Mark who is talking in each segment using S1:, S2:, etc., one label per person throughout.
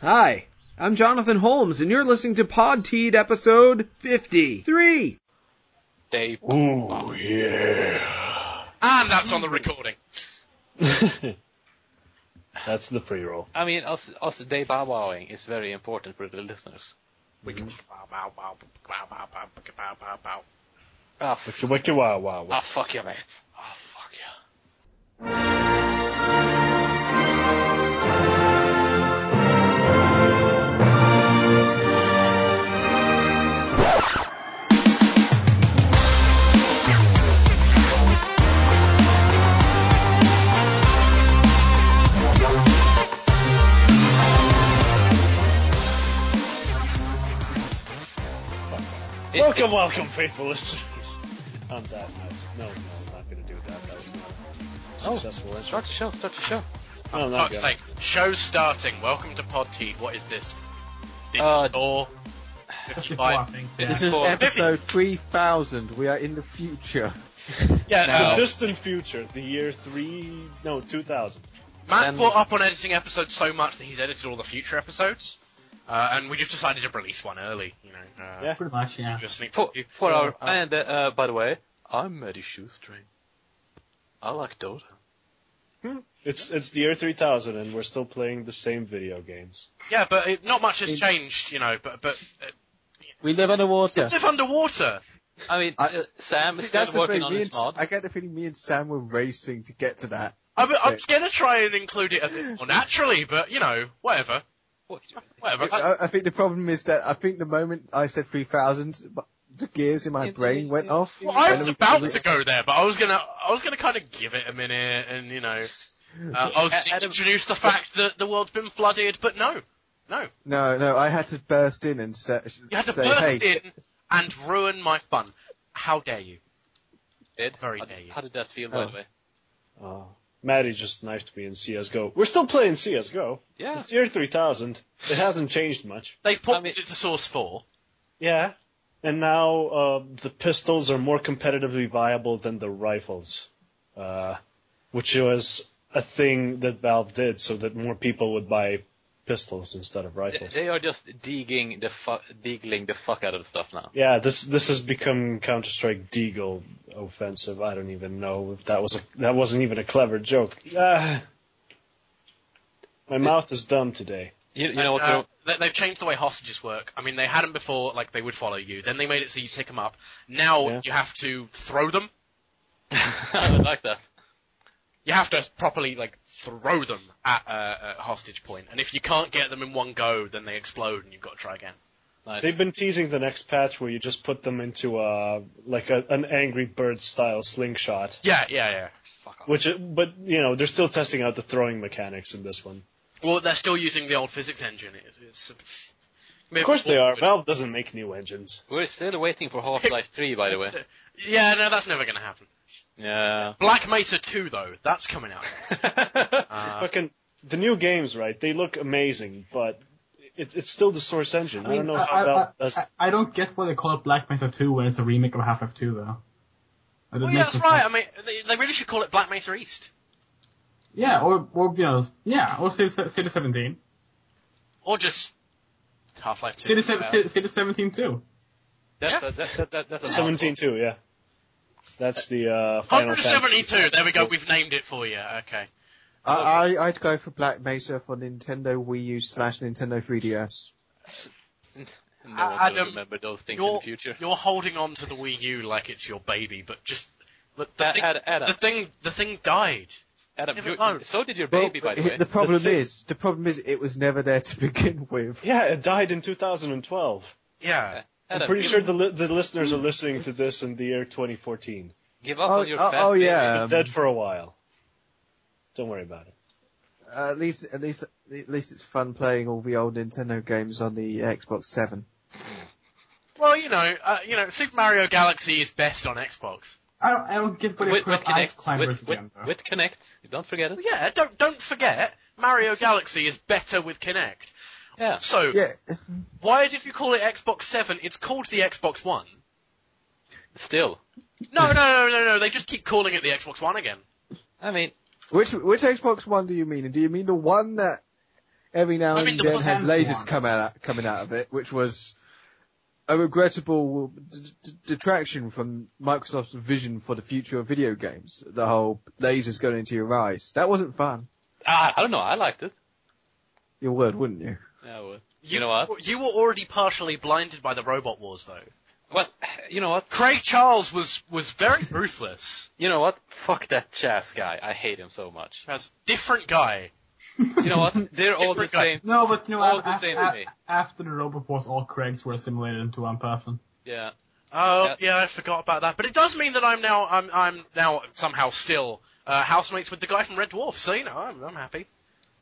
S1: Hi, I'm Jonathan Holmes, and you're listening to Pod Teed episode 53.
S2: Dave.
S3: Ooh, yeah.
S2: And that's on the recording.
S3: That's the pre-roll.
S2: I mean, also, also Dave bow wowing is very important for the listeners.
S4: We can bow, bow, bow, bow, bow, bow, bow, bow, bow.
S2: Ah, f-
S3: Wiki wiki wow wow. wow.
S2: ah, fuck you, mate. Ah, fuck you.
S3: Welcome, welcome, faithful listeners. On that note, no, no, I'm not going to do that. That was not a successful. intro.
S2: Start the show, start the show.
S3: No, I'm not
S4: Fuck's
S3: gonna.
S4: sake. Show's starting. Welcome to Pod Teed. What is this?
S2: Uh,
S4: or 55?
S2: This
S1: This is
S2: for-
S1: episode 3000. We are in the future.
S4: Yeah,
S2: No.
S4: no.
S3: Distant future, the year three, no, two thousand.
S4: Matt
S2: And-
S4: brought up on editing episodes so much that he's edited all the future episodes. Uh, and we just decided to release one early, you know. Uh,
S3: Yeah.
S5: Pretty much, yeah.
S4: do a sneak
S2: For,
S4: preview.
S2: for our,
S4: Uh,
S2: and, uh, uh, by the way, I'm Maddie Shoestring. I like Dota.
S3: It's it's the year three thousand, and we're still playing the same video games.
S4: yeah, but it, not much has
S1: It-
S4: changed, you know. But but uh,
S1: We live underwater.
S4: live underwater.
S2: I mean,
S1: I-
S2: uh, Sam
S1: See,
S2: is still working on
S1: Me
S2: his
S1: and,
S2: mod.
S1: I get the feeling me and Sam were racing to get to that.
S4: I'm, I'm
S1: Okay.
S4: gonna try and include it a bit more naturally, but you know, whatever,
S2: What-
S4: whatever. That's-
S1: I, I think the problem is that I think the moment I said 3000, but the gears in my
S2: You-
S1: brain
S2: you-
S1: went
S2: you-
S1: off.
S2: you-
S4: Well, I
S1: And
S4: was
S1: then we-
S4: about to go there, but I was gonna, I was gonna kind of give it a minute, and you know, uh, I was
S2: A-
S4: gonna
S2: Adam-
S4: introduce the fact that the world's been flooded, but no, no,
S1: No, no, I had to burst in and say,
S4: you had to
S1: say,
S4: burst
S1: hey,
S4: in and ruin my fun. How dare you?
S2: Did?
S4: Very
S2: how,
S4: dare you.
S2: how did that feel, by
S1: Oh.
S2: the way?
S3: Uh, Maddie just knifed me in CS:GO. We're still playing CS:GO.
S2: Yeah.
S3: It's the year three thousand. It hasn't changed much.
S4: They've ported
S2: I mean-
S4: it to Source Four.
S3: Yeah. And now uh, the pistols are more competitively viable than the rifles, uh, which was a thing that Valve did so that more people would buy pistols instead of
S2: They,
S3: rifles.
S2: they are just digging the fuck, diggling the fuck out of the stuff now.
S3: yeah, this this has become Counter Strike Deagle offensive. I don't even know if that was a, that wasn't even a clever joke. Ah. my mouth is dumb today.
S2: You, you know what?
S4: Uh,
S2: though?
S4: they- they've changed the way hostages work. I mean, they had them before, like they would follow you. Then they made it so you pick them up. Now
S3: Yeah.
S4: you have to throw them.
S2: I would like that.
S4: you have to properly like throw them at uh, a, a hostage point, and if you can't get them in one go, then they explode, and you've got to try again.
S2: Nice.
S3: They've been teasing the next patch where you just put them into a like a, an Angry Bird style slingshot.
S4: Yeah, yeah, yeah.
S2: Fuck off.
S3: Which, but you know, they're still testing out the throwing mechanics in this one.
S4: Well, they're still using the old physics engine. It, it's uh,
S3: Of course they are. Valve doesn't make new engines.
S2: We're still waiting for Half-Life 3, by the way.
S4: uh, yeah, no, that's never going to happen.
S2: Yeah.
S4: Black Mesa 2, though, that's coming out. Uh,
S3: Fucking the new games, right? They look amazing, but it, it's still the source engine. I, don't know how
S5: I,
S3: Valve does.
S5: I- I don't get why they call it Black Mesa 2 when it's a remake of Half-Life 2, though.
S4: well,
S5: That makes
S4: Oh, yeah, that's
S5: no
S4: right. I
S5: sense.
S4: mean, they, they really should call it Black Mesa East
S5: Yeah, or, or, you know, yeah, or City, Se- City 17.
S4: or just Half-Life 2.
S5: City, Se-
S4: Uh,
S5: City, City 17 too.
S2: That's, a, that, that, that, that's a
S3: Seventeen two, yeah. That's the uh, final. Fantasy.
S4: 172. There we go. We've named it for you. Okay.
S1: I, I, I'd go for Black Mesa for Nintendo Wii U slash Nintendo 3DS.
S2: No one
S4: Adam,
S2: will remember those things in
S4: you're,
S2: the future.
S4: you're holding on to the Wii U like it's your baby, but just look the
S2: That,
S4: thing,
S2: Adam, Adam,
S4: the thing the thing died.
S2: Adam
S4: never
S2: you-
S4: know.
S2: so did your
S1: Well,
S2: baby, by the
S1: it-
S2: way.
S1: problem
S3: The thing-
S1: is, the problem is, it was never there to begin with.
S3: Yeah, it died in 2012.
S4: Yeah.
S3: I'm
S2: Adam,
S3: pretty
S2: give,
S3: sure the li- the listeners are listening to this in the year 2014.
S2: give up
S1: Oh,
S2: on your
S1: oh,
S2: fat
S1: oh,
S2: baby.
S1: yeah. Um,
S3: Dead for a while. Don't worry about it.
S1: Uh, at least, at least, at least it's fun playing all the old Nintendo games on the Xbox 7.
S4: Well, you know, uh, you know, Super Mario Galaxy is best on Xbox.
S5: I don't, I don't get why they
S2: With,
S5: call
S2: with
S5: it Ice
S2: Connect,
S5: Climbers
S2: with, with,
S5: again, though.
S2: with Connect, don't forget it.
S4: Well, yeah, don't don't forget, Mario Galaxy is better with Kinect.
S2: Yeah.
S4: So
S1: Yeah,
S4: why did you call it Xbox Seven? It's called the Xbox One.
S2: Still,
S4: No, no, no, no, no. They just keep calling it the Xbox One again.
S2: I mean,
S1: which which Xbox One do you mean? Do you mean the one that every now
S4: I
S1: and
S4: mean, there
S1: then
S4: was
S1: has
S5: hands
S1: lasers
S5: one.
S1: come out coming out of it, which was a regrettable d- d- detraction from Microsoft's vision for the future of video games. The whole lasers going into your eyes. That wasn't fun.
S2: Ah, I don't know. I liked it.
S1: You would, wouldn't you?
S2: Yeah, well, you, know what?
S4: You were already partially blinded by the robot wars, though.
S2: Well, you know what?
S4: Craig Charles was was very ruthless.
S2: You know what? Fuck that Chas guy. I hate him so much.
S4: That's different guy.
S2: You know what? They're all the
S4: Different guy.
S2: same.
S5: No, but you know,
S2: All
S5: af-
S2: the
S5: af-
S2: same
S5: af-
S2: to me.
S5: after the Roboports, all Craigs were assimilated into one person.
S2: Yeah.
S4: Oh
S2: Yeah.
S4: yeah, I forgot about that. But it does mean that I'm now I'm I'm now somehow still uh, housemates with the guy from Red Dwarf. So you know I'm I'm happy.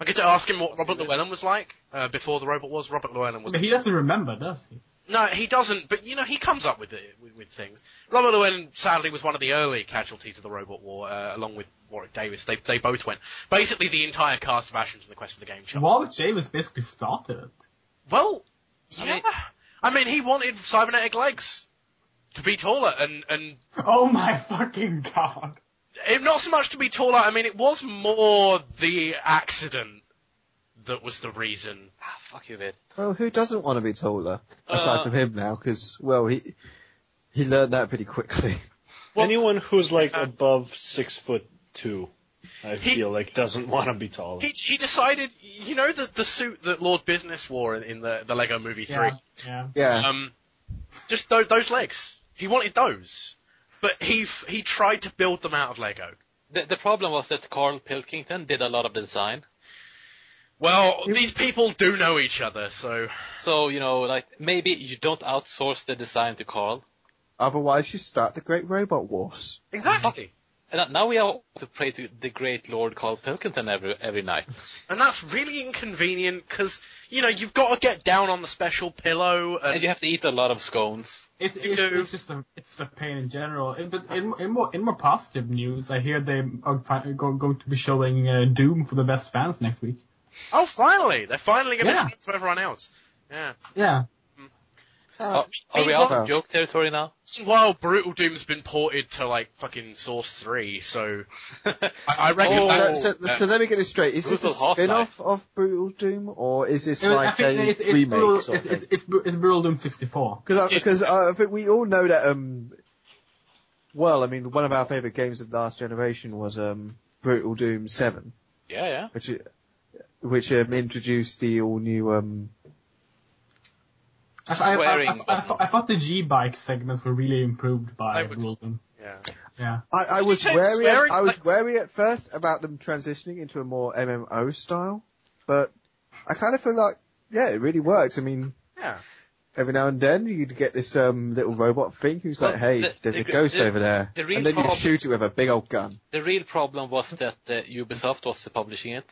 S4: I get to ask him what Robert Llewellyn was like uh, before the robot was. Robert Llewellyn was
S5: But he doesn't remember, does he?
S4: no, he doesn't. But you know he comes up with it with, with things. Robert Llewellyn sadly was one of the early casualties of the robot war, uh, along with Warwick Davis. They they both went. Basically, the entire cast of Ashens in the Quest for the Game Shop.
S5: Warwick Davis basically started it.
S4: Well,
S2: I
S4: yeah.
S2: mean-
S4: I mean, he wanted cybernetic legs to be taller, and and
S5: Oh my fucking god.
S4: it, not so much to be taller. I mean, it was more the accident that was the reason.
S2: Ah, fuck you, bit.
S1: Well, who doesn't want to be taller?
S2: Uh,
S1: Aside from him now, because well, he he learned that pretty quickly.
S3: Anyone who's like
S4: Uh,
S3: above six foot two, I
S4: He-
S3: feel like doesn't want to be taller.
S4: He he decided, you know, the the suit that Lord Business wore in, in the the Lego Movie three.
S5: Yeah. yeah.
S1: Yeah.
S4: Um, just those those legs. He wanted those, but he f- he tried to build them out of Lego.
S2: The, the problem was that Carl Pilkington did a lot of the design.
S4: Well, these people do know each other, so
S2: So, you know, like, maybe you don't outsource the design to Carl.
S1: Otherwise, you start the Great Robot Wars.
S4: exactly.
S2: And now we have to pray to the great Lord Carl Pilkington every, every night.
S4: And that's really inconvenient because you know you've got to get down on the special pillow
S2: And you have to eat a lot of scones.
S5: It's,
S4: You
S5: it's,
S4: do.
S5: it's just a it's just a pain in general. It- but in, in more in more positive news, I hear they are fi- go, going to be showing uh, Doom for the best fans next week.
S4: Oh, finally! They're finally going to
S5: Yeah.
S4: yeah. to everyone else. Yeah.
S5: Yeah,
S2: Are, are we out
S1: well-
S2: of joke territory now?
S4: Meanwhile, Brutal Doom's been ported to like fucking Source Three, so I, I reckon.
S2: Oh,
S1: so,
S4: that-
S1: so,
S5: uh,
S1: so let me get this straight. Is this a
S2: Brutal
S1: spin off of Brutal Doom, or is this
S5: It was- I
S1: like
S5: think
S1: a
S5: it's it's
S1: remake?
S5: Brutal,
S1: sort
S5: it's,
S1: of
S5: it's,
S1: thing?
S5: it's, Bru- it's Brutal Doom 64.
S1: Cause I,
S4: It's-
S1: because I think we all know that, um, well, I mean, one of our favourite games of the last generation was, um, Brutal Doom 7,
S2: Yeah, yeah.
S1: which, which, um, introduced the all new, um,
S5: I, I, I,
S2: Swearing
S5: I, I, I thought the G bike segments were really improved by
S4: I would-
S5: Brutal Doom.
S4: yeah.
S5: Yeah,
S1: I, I was
S4: say
S1: wary, at,
S4: swearing?
S1: I was
S4: Like-
S1: wary at first about them transitioning into a more MMO style, but I kind of feel like, yeah, it really works. I mean,
S4: Yeah.
S1: every now and then you'd get this, um, little robot thing who's
S2: Well,
S1: like, hey,
S2: the-
S1: there's
S2: the-
S1: a ghost
S2: the-
S1: over there.
S2: the real
S1: and then you
S2: problem-
S1: shoot it with a big old gun.
S2: The real problem was that uh, Ubisoft was publishing it.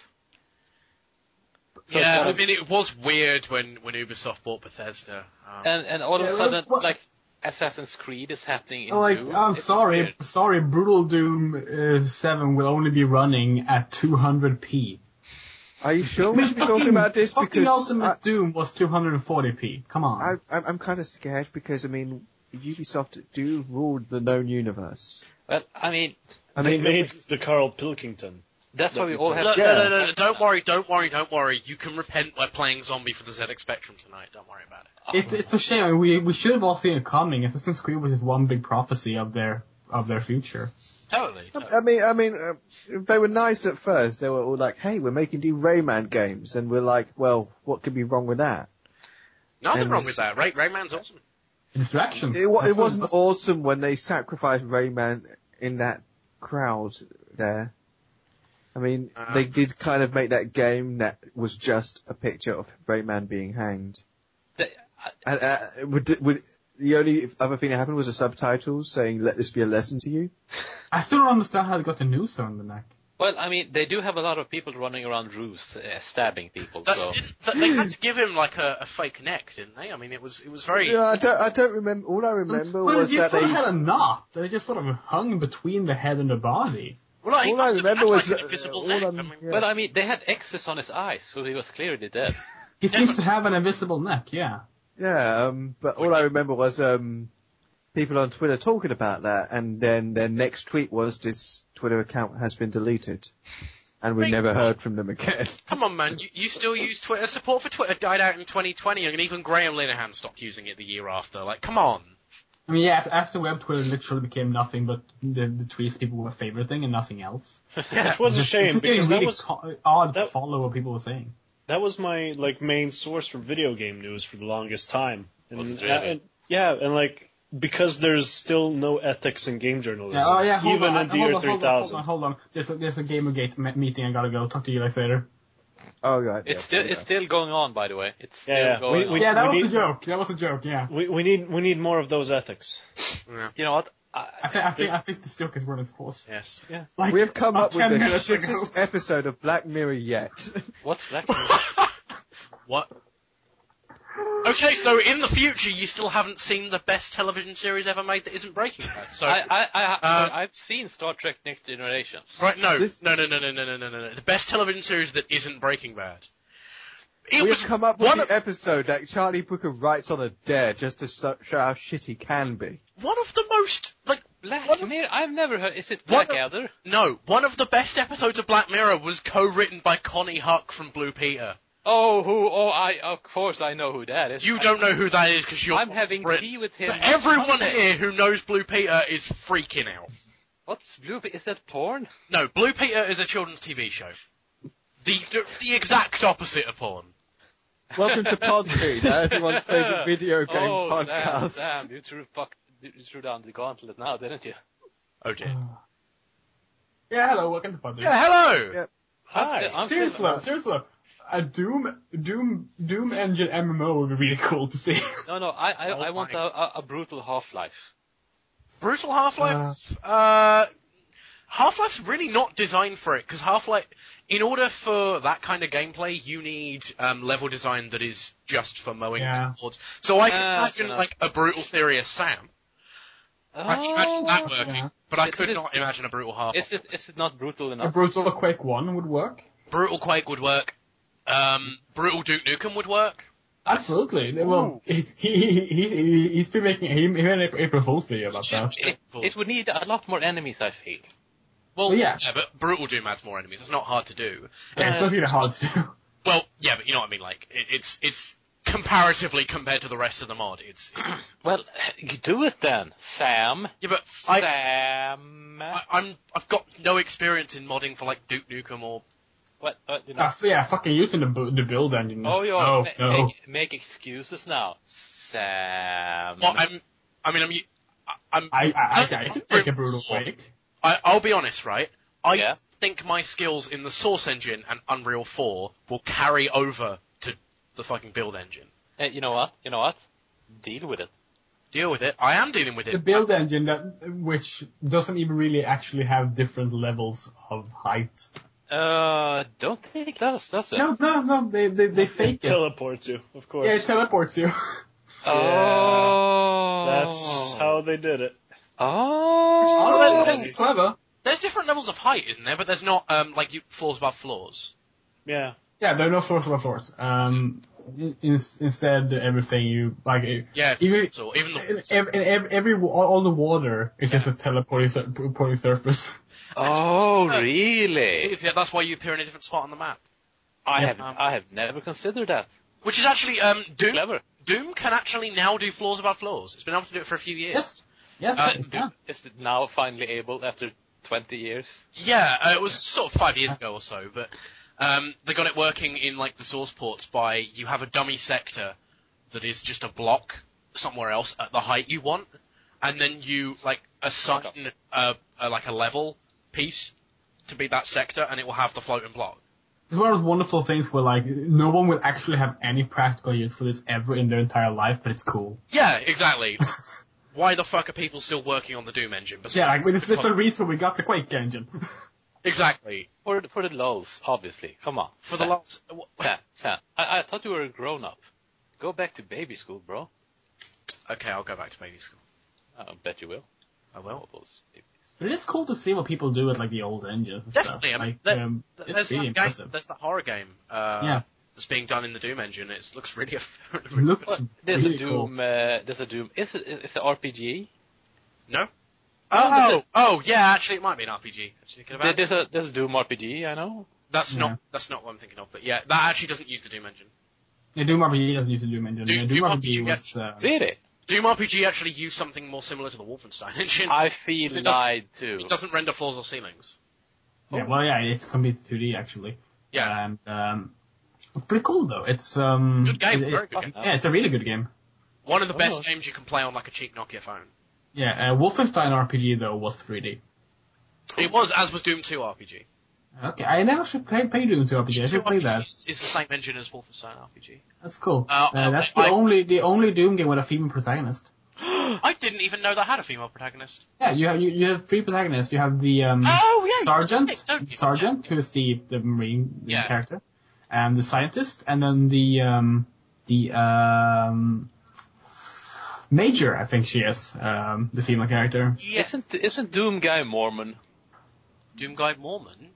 S4: yeah, I mean, it was weird when, when Ubisoft bought Bethesda. Um,
S2: And, and all of
S5: Yeah,
S2: a sudden,
S5: what-
S2: like, Assassin's Creed is happening in
S5: like
S2: Doom.
S5: I'm
S2: It's
S5: sorry,
S2: weird.
S5: sorry, Brutal Doom uh, 7 will only be running at 200p.
S1: Are you sure we should be
S5: Fucking-
S1: talking about this?
S5: fucking
S1: Because
S5: Ultimate
S1: I,
S5: Doom was 240p. Come on.
S1: I, I'm, I'm kind of scared because I mean, Ubisoft do rule the known universe.
S2: Well, I mean,
S1: I
S3: They
S1: mean,
S3: made the Carl Pilkington.
S2: that's why we all have
S4: no,
S1: Yeah.
S4: no, no, no, no, don't worry, don't worry, don't worry. You can repent by playing Zombie for the ZX Spectrum tonight. Don't worry about it.
S5: It's it's a shame. I mean, We we should have all seen it coming. Assassin's Creed was just one big prophecy of their of their future.
S4: Totally. totally.
S1: I mean, I mean, uh, they were nice at first. They were all like, "Hey, we're making new Rayman games," and we're like, "Well, what could be wrong with that?"
S4: Nothing
S1: and-
S4: wrong with that. Ray, Rayman's awesome.
S5: Distractions.
S1: It, wa-
S5: That's
S1: it
S5: what-
S1: wasn't awesome when they sacrificed Rayman in that crowd there. I mean,
S4: Uh.
S1: they did kind of make that game that was just a picture of Rayman being hanged.
S2: The-
S1: And uh, would, would, the only other thing that happened was a subtitle saying, "Let this be a lesson to you."
S5: I still don't understand how they got the noose around the neck.
S2: Well, I mean, they do have a lot of people running around roofs uh, stabbing people.
S4: That's,
S2: so
S4: didn't- that- they had to give him like a, a fake neck, didn't they? I mean, it was it was very.
S1: Yeah, I don't, I don't remember. All I remember
S5: well,
S1: was
S5: you
S1: that
S5: sort
S1: they.
S5: of had a knot. They just sort of hung between the head and the body.
S4: Well, like, he
S1: All I
S4: must have
S1: remember
S4: had,
S1: was
S4: like,
S1: uh,
S4: an invisible
S1: all
S4: neck. I
S1: I'm-
S4: mean,
S1: yeah.
S2: Well, I mean, they had X's on his eyes, so he was clearly dead.
S5: He seems
S4: but-
S5: to have an invisible neck. Yeah.
S1: Yeah, um, but all I remember was um, people on Twitter talking about that, and then their next tweet was, "This Twitter account has been deleted." and we
S4: Thank
S1: never
S4: you.
S1: heard from them again.
S4: Come on, man. You, you still use Twitter. Support for Twitter died out in 2020, and even Graham Linehan stopped using it the year after. Like, come on.
S5: I mean, yeah, af- after Web Twitter literally became nothing but the, the tweets people were favoriting and nothing else.
S3: Which was a
S5: Just-
S3: shame
S5: just getting
S3: because that
S5: really
S3: was
S5: co- odd
S3: that-
S5: follow what people were saying.
S3: that was my like main source for video game news for the longest time. And,
S2: Was it really?
S3: and- yeah, and like because there's still no ethics in game journalism,
S5: Yeah, oh yeah, hold
S3: even
S5: on,
S3: in
S5: I-
S3: the
S5: hold
S3: year
S5: on,
S3: three
S5: hold on, hold on,
S3: thousand.
S5: hold on. There's a, there's a Gamergate me- meeting. I gotta go. Talk to you guys later.
S1: Oh right,
S2: It's
S1: yeah,
S2: still
S1: okay.
S2: it's still going on, by the way. It's still
S3: Yeah, yeah.
S2: going
S3: We- we-
S2: on.
S5: Yeah, that was
S3: need-
S5: a joke. That was a joke. Yeah.
S3: We we need we need more of those ethics.
S2: You know what? I,
S5: I think I think I think the joke is run its course.
S2: yes.
S5: Like,
S1: we have come
S5: about
S1: up with
S5: 10
S1: the
S5: minutes ago.
S1: shittest episode of Black Mirror yet.
S2: What's Black
S4: What? Okay, so in the future, you still haven't seen the best television series ever made that isn't Breaking Bad. So,
S2: I, I, I,
S4: Uh,
S2: I, I've seen Star Trek Next Generation.
S4: right? No,
S1: This-
S4: no, no, no, no, no, no, no, no. The best television series that isn't Breaking Bad. It
S1: we
S4: was
S1: have come up with
S4: one
S1: the
S4: of,
S1: episode that Charlie Brooker writes on a dare just to so- show how shit he can be.
S4: one of the most like
S2: Black
S4: one of-
S2: Mirror? I've never heard. Is it
S4: What
S2: Blackadder?
S4: no, one of the best episodes of Black Mirror was co-written by Connie Huck from Blue Peter.
S2: Oh, who? Oh, I. Of course, I know who that is.
S4: You
S2: I-
S4: don't know who that is because you're
S2: I'm having
S4: Brit-
S2: tea with him.
S4: But everyone here who knows Blue Peter is freaking out.
S2: What's Blue? Is that porn?
S4: No, Blue Peter is a children's TV show. The the, the exact opposite of porn.
S1: Welcome to Podfeed, everyone's favorite video game
S2: oh,
S1: podcast.
S2: Sam, Sam, you threw fuck, you threw down the gauntlet now, didn't you?
S4: Oh dear.
S5: Yeah. Hello. Welcome to Podrick.
S4: Yeah, hello.
S1: Yeah.
S2: I'm
S3: Hi.
S2: still- I'm still-
S5: Seriously, seriously. A Doom, Doom, Doom Engine MMO would be really cool to see.
S2: No, no, I, I,
S4: Oh
S2: I want
S4: my
S2: a, a, a brutal Half-Life.
S4: Brutal Half Life. Uh, Half Life's really not designed for it because Half Life. In order for that kind of gameplay, you need um, level design that is just for mowing
S5: Yeah.
S4: boards. So I can
S2: Ah, fair
S4: imagine
S2: enough.
S4: like a brutal serious Sam. I can imagine that working,
S5: yeah.
S4: but I
S2: It-
S4: could
S2: it is-
S4: not imagine a brutal half.
S2: Oh. Is it is it not brutal
S5: A
S2: enough?
S5: Brutal Quake 1 would work.
S4: Brutal Quake would work. Um, Brutal Duke Nukem would work.
S5: Absolutely. Well, he, he, he, he, he's been making, he, he made an April Fool's video about that.
S2: It, it would need a lot more enemies, I feel.
S4: Well,
S5: Well, yeah.
S4: yeah, but Brutal Doom adds more enemies. It's not hard to do.
S5: Yeah, it's not really hard to do.
S4: Well, yeah, but you know what I mean. Like, it, it's it's comparatively compared to the rest of the mod, it's. it's-
S2: Well, do it then, Sam.
S4: yeah, but I,
S2: Sam.
S4: I I'm I've got no experience in modding for like Duke Nukem or
S2: what? Uh, you know.
S1: Ah,
S5: Uh, yeah, fucking using the, bu- the build engine. Is,
S2: oh, yo,
S5: no,
S2: ma-
S5: no.
S2: Make, make excuses now, Sam.
S4: well, I'm. I mean, I'm. I'm.
S5: I, I, I, I can make a Brutal Quake.
S4: I, I'll be honest, right? I
S2: Yeah.
S4: think my skills in the Source Engine and Unreal 4 will carry over to the fucking build engine.
S2: Hey, Eh, you know what? You know what? Deal with it.
S4: Deal with it. I am dealing with
S5: The
S4: it.
S5: build engine that, which doesn't even really actually have different levels of height.
S2: Uh, don't think it does, does it?
S5: No, no, no, they, they, they
S3: It
S5: fake it.
S3: teleports you, of course.
S5: Yeah, it teleports you.
S2: Oh,
S3: That's how they did it.
S2: Oh,
S5: That's clever.
S4: There's different levels of height, isn't there? But there's not um like you, floors above floors.
S3: Yeah.
S5: Yeah, there are no floors above floors. Um, in, in, instead, everything you like, it-
S4: Yeah, it's
S5: even
S4: so even the,
S5: every, every, every all, all the water is just a teleporting sur- teleporting surface.
S2: oh,
S4: it
S2: really?
S4: is, yeah, that's why you appear in a different spot on the map.
S2: I have
S4: Um,
S2: I have never considered that.
S4: Which is actually um Doom.
S2: Clever.
S4: Doom can actually now do floors above floors. It's been able to do it for a few years.
S5: Yes, yes,
S4: Uh,
S5: it can.
S2: Is it now finally able after 20 years?
S4: Yeah, uh, it was sort of five years
S5: Uh-huh.
S4: ago or so, but um, they got it working in like the source ports by you have a dummy sector that is just a block somewhere else at the height you want, and then you like assign a, a like a level piece to be that sector, and it will have the floating block.
S5: It's one of those wonderful things where like no one will actually have any practical use for this ever in their entire life, but it's cool.
S4: Yeah, exactly. Why the fuck are people still working on the Doom engine?
S5: Yeah,
S4: besides-
S5: like it's, it's the reason we got the Quake engine.
S4: exactly.
S2: For the- for the lulls, obviously. Come on.
S4: For the
S2: Sam,
S4: last,
S2: Sam, Sam. I, I thought you were a grown up. Go back to baby school, bro.
S4: okay, I'll go back to baby school.
S2: I bet you will.
S4: I will.
S2: All those babies.
S5: But it is cool to see what people do with like the old engines. and
S4: Definitely,
S5: stuff.
S4: I mean,
S5: Like,
S4: there-
S5: um,
S4: Th-
S5: it's
S4: There's
S5: really
S4: that game,
S5: impressive.
S4: there's that horror game uh,
S5: Yeah.
S4: that's being done in the Doom engine. It looks really,
S5: It looks
S2: Well, There's
S5: really
S2: a
S5: cool.
S2: Doom. Uh, there's a Doom. Is it? Is it RPG?
S4: no, Oh, oh, yeah, actually, it might be an RPG. Actually, thinking
S2: There-
S4: about it.
S2: There's a there's a Doom RPG, I know.
S4: That's
S5: Yeah.
S4: not that's not what I'm thinking of, but yeah, that actually doesn't use the Doom engine.
S5: Yeah, Doom RPG doesn't use the Doom engine.
S4: Do-
S5: yeah,
S4: Doom
S5: Doom
S4: RPG
S5: RPG was. Uh,
S2: Really?
S4: Doom RPG actually used something more similar to the Wolfenstein engine.
S2: I feel
S4: It doesn't-
S2: lied to.
S4: It doesn't render floors or ceilings.
S5: yeah, well, yeah, it's complete 2D actually.
S4: Yeah.
S5: And, um, it's pretty cool though. It's um.
S4: Good game,
S5: it- it-
S4: very good game.
S5: Yeah, it's a really good game.
S4: One of the best
S2: Oh.
S4: games you can play on like a cheap Nokia phone.
S5: Yeah, uh, Wolfenstein RPG though was 3D.
S4: It was, as was Doom 2 RPG.
S5: Okay, I never actually played, played Doom 2 RPG. I
S4: Doom
S5: should play that.
S4: Is is the same engine as Wolfenstein RPG.
S5: That's cool.
S4: Uh,
S5: Uh, that's the
S4: I-
S5: only the only Doom game with a female protagonist.
S4: I didn't even know that had a female protagonist.
S5: Yeah, you have you, you have three protagonists. You have the um,
S4: Oh, yeah, you
S5: sergeant,
S4: did, don't you?
S5: sergeant who is the the marine the
S4: Yeah.
S5: character, and the scientist, and then the um, the um, major. I think she is um, the female character.
S4: Yes.
S2: Isn't isn't Doom guy Mormon?
S4: Doom Guy Mormon.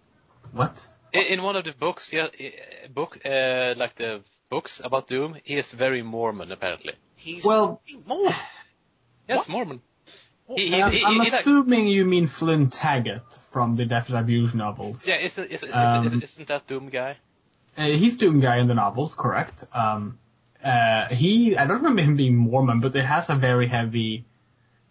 S5: What?
S2: I- In one of the books, yeah, uh, book uh, like the books about Doom, he is very Mormon apparently.
S4: He's
S5: Well-
S4: fucking Mormon.
S2: Yes,
S4: What?
S2: Mormon. He, he,
S5: I'm,
S2: he,
S5: I'm
S2: he- he like-
S5: assuming you mean Flynn Taggett from the Death Abuse novels.
S2: yeah, isn't isn't,
S5: Um,
S2: isn't isn't that Doom guy?
S5: Uh, he's Doom Guy in the novels, correct? Um, uh, he, I don't remember him being Mormon, but it has a very heavy.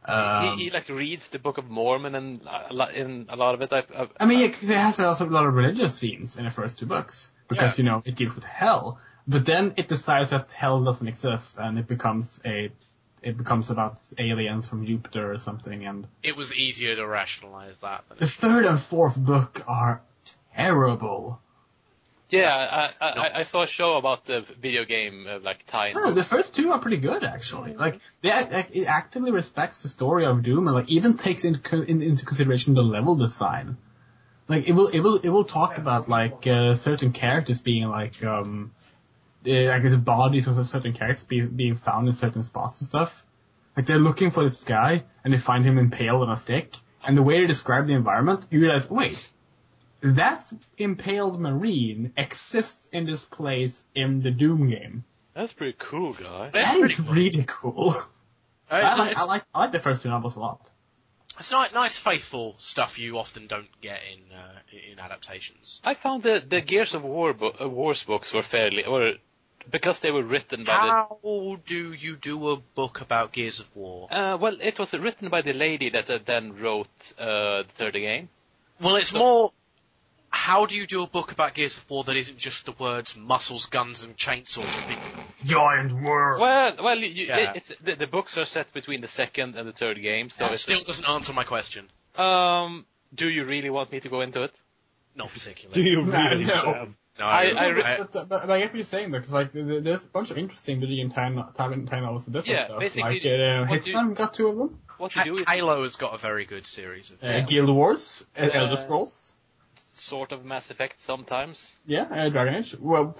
S5: Um,
S2: he, he like reads the Book of Mormon and uh, a lot, in a lot of it. I, I,
S5: I mean, yeah, 'cause it has also a lot of religious themes in the first two books because you know it deals with hell, but then it decides that hell doesn't exist and it becomes a, it becomes about aliens from Jupiter or something. And
S4: It was easier to rationalize that than
S5: the third and fourth book are terrible.
S2: yeah, I, I, I,
S4: nuts.
S2: I saw a show about the video game uh, like tie.
S5: No, the first two are pretty good actually. Like they act- like, it actively respects the story of Doom and like even takes into co- in, into consideration the level design. Like it will it will it will talk about like uh, certain characters being like um uh, like the bodies of certain characters be, being found in certain spots and stuff. Like they're looking for this guy and they find him impaled on a stick. And the way they describe the environment, you realize wait. That impaled marine exists in this place in the Doom game.
S2: That's pretty cool, guy.
S4: That's
S5: That
S4: pretty
S5: is
S4: cool.
S5: really cool.
S4: Uh,
S5: I
S4: it's,
S5: like, I
S4: it's,
S5: like I like the first two novels a lot.
S4: it's ni- nice, faithful stuff you often don't get in uh, in adaptations.
S2: I found the the Gears of War bo- uh, Wars books were fairly or because they were written by the
S4: How do you do a book about Gears of War?
S2: Uh, well, it was written by the lady that uh, then wrote uh, the third game.
S4: Well, it's more. How do you do a book about Gears of War that isn't just the words muscles, guns, and chainsaws? and big-
S5: Giant world.
S2: Well, well, you,
S4: Yeah.
S2: it, it's, the, the books are set between the second and the third game, so
S4: That
S2: it's,
S4: still doesn't answer my question.
S2: um, do you really want me to go into it?
S4: Not particularly.
S3: Do you
S5: No,
S3: really,
S5: no.
S3: Sam?
S4: No,
S2: I- I
S4: really-
S2: re-
S5: but, but, but I get what you're saying though, because like there- there's a bunch of interesting video game time time, time novels and different
S2: Yeah,
S5: stuff.
S2: basically,
S5: Like uh,
S2: what do you-
S5: Hitman got two of them.
S2: What you
S4: Ha-
S2: do is
S4: Halo has got a very good series of.
S5: Uh, Guild Wars, uh, Elder
S2: Uh,
S5: Scrolls,
S2: sort of Mass Effect sometimes.
S5: yeah, uh, Dragon Age. Well,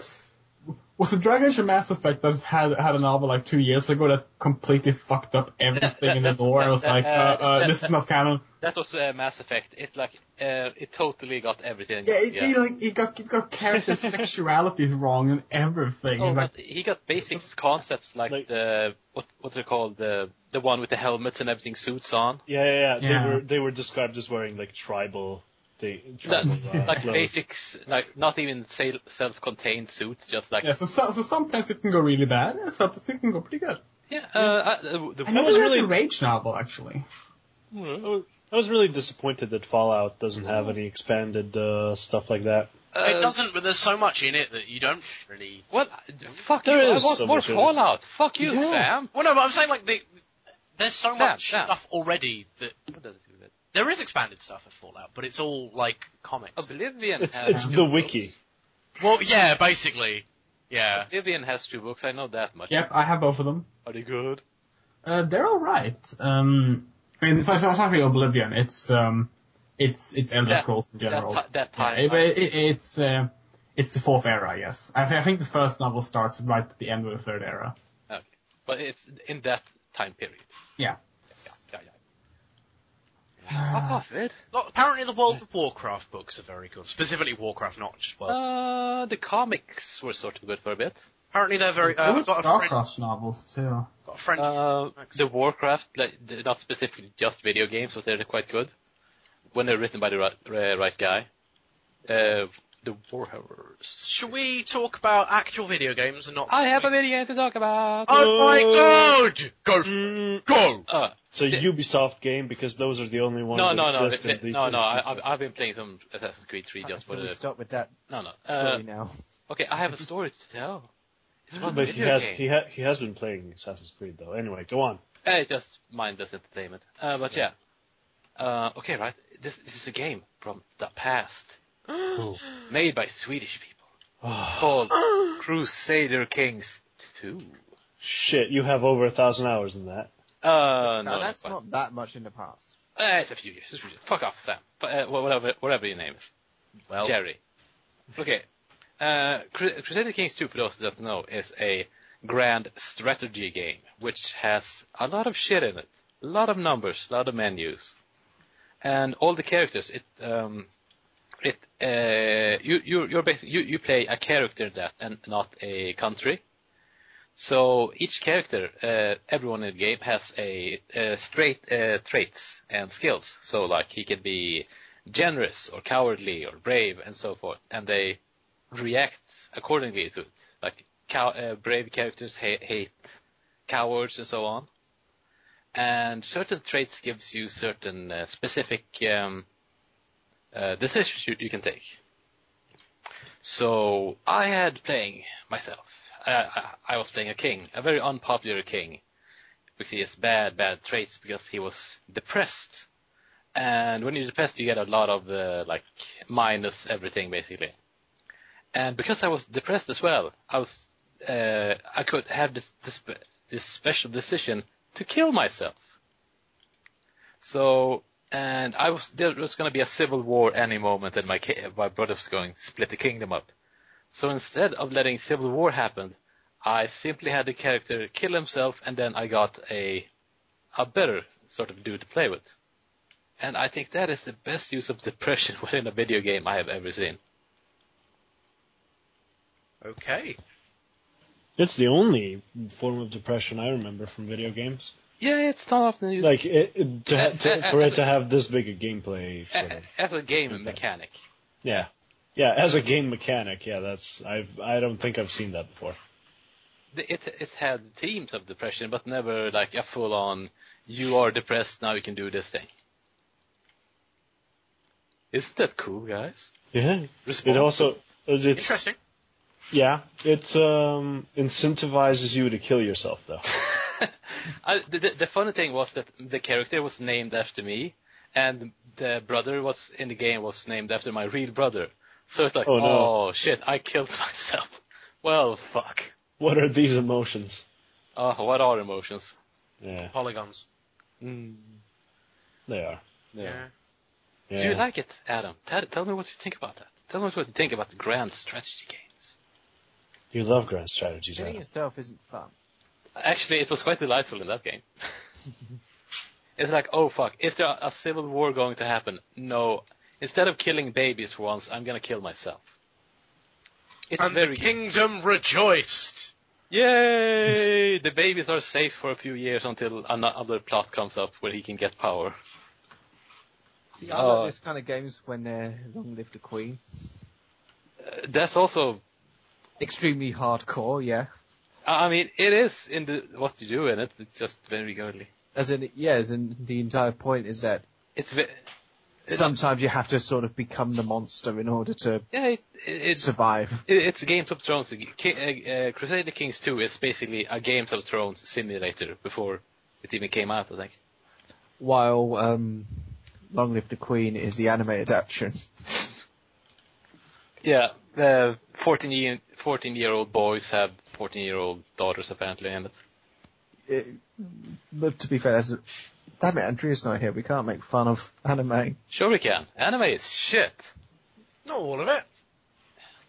S5: was the Dragon Age a Mass Effect that had had a novel like two years ago that completely fucked up everything in the
S2: that's-
S5: lore? and was
S2: that-
S5: like,
S2: uh,
S5: uh, uh,
S2: that-
S5: this is not canon.
S2: That was uh, Mass Effect. It like uh, it totally got everything.
S5: Yeah, it, He, like, he got he got character sexualities wrong and everything.
S2: Oh,
S5: like,
S2: but he got basic concepts like,
S3: Like-
S2: the what what's it called the the one with the helmets and everything suits on.
S3: Yeah, yeah, yeah.
S5: Yeah.
S3: They were they were described as wearing like tribal, they,
S2: That-
S3: tribal uh,
S2: like
S3: clothes.
S2: basics, like not even sel- self-contained suits, just like
S5: Yeah,
S2: yeah.
S5: so, so so sometimes it can go really bad, and sometimes it can go pretty good.
S2: uh, uh, the,
S5: I
S2: the
S5: know
S3: know
S5: it's
S3: it's really-
S5: really rage novel actually.
S3: I was- I was really disappointed that Fallout doesn't have any expanded uh, stuff like that.
S2: uh,
S4: it doesn't, but there's so much in it that you don't really.
S2: Well, fuck
S3: There
S2: you! I
S3: is
S2: want
S3: so
S2: more
S3: much in it.
S2: Fallout. Fuck you,
S5: Yeah.
S2: Sam.
S4: Well, no, but I'm saying like the, there's so
S2: Sam,
S4: much
S2: Sam.
S4: stuff already that there is expanded stuff at Fallout, but it's all like comics.
S2: Oblivion.
S3: It's
S2: has
S3: it's
S2: two
S3: the
S2: books.
S3: wiki.
S4: Well, yeah, basically, yeah.
S2: Oblivion has two books. I know that much.
S5: Yep, I have both of them.
S2: Are they good?
S5: Uh, they're all right. Um, I mean, it's, it's not really Oblivion. It's um, it's it's Elder
S2: That-
S5: Scrolls in
S2: that
S5: general.
S2: ti- that time.
S5: Yeah, it- it- it- it's uh, it's the fourth era, yes. I, thi- I think the first novel starts right at the end of the third era.
S2: Okay. But it's in that time period.
S5: Yeah.
S2: Yeah, yeah, yeah. Fuck off, Ed.
S4: Look, apparently the World of Warcraft Oh. books are very good. Specifically Warcraft, not just World.
S2: Uh, the comics were sort of good for a bit.
S4: Apparently they're very.
S5: there
S4: Uh,
S5: were
S4: I've got a friend.
S5: Starcross novels too.
S4: Got a friend.
S2: Uh, the Warcraft, like the- not specifically just video games, but they're quite good when they're written by the right, uh, right guy. Uh, the Warhammers.
S4: Should we talk about actual video games and not?
S2: I have a video game to talk about.
S4: Oh my god! Go, for it.
S3: Mm,
S4: go!
S2: Uh,
S3: it's a Ubisoft game because those are the only ones
S2: no,
S3: that
S2: no, no,
S3: exist
S2: th-
S3: in the
S2: no, no. I, I've, I've been playing some Assassin's Creed 3 just for
S1: Can we
S2: the.
S1: stop with that
S2: No, no. Uh,
S1: story now?
S2: okay, I have a story to tell. It's about the
S3: But he
S2: video
S3: has
S2: game.
S3: he ha- he has been playing Assassin's Creed though. Anyway, go on.
S2: Uh, it's just mindless entertainment. Uh, but yeah. Uh, okay, right. This, this is a game from the past. Made by Swedish people. It's called Crusader Kings 2.
S3: Shit, you have over a thousand hours in that.
S2: Uh, no,
S1: No, that's
S2: but-
S1: not that much in the past.
S2: Uh, it's a few years. It's a few years. Fuck off, Sam. But, uh, wha- whatever, whatever your name is.
S4: Well,
S2: Jerry. Okay. Uh, Cru- Crusader Kings 2, for those that don't know, is a grand strategy game, which has a lot of shit in it. A lot of numbers, a lot of menus. And all the characters, it, um, it, uh, you, you, you're basically, you, you play a character in that and not a country. So each character, uh, everyone in the game has a, uh straight uh, traits and skills. So like he can be generous or cowardly or brave and so forth, and they react accordingly to it. Like cow- uh, brave characters ha- hate cowards and so on. And certain traits gives you certain uh, specific um, uh, decisions you, you can take. So I had playing myself. I, I, I was playing a king, a very unpopular king, because he has bad, bad traits because he was depressed. And when you're depressed, you get a lot of uh, like minus everything basically. And because I was depressed as well, I was uh, I could have this, this this special decision to kill myself. So and I was there was going to be a civil war any moment, and my ki- my brother was going to split the kingdom up. So instead of letting civil war happen, I simply had the character kill himself, and then I got a a better sort of dude to play with. And I think that is the best use of depression within a video game I have ever seen.
S4: okay.
S3: It's the only form of depression I remember from video games.
S2: Yeah, it's not often used
S3: Like it, it, to, ha- to, for it to have this big a gameplay.
S2: a-
S3: Sort of.
S2: a- as a game mechanic.
S3: Yeah, yeah. As a game mechanic, yeah, that's I I don't think I've seen that before.
S2: The- It it's had themes of depression, but never like a full on "you are depressed, now you can do this thing." Isn't that cool, guys?
S3: Yeah. It
S2: Responsible.
S3: also it's
S4: Interesting.
S3: Yeah, it um, incentivizes you to kill yourself though.
S2: I, the, the, the funny thing was that the character was named after me, and the brother was in the game was named after my real brother. So it's like,
S3: Oh,
S2: oh,
S3: no.
S2: shit, I killed myself. Well, fuck.
S3: What are these emotions?
S2: Oh, what are emotions?
S3: Yeah,
S4: Polygons.
S3: they are.
S4: Yeah.
S3: Yeah.
S2: Do you like it, Adam? Tell, tell me what you think about that. Tell me what you think about the grand strategy games.
S3: You love grand strategies,
S1: Killing
S3: Adam.
S1: yourself isn't fun.
S2: Actually, it was quite delightful in that game. it's like, oh fuck, is there a civil war going to happen? No. Instead of killing babies for once, I'm gonna kill myself. It's
S4: And
S2: very
S4: the kingdom rejoiced.
S2: yay! the babies are safe for a few years until another plot comes up where he can get power.
S1: See, I like
S2: Oh.
S1: this kind of games when they're long live the queen.
S2: Uh, That's also
S1: Extremely hardcore, yeah.
S2: I I mean, it is in the what you do in it. It's just very girly.
S1: As in, yeah, as in the entire point is that
S2: It's ve-
S1: sometimes you have to sort of become the monster in order to
S2: yeah, it, it, it's it,
S1: survive.
S2: it's Games of Thrones. Ki- uh, uh, Crusader Kings Two is basically a Games of Thrones simulator before it even came out. I think.
S1: While um, Long Live the Queen is the anime adaptation.
S2: Yeah, uh, 14 year 14 year old boys have 14 year old daughters apparently in it.
S1: It, but to be fair, that's, damn it, Andrea's not here. We can't make fun of anime.
S2: Sure we can. Anime is shit.
S4: Not all of it.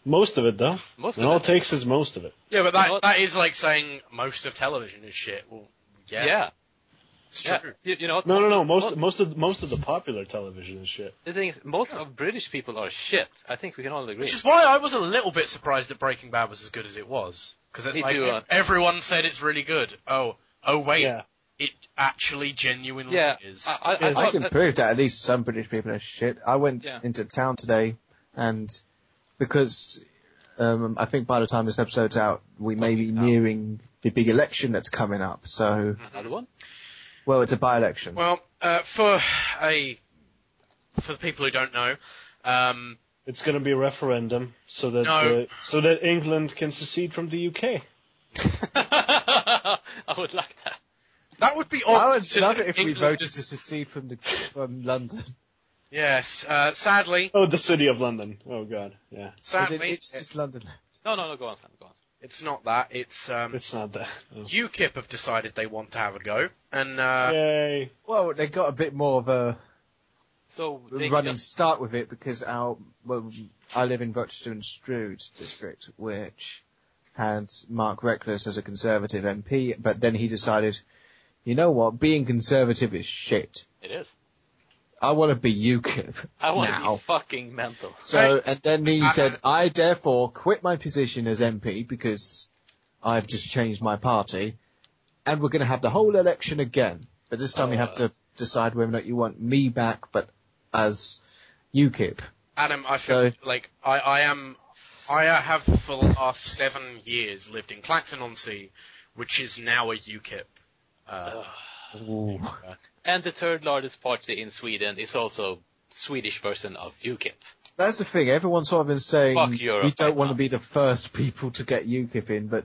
S3: Most of it though.
S2: Most
S3: and
S2: of
S3: all
S2: it.
S3: it takes is most of it.
S4: Yeah, but that
S2: Not-
S4: that is like saying most of television is shit. Well, yeah,
S2: Yeah. yeah.
S4: it's true.
S2: You, you know what?
S3: No, no, no. Most
S2: what-
S3: most of most of the popular television and shit.
S2: the thing is, most of British people are shit. I think we can all agree.
S4: Which is why I was a little bit surprised that Breaking Bad was as good as it was. because it's
S2: Me
S4: like
S2: too, uh,
S4: everyone said it's really good. Oh, oh wait,
S3: Yeah.
S4: it actually genuinely
S2: Yeah,
S4: is.
S2: I, I, I,
S3: Yes.
S1: I
S2: thought
S1: can
S2: that-
S1: prove that at least some British people are shit. I went
S2: Yeah.
S1: into town today, and because um, I think by the time this episode's out, we may be nearing the big election that's coming up. So,
S2: another one.
S1: well, it's a by-election.
S4: well, uh, for a for the people who don't know, um,
S3: It's going to be a referendum so that
S4: No.
S3: uh, so that England can secede from the UK.
S2: I would like that.
S4: that would be.
S1: I
S4: odd
S1: would love it if we
S4: Oh, England
S1: voted
S4: is-
S1: to secede from the from London.
S4: Yes, uh, sadly,
S3: Oh, the city of London. Oh God, yeah,
S1: 'Cause it-
S4: sadly,
S1: it's just London.
S2: No, no, no. Go on, Sam. Go on.
S4: it's not that. It's um,
S3: it's not that. Oh.
S4: UKIP have decided they want to have a go, and uh,
S3: Yay!
S1: Well, they got a bit more of a
S2: So they
S1: running
S2: just-
S1: start with it because our well, I live in Rochester and Strood district, which had Mark Reckless as a Conservative MP, but then he decided, you know what, being Conservative is shit.
S2: it is.
S1: I want to be UKIP
S2: I want to
S1: now.
S2: be Uh, fucking mental.
S1: So, and then he
S4: I-
S1: said, I therefore quit my position as MP because I've just changed my party, and we're going to have the whole election again. But this time you have
S2: Uh.
S1: to decide whether or not you want me back, but as UKIP.
S4: Adam, I feel
S1: So-
S4: like I, I am. I uh, have for the last seven years lived in Clacton on Sea, which is now a UKIP. Uh,
S2: And the third largest party in Sweden is also Swedish version of UKIP.
S1: That's the thing. Everyone's sort of been saying
S2: Fuck Europe
S1: we don't
S2: right
S1: want
S2: now."
S1: to be the first people to get UKIP in, but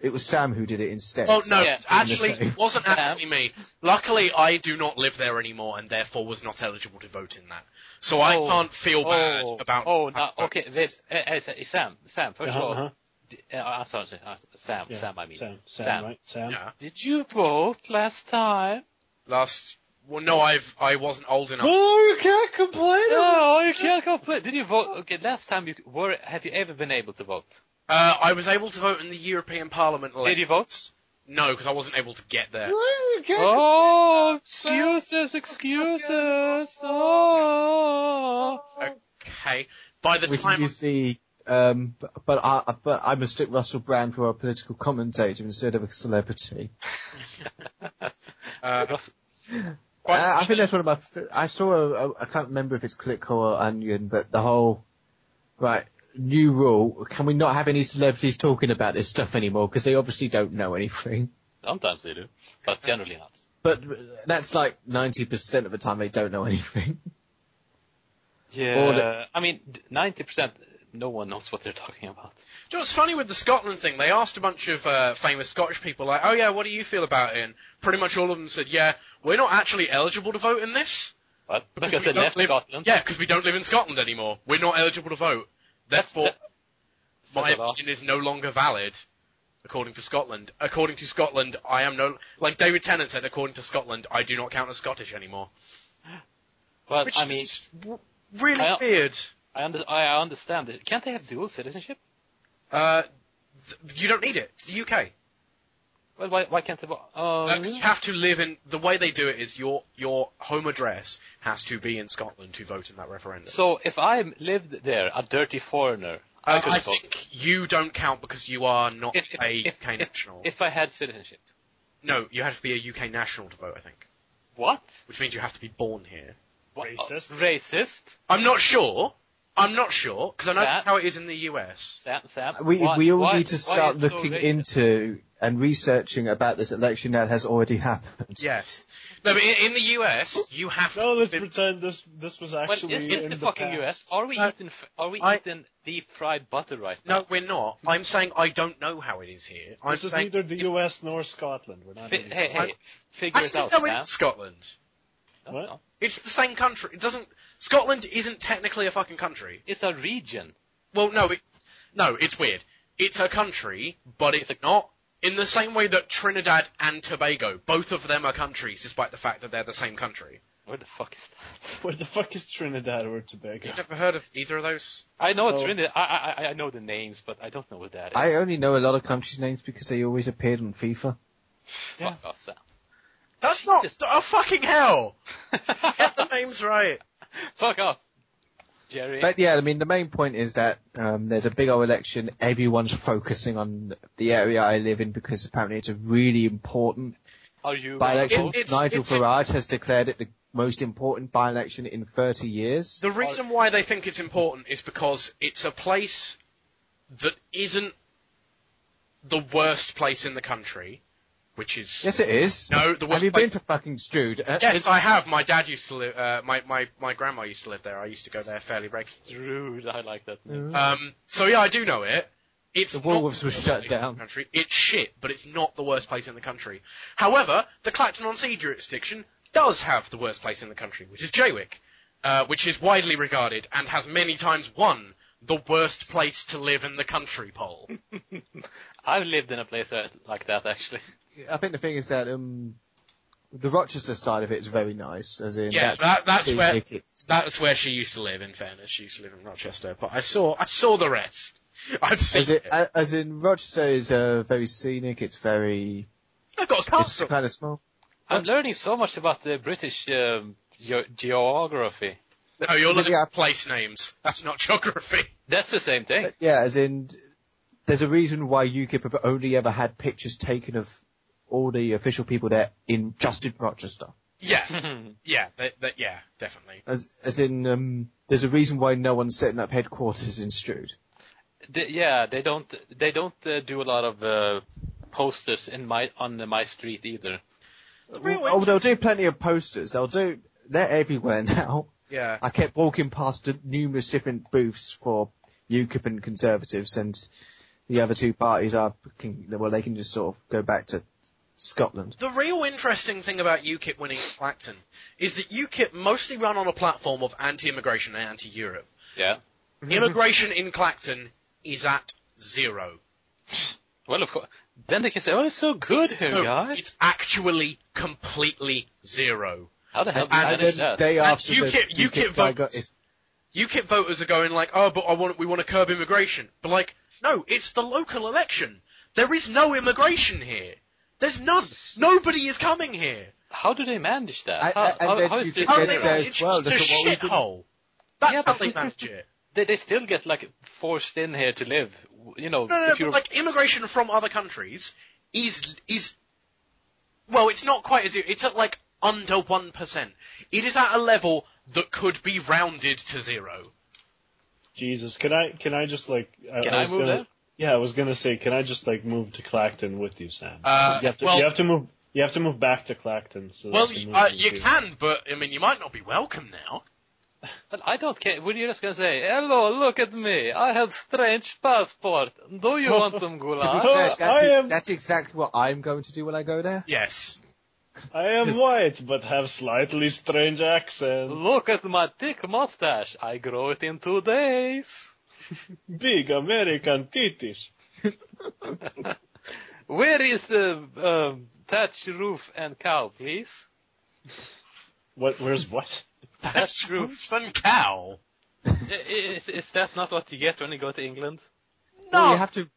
S1: it was Sam who did it instead.
S2: Oh,
S4: well,
S1: so
S4: Oh, no,
S2: Yeah.
S4: actually,
S1: Same.
S4: it wasn't
S2: Yeah.
S4: actually me. Luckily, I do not live there anymore, and therefore was not eligible to vote in that. So I
S2: Oh.
S4: can't feel bad about.
S2: oh no,
S4: about-
S2: okay. Wait, uh, uh, Sam, Sam. 1st
S3: Uh-huh,
S2: of all,
S3: uh-huh.
S2: d- uh, I'm sorry, uh, Sam,
S3: Yeah.
S2: Sam. I mean,
S3: Sam, Sam, right? Sam.
S4: Yeah.
S2: Did you vote last time?
S4: Last. Well, no, I've I wasn't old enough.
S3: Oh, you can't complain.
S2: No, you can't complain. Did you vote? Okay, last time you were. Have you ever been able to vote?
S4: Uh, I was able to vote in the European Parliament.
S2: Did you
S4: election.
S2: vote?
S4: No, because I wasn't able to get there.
S2: Oh, excuses, excuses. Oh.
S4: Okay. By the
S1: which
S4: time
S1: you see. Um, but, but I but I mistook Russell Brand for a political commentator instead of a celebrity.
S4: uh,
S1: Uh, I think that's one of my. f- I saw a, a. I can't remember if it's Click or Onion, but the whole right new rule. Can we not have any celebrities talking about this stuff anymore? Because they obviously don't know anything.
S2: Sometimes they do, but generally not.
S1: But that's like 90% of the time they don't know anything. Or
S2: Yeah,
S1: the-
S2: I mean, ninety percent, no one knows what they're talking about.
S4: Do you know what's funny with the Scotland thing? They asked a bunch of uh, famous Scottish people, like, oh yeah, what do you feel about it? And pretty much all of them said, yeah, we're not actually eligible to vote in this.
S2: But because
S4: we
S2: they
S4: don't
S2: left
S4: live-
S2: Scotland,
S4: Yeah, because we don't live in Scotland anymore. We're not eligible to vote. Therefore,
S2: that says
S4: my
S2: a lot.
S4: opinion is no longer valid, according to Scotland. According to Scotland, I am no... Like David Tennant said, according to Scotland, I do not count as Scottish anymore.
S2: But
S4: Which
S2: I mean,
S4: is w- really
S2: I-
S4: weird.
S2: I, under, I understand. This. Can't they have dual citizenship?
S4: Uh, th- you don't need it. It's the UK.
S2: Well, why, why can't they? vo- Oh,
S4: No, 'cause you have to live in the way they do it is your your home address has to be in Scotland to vote in that referendum.
S2: so if I lived there, a dirty foreigner, I
S4: Uh,
S2: could
S4: I
S2: vote.
S4: think you don't count because you are not
S2: if, if,
S4: a
S2: if,
S4: UK
S2: if,
S4: national.
S2: if I had citizenship,
S4: no, you have to be a UK national to vote. I think,
S2: what?
S4: which means you have to be born here.
S2: What- uh,
S3: Racist.
S2: racist.
S4: I'm not sure. I'm not sure because I know
S2: That-
S4: that's how it is in the US.
S2: Sam, Sam.
S1: We,
S2: why-
S1: we all
S2: why-
S1: need to
S2: why
S1: start
S2: is it so
S1: looking
S2: racist?
S1: into and researching about this election that has already happened.
S4: Yes. No, but in, in the US, you have
S3: No,
S4: to.
S3: let's
S4: live-
S3: pretend this this was
S2: Well,
S3: actually
S2: it's, it's
S3: in
S2: the, fucking
S3: past.
S2: US. Are we
S4: No,
S2: eating? f- Are we
S4: I-
S2: eating deep fried butter right now?
S4: No, we're not. I'm saying I don't know how it is here. I'm
S3: This is
S4: saying
S3: neither the US nor Scotland. We're not.
S2: Fi-
S3: in-
S2: hey, hey,
S4: I-
S2: figure
S4: that's
S2: it
S4: not
S2: out,
S4: how it is
S2: Sam.
S4: in Scotland.
S2: No,
S3: What?
S2: no.
S4: It's the same country. It doesn't. Scotland isn't technically a fucking country.
S2: It's a region.
S4: Well, no, it, no, it's weird. It's a country, but it's not. In the same way that Trinidad and Tobago, both of them are countries, despite the fact that they're the same country.
S2: Where the fuck is that?
S3: Where the fuck is Trinidad or Tobago?
S4: You've never heard of either of those?
S2: I know it's
S3: Oh.
S2: really. I, I I- I know the names, but I don't know what that is.
S1: I only know a lot of countries' names because they always appeared on FIFA.
S2: Fuck off, Sam.
S4: That's not.
S2: Jesus.
S4: Oh, fucking hell! Get the names right.
S2: Fuck off. Jerry.
S1: But yeah, I mean, the main point is that um, there's a big old election. Everyone's focusing on the area I live in because apparently it's a really important
S2: are you
S1: by-election.
S4: It- it's-
S1: Nigel
S4: it's a-
S1: Farage has declared it the most important by-election in 30 years.
S4: The reason why they think it's important is because it's a place that isn't the worst place in the country, which is
S1: Yes, it is.
S4: No, the
S1: Have
S4: worst
S1: you been
S4: place-
S1: to fucking Strood? Uh,
S4: Yes,
S1: it's-
S4: I have. My dad used to live. Uh, my my my grandma used to live there. I used to go there fairly regularly.
S2: Rude. I like that.
S1: Mm.
S2: name.
S4: Um, so yeah, I do know it. It's
S1: Hmm. The Woolworths
S4: not
S1: was
S4: worst
S1: shut
S4: place in the
S1: down.
S4: Country. It's shit, but it's not the worst place in the country. However, the Clacton on Sea jurisdiction does have the worst place in the country, which is Jaywick, uh, which is widely regarded and has many times won the worst place to live in the country poll.
S2: I've lived in a place that, like that actually.
S1: I think the thing is that um, the Rochester side of it is very nice, as in
S4: Yeah,
S1: that's,
S4: that, that's
S1: big
S4: where
S1: tickets.
S4: that's where she used to live. In fairness, she used to live in Rochester, but I saw I saw the rest. I've seen
S1: As, it,
S4: it.
S1: a- as in Rochester is uh, very scenic. It's very
S4: I've got a
S1: it's
S4: castle.
S1: kind of small.
S2: I'm learning so much about the British um, ge- geography.
S4: No, you're looking
S1: Yeah.
S4: at place names. That's not geography.
S2: That's the same thing.
S1: But yeah, as in there's a reason why UKIP have only ever had pictures taken of all the official people there in just in Rochester.
S4: Yeah, yeah, that, that, yeah, definitely.
S1: As as in um, there's a reason why no one's setting up headquarters in Strood.
S2: They, yeah, they don't they don't uh, do a lot of uh, posters in my on the, my street either.
S4: real
S1: oh, they'll do plenty of posters. They'll do. They're everywhere now.
S4: Yeah,
S1: I kept walking past the numerous different booths for UKIP and Conservatives, and the other two parties are can, well, they can just sort of go back to Scotland.
S4: the real interesting thing about UKIP winning in Clacton is that UKIP mostly run on a platform of anti-immigration and anti-Europe.
S2: Yeah.
S4: Immigration in Clacton is at zero.
S2: Well, of course. Then they can say, "Oh, it's so good here,
S4: No,
S2: guys."
S4: It's actually completely zero.
S2: How the hell do you
S4: and-
S1: And
S2: manage
S1: then
S2: that?
S1: day
S4: And
S1: after the
S4: UKIP
S1: UKIP guy got
S4: votes.
S1: his-
S4: UKIP voters are going like, oh, but I want, we want to curb immigration. But like, no, it's the local election. There is no immigration here. There's none. Nobody is coming here.
S2: How do they manage that?
S1: I-
S2: how,
S1: I- and
S2: how-
S1: then
S2: how is
S1: you
S2: this
S1: can
S4: Oh,
S1: It
S4: they-
S2: fair?
S1: says,
S4: it's,
S1: well,
S4: it's a
S1: look at what we did.
S4: shithole. That's
S2: Yeah,
S4: how
S2: but-
S4: they manage it.
S2: they, they still get like forced in here to live. You know,
S4: No, no, no
S2: if you're
S4: but, like immigration from other countries is is well, it's not quite as it's at like under one percent. It is at a level that could be rounded to zero.
S3: Jesus, can I can I just like I,
S2: Can
S3: I
S2: I
S3: was
S2: move
S3: gonna,
S2: there?
S3: Yeah, I was gonna say, can I just like move to Clacton with you, Sam?
S4: Uh,
S3: you, have to,
S4: well-
S3: you have to move. You have to move back to Clacton. So that I
S4: Well,
S3: can move
S4: uh,
S3: in
S4: you
S3: with
S4: can, but I mean, you might not be welcome now.
S2: But I don't care. Were you just gonna say, "Hello, look at me. I have strange passport. Do you want
S1: To
S2: some
S1: be
S2: goulash?"
S3: Oh,
S1: fair, that's,
S3: I
S1: e-
S3: am-
S1: that's exactly what I'm going to do when I go there.
S4: Yes.
S3: I am
S1: Yes.
S3: white, but have slightly strange accent.
S2: Look at my thick mustache. I grow it in two days.
S3: Big American titties.
S2: Where is the um thatch roof and cow, please?
S3: What? Where's what?
S4: That's roof and cow.
S2: I- i- Is, is that not what you get when you go to England?
S4: No.
S1: Well, you have to.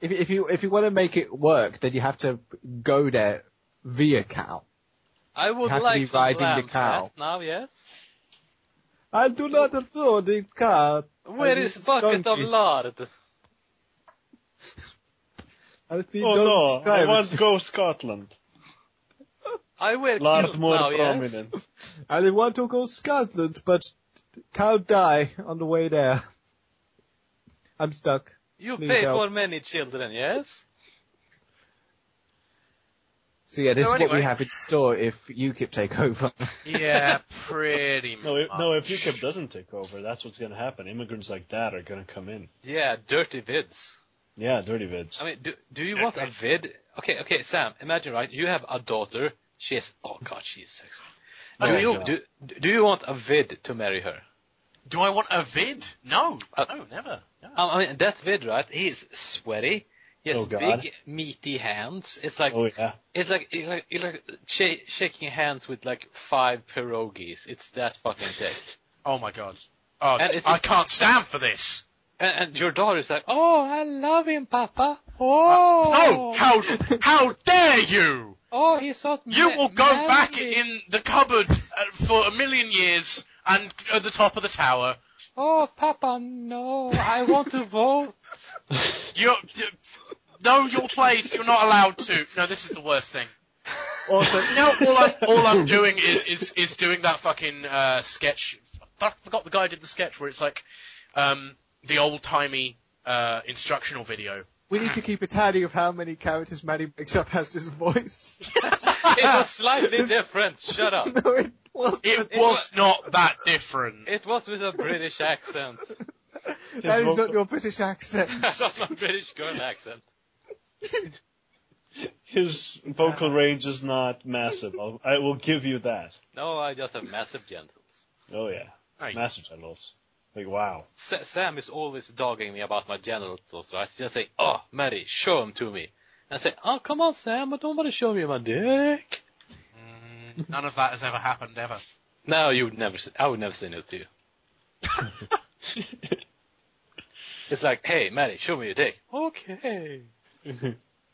S1: If, if you if you want to make it work, then you have to go there via cow.
S2: I would
S1: Have to
S2: like
S1: be
S2: some
S1: riding the
S2: lamb
S1: cow.
S2: fat now, yes.
S1: I do not throw the car.
S2: Where
S1: I
S2: is
S1: use
S2: bucket of
S1: donkey.
S2: lard?
S1: I feel
S3: Oh no!
S1: don't
S3: I
S1: describe
S3: want
S1: it.
S3: go Scotland.
S2: I wear
S3: Lot
S2: kilt
S3: more
S2: now, yes.
S3: prominent.
S1: I want to go Scotland, but cow die on the way there. I'm stuck.
S2: You
S1: Please
S2: pay
S1: help.
S2: for many children, yes.
S1: So yeah, this
S4: So
S1: is what
S4: anyway.
S1: we have in store if UKIP take over.
S4: Yeah, pretty much.
S3: No, if,
S2: Oh,
S3: no. If UKIP doesn't take over, that's what's going to happen. Immigrants like that are going to come in.
S2: Yeah, dirty vids.
S3: Yeah, dirty vids.
S2: I mean, do do you want a vid? Okay, okay, Sam. Imagine, right? You have a daughter. She is. Oh God, she is sexy. Do
S3: Oh, my
S2: you
S3: God.
S2: do, do you want a vid to marry her?
S4: Do I want a vid? No.
S2: Uh,
S4: no, never. No.
S2: I I mean, that's vid, right? He is sweaty. He has
S3: Oh, God.
S2: big, meaty hands. It's like
S3: Oh yeah.
S2: it's like it's like it's like sh- shaking hands with like five pierogies. It's that fucking thick.
S4: Oh my god. Oh,
S2: And it's-
S4: I can't stand for this.
S2: And, and your daughter's like, "Oh, I love him, Papa. Oh,
S4: No, how how dare you?
S2: oh, he's so
S4: You
S2: ma-
S4: will go back
S2: manly."
S4: in the cupboard uh, for a million years and at the top of the tower.
S2: Oh, Papa, no, I want to vote.
S4: You're, d- know your place. You're not allowed to. No, this is the worst thing.
S1: Also,
S4: You know, all I'm, all I'm doing is, is, is doing that fucking uh, sketch. I forgot the guy did the sketch where it's like um, the old timey uh, instructional video.
S1: we need to keep a tally of how many characters Maddie makes up as his voice.
S2: It was slightly different. Shut up.
S1: no, it wasn't.
S4: It was not that different.
S2: It was with a British accent.
S1: that is
S3: vocal-
S1: not your British accent.
S2: That was my British girl accent.
S3: His vocal range is not massive. I'll, I will give you that.
S2: No, I just have massive genitals.
S3: Oh yeah,
S4: No, you-
S3: massive genitals. Like wow.
S2: Sa- Sam is always dogging me about my genitals, right? He just say, oh, Mary, show 'em to me. And I say, oh, come on, Sam, I don't want to show me my dick.
S4: Mm, none of that has ever happened ever.
S2: No, you would never, s I I would never say no to you. it's like, hey, Mary, show me your dick. Okay.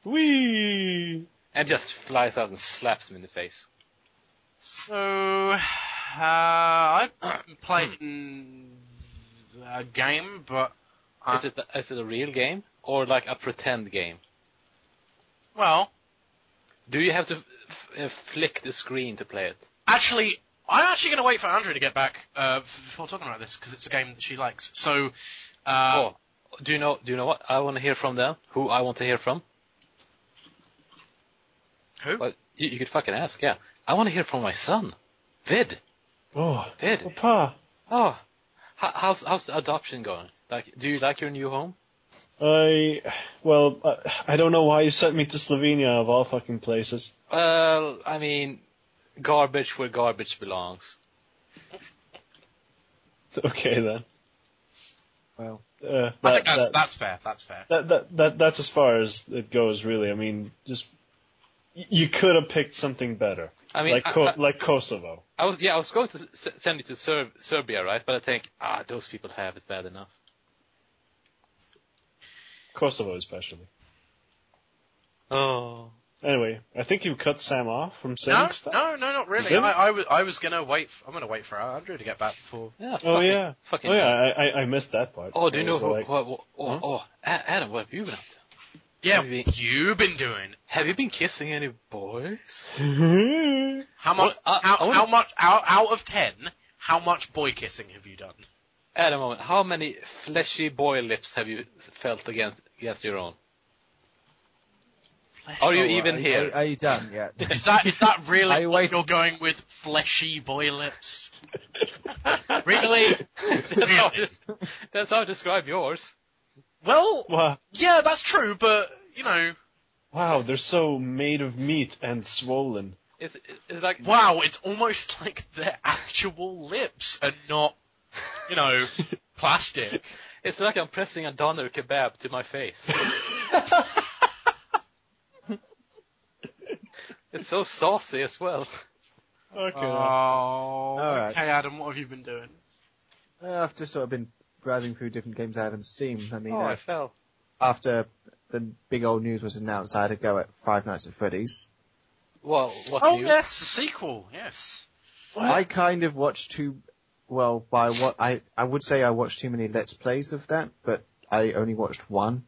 S2: Wee. And just flies out and slaps me in the face.
S4: So, uh, I've played mm, a game, but uh,
S2: Is it, a, is it a real game or like a pretend game?
S4: well,
S2: Do you have to f- f- flick the screen to play it?
S4: actually, I'm actually going to wait for Andrew to get back uh, f- before talking about this because it's a game that she likes. So, uh,
S2: oh, do you know? Do you know what I want to hear from them? Who I want to hear from?
S4: who?
S2: Well, you, you could fucking ask. Yeah, I want to hear from my son, Vid.
S3: Oh,
S2: Vid.
S3: Papa.
S2: Oh, how, how's how's the adoption going? Like, do you like your new home?
S3: I well, uh, I, I don't know why you sent me to Slovenia of all fucking places.
S2: Well, I mean, garbage where garbage belongs.
S3: Okay then.
S1: Well,
S3: Uh,
S4: I think
S3: that,
S4: that's,
S3: that,
S4: that's fair. That's fair.
S3: that, that, that, that's as far as it goes, really. I mean, just y- you could have picked something better,
S2: I mean,
S3: like
S2: I-
S3: Co-
S2: I-
S3: like Kosovo.
S2: I was yeah, I was going to s- send you to Serb- Serbia, right? But I think ah, those people have it bad enough.
S3: Kosovo especially.
S2: Oh.
S3: Anyway, I think you cut Sam off from saying
S4: No,
S3: stuff.
S4: no, no, not really.
S3: Really?
S4: I, I was, I was gonna wait. f I'm gonna wait for Andrew to get back before.
S2: Yeah.
S3: Oh
S2: fucking-
S3: yeah,
S2: Fucking
S3: oh yeah, I, I I missed that part.
S2: Oh, do you
S3: I
S2: know
S3: was
S2: who,
S3: like,
S2: what, what, oh, oh, A- Adam, what have you been up to?
S4: Yeah,
S2: Maybe.
S4: you've been doing.
S2: Have you been kissing any boys?
S4: How much?
S2: Well, I-
S4: how,
S2: I wanna-
S4: how much? Out, out of ten, how much boy kissing have you done?
S2: Adam, moment, how many fleshy boy lips have you felt against against your own? Are Oh, you even
S1: are,
S2: here?
S1: Are, are you done yet?
S4: Is that is that
S1: I
S4: really what
S1: waste-
S4: you're going with? Fleshy boy lips. really?
S2: that's, how I des- that's how I describe yours.
S4: Well,
S3: Wow,
S4: yeah, that's true, but you know,
S3: wow, they're so made of meat and swollen.
S2: It's, it's like,
S4: wow, it's almost like their actual lips and not, you know, plastic.
S2: it's like I'm pressing a doner kebab to my face. it's so saucy as well. Uh,
S3: Okay.
S4: Oh,
S1: right.
S4: okay, Adam, what have you been doing?
S1: Uh, I've just sort of been browsing through different games I have on Steam. I mean,
S2: Oh,
S1: uh,
S2: I fell.
S1: after the big old news was announced, I had a go at Five Nights at Freddy's.
S2: Well, what
S4: Oh
S2: news?
S4: yes, the sequel. Yes.
S1: I kind of watched too, well, by what I, I would say I watched too many Let's Plays of that, but I only watched one.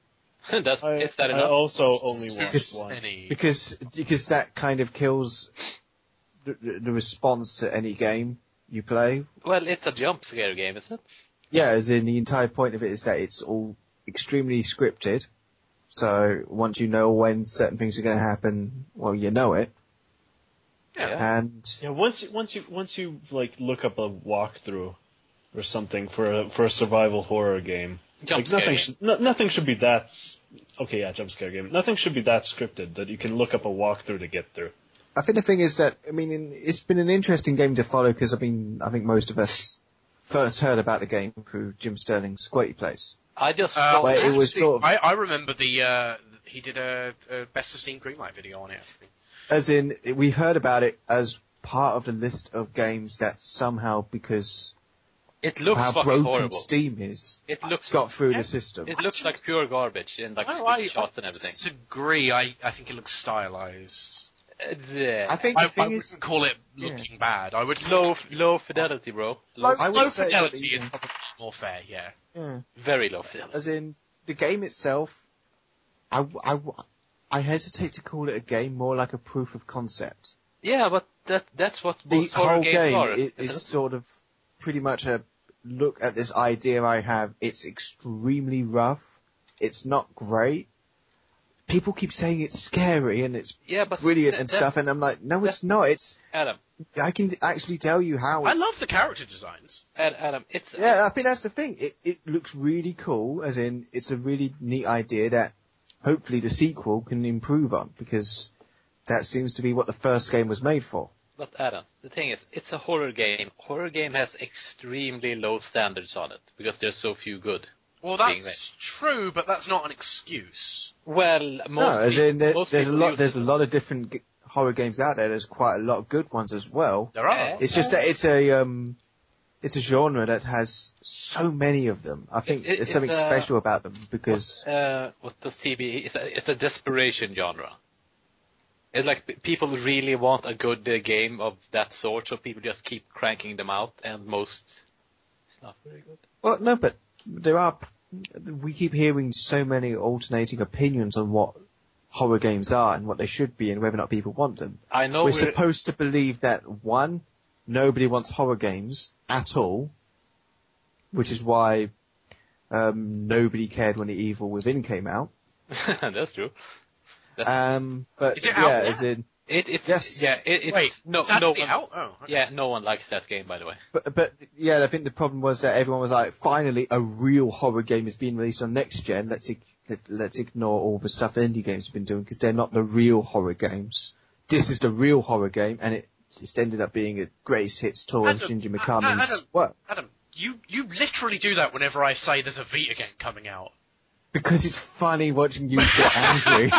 S2: that's,
S3: I,
S2: is that
S3: I
S2: enough?
S3: also only
S4: Too
S3: watched one.
S4: many.
S1: Because, because that kind of kills the, the the response to any game you play.
S2: Well, it's a jump scare game, isn't it?
S1: Yeah, as in the entire point of it is that it's all extremely scripted. So once you know when certain things are going to happen, well, you know it.
S2: Yeah.
S1: And
S3: Yeah, once you- once you once you like look up a walkthrough or something for a for a survival horror game,
S2: Jump
S3: like,
S2: scare
S3: nothing
S2: game.
S3: should no, nothing should be that s- okay. Yeah, jump scare game. Nothing should be that scripted that you can look up a walkthrough to get through.
S1: I think the thing is that I mean in, it's been an interesting game to follow because I mean I think most of us first heard about the game through Jim Sterling's Squatty Place.
S2: I just
S4: Uh,
S2: saw-
S1: Well, it was
S4: actually,
S1: sort of-
S4: I, I remember the uh, he did a, a best of Steam Greenlight video on it. I think.
S1: As in we've heard about it as part of the list of games that somehow because
S2: it looks
S1: how
S2: fucking
S1: broken
S2: horrible.
S1: Steam is
S2: it looks
S1: got through
S4: Yeah.
S1: the system.
S2: it looks like pure garbage and like
S4: Well, I,
S2: shots
S4: I
S2: and everything.
S4: disagree. I, I think it looks stylized.
S2: Uh, yeah.
S1: I think the
S4: I, I
S1: thing
S4: wouldn't
S1: is
S4: call it looking bad. I would
S2: low low fidelity, bro. Low,
S1: I would
S4: low
S1: say that
S4: fidelity
S1: the-
S4: is probably warfare, yeah.
S1: Yeah.
S2: Very lofty.
S1: As in, the game itself, I, I, I hesitate to call it a game, more like a proof of concept.
S2: Yeah, but that that's what
S1: The
S2: most horror
S1: whole
S2: games
S1: game
S2: are.
S1: is,
S2: isn't
S1: is
S2: it?
S1: sort of pretty much a look at this idea I have. It's extremely rough. It's not great. People keep saying it's scary and it's
S2: yeah, but
S1: brilliant
S2: that-
S1: and
S2: that-
S1: stuff, and I'm like, no, it's not. It's
S2: Adam,
S1: I can actually tell you how.
S4: I
S1: It's,
S4: love the character designs.
S2: Ad- Adam, it's
S1: Yeah, I think that's the thing. It it looks really cool, as in it's a really neat idea that hopefully the sequel can improve on because that seems to be what the first game was made for.
S2: But Adam, the thing is, it's a horror game. Horror game has extremely low standards on it because there's so few good.
S4: Well,
S2: Being
S4: that's true, but that's not an excuse.
S2: Well, most
S1: no, as
S2: peop-
S1: in there,
S2: most
S1: there's a
S2: people
S1: lot
S2: use
S1: there's a
S2: it.
S1: lot of different g- horror games out there. There's quite a lot of good ones as well.
S4: There are.
S2: Yeah.
S1: It's just that it's a um it's a genre that has so many of them. I think
S2: It- it-
S1: there's something
S2: it's, uh,
S1: special about them because
S2: Uh, what does TB? It's a, it's a desperation genre. It's like p- people really want a good uh, game of that sort, so people just keep cranking them out, and most it's not very good.
S1: Well, no, but there are. We keep hearing so many alternating opinions on what horror games are and what they should be and whether or not people want them.
S2: I know
S1: we're,
S2: we're,
S1: supposed to believe that one, nobody wants horror games at all, which is why um, nobody cared when The Evil Within came out.
S2: that's true.
S1: Um, but
S4: Is it
S1: yeah,
S4: out now?
S1: as in,
S2: It, it's
S1: Yes.
S2: yeah. It, it's
S4: Wait,
S2: no
S4: is that
S2: no
S4: the
S2: one,
S4: out? Oh, okay.
S2: yeah no one likes that game by the way.
S1: but, but yeah, I think the problem was that everyone was like, finally, a real horror game is being released on next gen. Let's ig- let- let's ignore all the stuff indie games have been doing because they're not the real horror games. This is the real horror game, and it just ended up being a greatest hits tour of
S4: Adam,
S1: Shinji
S4: I- I- I
S1: Mikami's
S4: don't-
S1: work
S4: Adam, you you literally do that whenever I say there's a Vita game coming out.
S1: because it's funny watching you get angry.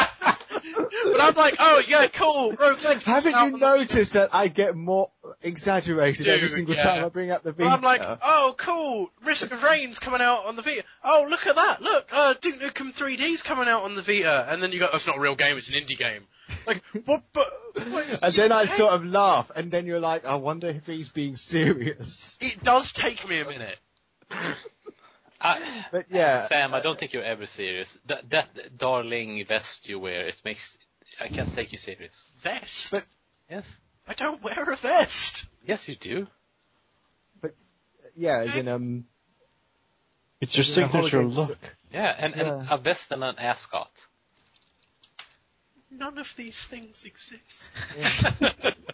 S4: But I'm like, oh yeah, cool. Rogue Legacy's
S1: Haven't
S4: out
S1: you
S4: on-
S1: noticed that I get more exaggerated every
S4: Dude,
S1: single
S4: yeah.
S1: time I bring up the Vita?
S4: Well, I'm like, oh, cool. Risk of Rain's coming out on the Vita. Oh, look at that. Look, uh, Duke Nukem 3D's coming out on the Vita. And then you go, that's not a real game. It's an indie game. Like, what? But what-
S1: and then I sort of laugh, and then you're like, I wonder if he's being serious.
S4: It does take me a minute.
S2: I,
S1: But yeah,
S2: Sam, I don't think you're ever serious. That, that darling vest you wear, it makes I can't take you serious.
S4: Vest.
S1: But-
S2: Yes,
S4: I don't wear a vest.
S2: yes, you do.
S1: yeah, as in um,
S3: It's your
S1: The horror
S3: signature
S1: games-
S3: look.
S2: Yeah, and, and
S1: Yeah.
S2: a vest and an ascot.
S4: None of these things exist.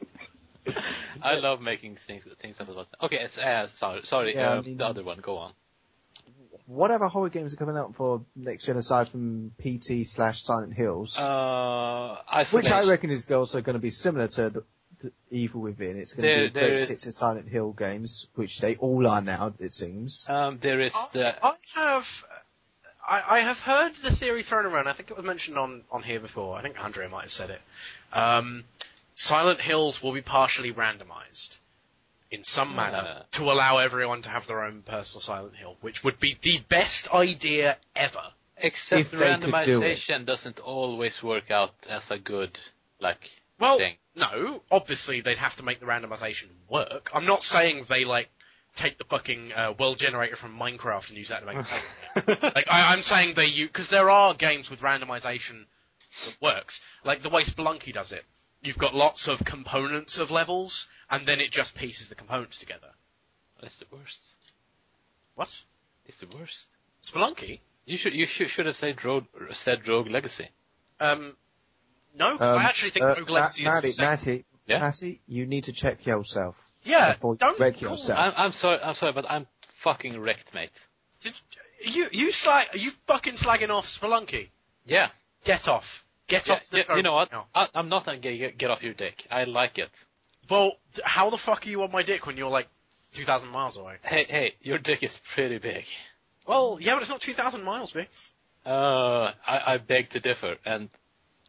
S2: I love making things things up about that. Okay, it's uh, sorry, sorry,
S1: Yeah, I
S2: um,
S1: mean-
S2: the other one. Go on.
S1: Whatever horror games are coming out for next gen aside from PT slash Silent Hills,
S2: Uh, isolation.
S1: which I reckon is also going to be similar to the, to Evil Within. It's going
S2: There-
S1: to be
S2: there
S1: greatest
S2: is-
S1: hits and Silent Hill games, which they all are now, it seems.
S2: um, there is the
S4: I have, I, I have heard the theory thrown around. I think it was mentioned on, on here before. I think Andrea might have said it. Um, Silent Hills will be partially randomized in some manner
S2: Ah.
S4: to allow everyone to have their own personal Silent Hill, which would be the best idea ever.
S1: if
S2: except
S1: they could do it.
S2: randomization doesn't always work out as a good like
S4: Well,
S2: thing.
S4: no, obviously they'd have to make the randomization work. I'm not saying they like take the fucking uh, world generator from Minecraft and use that to make. like I, I'm saying they use because there are games with randomization that works, like the way Spelunky does it. You've got lots of components of levels, and then it just pieces the components together.
S2: It's the worst.
S4: What?
S2: It's the worst.
S4: Spelunky?
S2: You should you should, should have said Rogue said Rogue Legacy.
S4: Um, no, 'cause
S1: Um,
S4: I actually think
S1: uh,
S4: Rogue Legacy
S1: Ma-
S4: is
S1: Matty,
S4: the same.
S1: Matty,
S2: Yeah?
S1: Matty, you need to check yourself.
S4: Yeah,
S1: before you
S4: don't
S1: wreck
S4: call
S1: yourself.
S2: I'm, I'm sorry, I'm sorry, but I'm fucking wrecked, mate.
S4: Did, you you slag you fucking slagging off Spelunky.
S2: Yeah,
S4: Get off. Get
S2: yeah,
S4: off the
S2: yeah,
S4: phone
S2: you know what?
S4: now.
S2: I, I'm not gonna get, get off your dick. I like it.
S4: Well, d- how the fuck are you on my dick when you're like 2,000 miles away?
S2: Hey, hey, your dick is pretty big.
S4: Well, yeah, but it's not 2,000 miles, mate.
S2: Uh, I, I beg to differ, and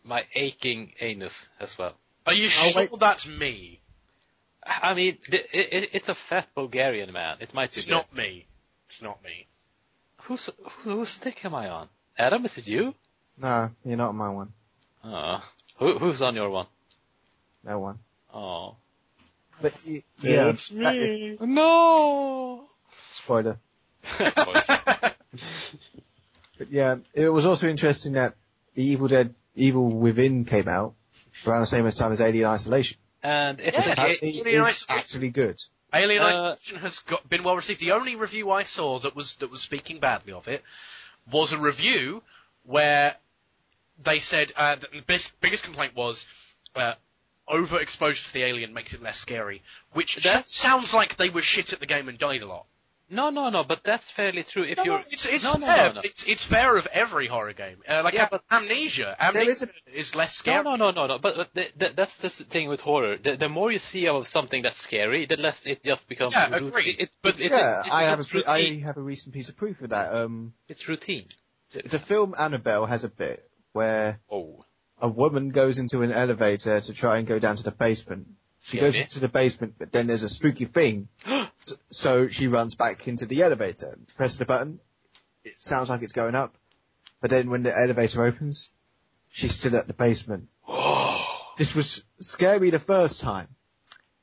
S2: my aching anus as well.
S4: Are you sure
S1: wait.
S4: that's me?
S2: I mean, th- it, it, it's a fat Bulgarian man. It might be.
S4: It's not me. It's not me.
S2: Who's who, whose dick am I on? Adam, is it you?
S1: No, you're not on my one.
S2: Uh, who, who's on your one?
S1: No one.
S2: Oh
S1: But y-
S3: Yeah,
S1: yeah,
S3: it's
S1: that-
S3: me.
S2: no!
S1: spoiler.
S2: Sorry.
S1: But yeah, it was also interesting that the Evil Dead Evil Within came out around the same time as Alien Isolation.
S2: and it
S4: Yeah,
S2: is
S4: it's-
S1: Actually,
S4: Alien
S1: is
S4: Isolation-
S1: actually good.
S4: Alien
S2: Uh,
S4: Isolation has got, been well received. The only review I saw that was that was speaking badly of it was a review where they said uh, th- the biggest, biggest complaint was uh, overexposure to the alien makes it less scary, which
S2: That's-
S4: just sounds like they were shit at the game and died a lot.
S2: No, no, no, but that's fairly true. If
S4: No,
S2: you're
S4: no, it's, it's
S2: no, no,
S4: fair.
S2: no, no.
S4: It's, it's fair of every horror game. Uh, like
S2: Yeah,
S4: Am-
S2: but-
S4: Amnesia, Amnesia
S1: is
S4: is, less
S2: No,
S4: scary.
S2: no, no, no, no. But, but th- th- that's just the thing with horror. The, the more you see of something that's scary, the less it just becomes.
S4: Yeah,
S2: routine.
S4: agreed.
S2: It,
S4: But-
S2: it, it,
S1: yeah,
S2: it, it
S1: I have a
S2: becomes
S1: pre- I
S2: routine.
S1: have a recent piece of proof of that. Um,
S2: It's routine.
S1: the film Annabelle has a bit where
S2: Oh,
S1: a woman goes into an elevator to try and go down to the basement. She goes
S2: Scary.
S1: into the basement, but then there's a spooky thing. S- so she runs back into the elevator, presses the button. It sounds like it's going up, but then when the elevator opens, she's still at the basement. This was scary the first time.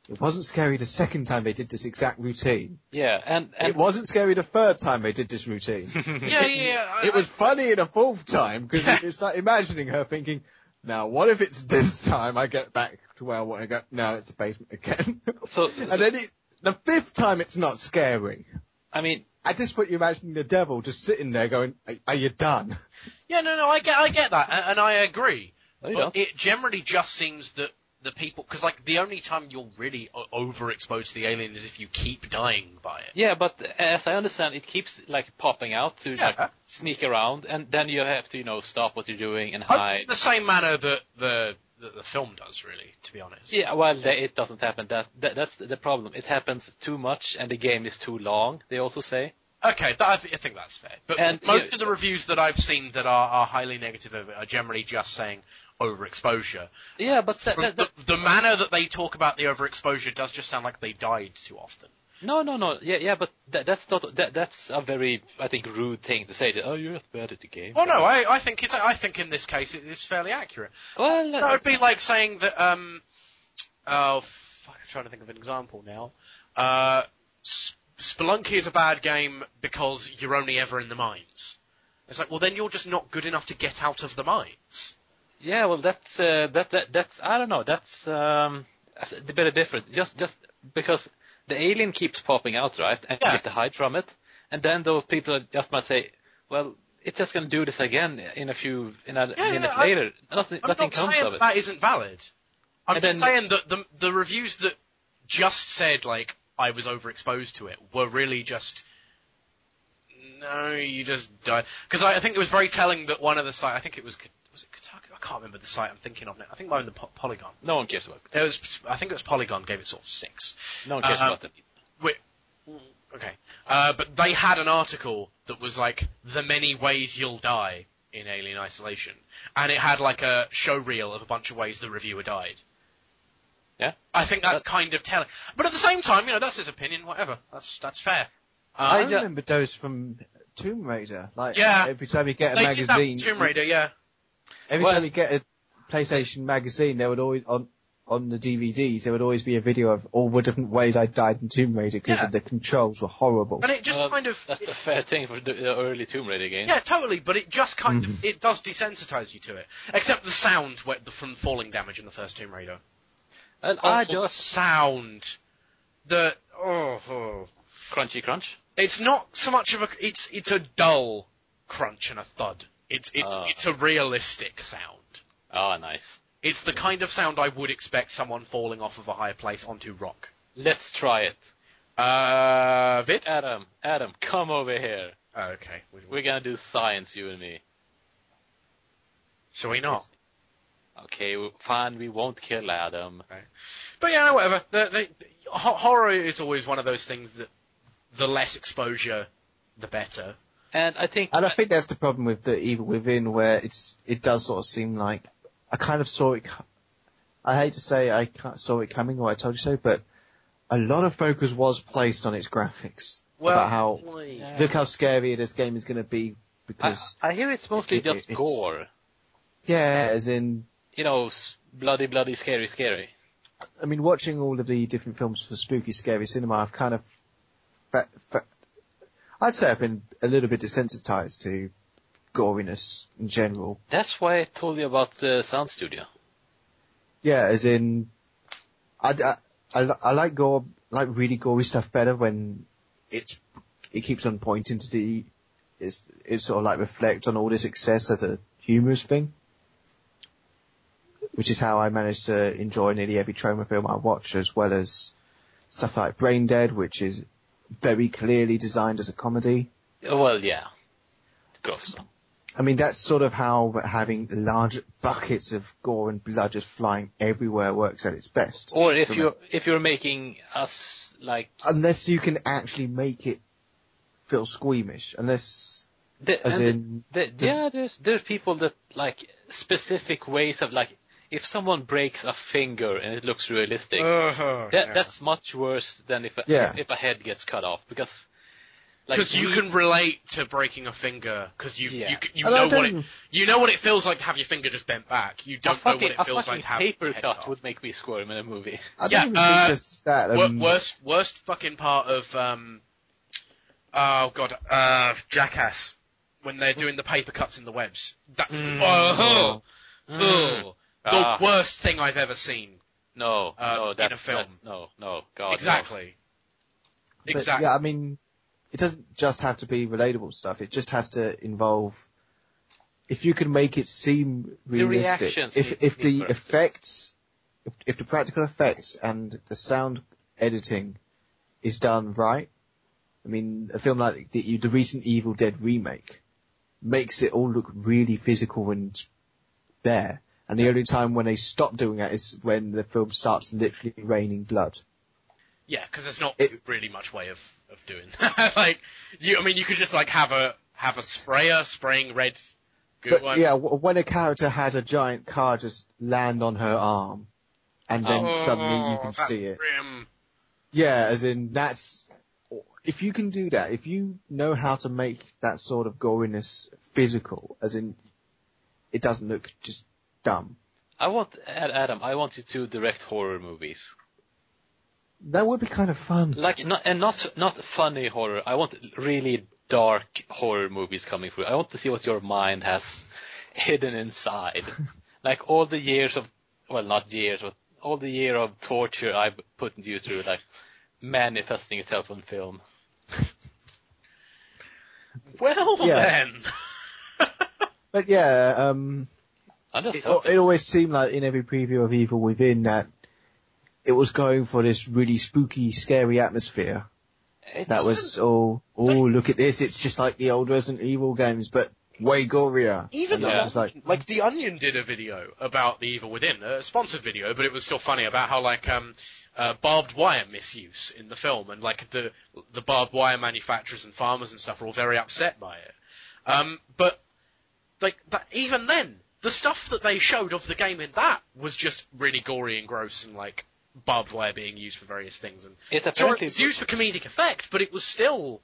S1: It wasn't scary the second time they did this exact routine.
S2: yeah, and, and
S1: it wasn't scary the third time they did this routine.
S4: Yeah, yeah, yeah. I-
S1: It was funny in a fourth time because it's like imagining her thinking, "Now what if it's this time I get back to where I want to go? Now it's the basement again."
S2: So-
S1: and then it, the fifth time it's not scary.
S2: I mean,
S1: At this point, you're imagining the devil just sitting there going, "Are, are you done?"
S4: Yeah, no, no, I get, I get that, a- and I agree.
S2: No, you
S4: But
S2: don't.
S4: It generally just seems that the people, because like the only time you're really o- overexposed to the alien is if you keep dying by it.
S2: yeah, but as I understand, it keeps like popping out to
S4: Yeah.
S2: like, sneak around, and then you have to, you know, stop what you're doing and
S4: Much
S2: hide.
S4: in the same manner that the that the film does, really, to be honest.
S2: Yeah, well, th- it doesn't happen. That, that that's the problem. It happens too much, and the game is too long. They also say.
S4: Okay, that, I, th- I think that's fair. But
S2: And,
S4: most
S2: yeah.
S4: of the reviews that I've seen that are, are highly negative of it are generally just saying overexposure.
S2: Yeah, but that,
S4: From
S2: that,
S4: the,
S2: that,
S4: the manner that they talk about the overexposure does just sound like they died too often.
S2: no, no, no. Yeah, yeah, but that, that's not. That, that's a very, I think, rude thing to say. That, oh, you're not bad at the game.
S4: Oh no, I, I think it's I think in this case it is fairly accurate.
S2: Well,
S4: That would be like saying that. Um, oh fuck! I'm trying to think of an example now. Uh, S- Spelunky is a bad game because you're only ever in the mines. It's like, well, then you're just not good enough to get out of the mines.
S2: Yeah, well, that's uh, that, that that's I don't know. That's um, that's a bit different. Just just because the alien keeps popping out, right? And
S4: Yeah.
S2: you have to hide from it, and then those people just might say, well. It's just going to do this again in a few in a
S4: Yeah,
S2: minute
S4: yeah, I-
S2: later. nothing
S4: I'm
S2: nothing
S4: not
S2: comes
S4: saying
S2: of it.
S4: that that isn't valid. I'm
S2: And
S4: just
S2: then-
S4: saying that the the reviews that just said like I was overexposed to it were really just no, you just died because I, I think it was very telling that one of the site I think it was K- was it Kotaku I can't remember the site I'm thinking of now I think mine the po- Polygon
S2: No one cares about
S4: there was I think it was Polygon gave it sort of six
S2: no one cares
S4: Uh,
S2: about them.
S4: Wait. Okay. Uh, but they had an article that was like the many ways you'll die in Alien Isolation, and it had like a show reel of a bunch of ways the reviewer died.
S2: Yeah.
S4: I think that's
S2: That-
S4: kind of telling. But at the same time, you know, that's his opinion. Whatever. That's that's fair. Uh,
S1: I,
S2: I ju-
S1: remember those from Tomb Raider. Like
S4: Yeah.
S1: every time you get a
S4: They did that
S1: magazine,
S4: with Tomb Raider, yeah.
S1: every
S2: Well-
S1: time you get a PlayStation magazine, there would always on on the DVDs there would always be a video of all the different ways I died in Tomb Raider because
S4: Yeah.
S1: the controls were horrible.
S4: And it just
S2: Well,
S4: kind of
S2: That's a fair thing for the the uh, early Tomb Raider games.
S4: Yeah, totally. But it just kind
S2: Mm-hmm.
S4: of it does desensitize you to it, except the sound where, from falling damage in the first Tomb Raider.
S2: And I
S4: Awful
S2: just
S4: sound. The oh, oh.
S2: crunchy crunch.
S4: it's not so much of a it's it's a dull crunch and a thud. It's it's
S2: Ah.
S4: it's a realistic sound.
S2: Ah, nice.
S4: It's
S2: Hmm.
S4: the kind of sound I would expect someone falling off of a high place onto rock.
S2: Let's try it.
S4: Uh, Vid.
S2: Adam, Adam, come over here.
S4: Oh, okay. We- we-
S2: We're gonna do science, you and me.
S4: Shall we not?
S2: Okay, w- fine. We won't kill Adam.
S4: But yeah, no, whatever. The, the, the- ho- horror is always one of those things that the less exposure, the better.
S2: And I think
S1: And I think that's the problem with the Evil Within, where it's it does sort of seem like I kind of saw it. co- I hate to say I ca- saw it coming, or I told you so, but a lot of focus was placed on its graphics about how look how scary this game is going to be
S2: I,
S1: because
S2: I hear it's mostly
S1: it- it-
S2: just
S1: it's-
S2: gore.
S1: yeah, as in
S2: You know, s- bloody, bloody, scary, scary.
S1: I mean, watching all of the different films for spooky, scary cinema, I've kind of, fa- fa- I'd say I've been a little bit desensitized to goriness in general.
S2: That's why I told you about the sound studio.
S1: Yeah, as in, I, I, I, li- I like gore, like really gory stuff better when it's, it keeps on pointing to the, it's, it sort of like reflects on all this excess as a humorous thing. Which is how I managed to enjoy nearly every trauma film I watch, as well as stuff like Brain Dead, which is very clearly designed as a comedy.
S2: Oh, Well, yeah. Gross.
S1: I mean, that's sort of how having large buckets of gore and blood just flying everywhere works at its best.
S2: Or if you're if you're making us like
S1: Unless you can actually make it feel squeamish. Unless,
S2: the,
S1: as
S2: and
S1: in,
S2: the, the- yeah, there's there's people that like specific ways of like if someone breaks a finger and it looks realistic,
S4: Uh-huh,
S2: that
S4: yeah.
S2: that's much worse than if a,
S1: Oh, Yeah.
S2: if a head gets cut off because like
S4: because you
S2: we-
S4: can relate to breaking a finger because you
S2: Yeah.
S4: you, you
S1: And I
S4: know what
S1: don't-
S4: it you know what it feels like to have your finger just bent back. You
S2: a
S4: don't know
S2: fucking,
S4: what it
S2: a
S4: feels
S2: fucking
S4: like to have your
S2: paper
S4: head
S2: cut
S4: off.
S2: would make me squirm in a movie.
S1: I don't
S4: Yeah,
S1: even
S4: uh,
S1: think just that. um, I
S4: Wor-
S1: mean,
S4: worst worst fucking part of um oh god uh Jackass when they're doing the paper cuts in the webs. That's
S1: Mm.
S4: oh, oh, oh. the
S2: Ah.
S4: worst thing I've ever seen.
S2: No,
S4: Uh, in
S2: no,
S4: a
S2: that's,
S4: film.
S2: that's- no, no, God, no.
S4: exactly.
S1: but
S4: Exactly.
S1: Yeah, I mean, it doesn't just have to be relatable stuff. It just has to involve. If you can make it seem realistic,
S2: reactions
S1: if
S2: need-
S1: if
S2: need
S1: the
S2: work.
S1: effects, if, if the practical effects and the sound editing is done right, I mean, a film like the, the recent Evil Dead remake makes it all look really physical and there. And the only time when they stop doing that is when the film starts literally raining blood.
S4: Yeah, because there's not
S1: It-
S4: really much way of, of doing that. like, you, I mean, you could just like have a have a sprayer spraying red goo
S1: But
S4: on.
S1: yeah, w- when a character had a giant car just land on her arm, and then
S4: Oh,
S1: suddenly you can
S4: that's
S1: see it.
S4: grim.
S1: Yeah, as in that's if you can do that, if you know how to make that sort of goriness physical, as in it doesn't look just dumb.
S2: I want Ad- Adam. I want you to direct horror movies,
S1: That would be kind of fun.
S2: like not and not not funny horror. I want really dark horror movies coming through. I want to see what your mind has hidden inside, like all the years of well, not years, but all the year of torture I've put you through, like manifesting itself on film.
S4: Well
S1: Yeah.
S4: then,
S1: But yeah, um,
S2: I just
S1: it, oh,
S2: hope
S1: it always seemed like in every preview of Evil Within that it was going for this really spooky, scary atmosphere.
S2: it's-
S1: That was all. Oh, look at this! It's just like the old Resident Evil games, but way gorier.
S4: even
S1: And I was
S4: the
S1: just like,
S4: like the Onion did a video about the Evil Within, a sponsored video, but it was still funny about how like um uh, barbed wire misuse in the film, and like the the barbed wire manufacturers and farmers and stuff are all very upset by it. Um, but like that, even then, the stuff that they showed of the game in that was just really gory and gross, and like barbed wire being used for various things. And
S2: It
S4: sure, it
S2: apparently
S4: was used for comedic effect, but it was still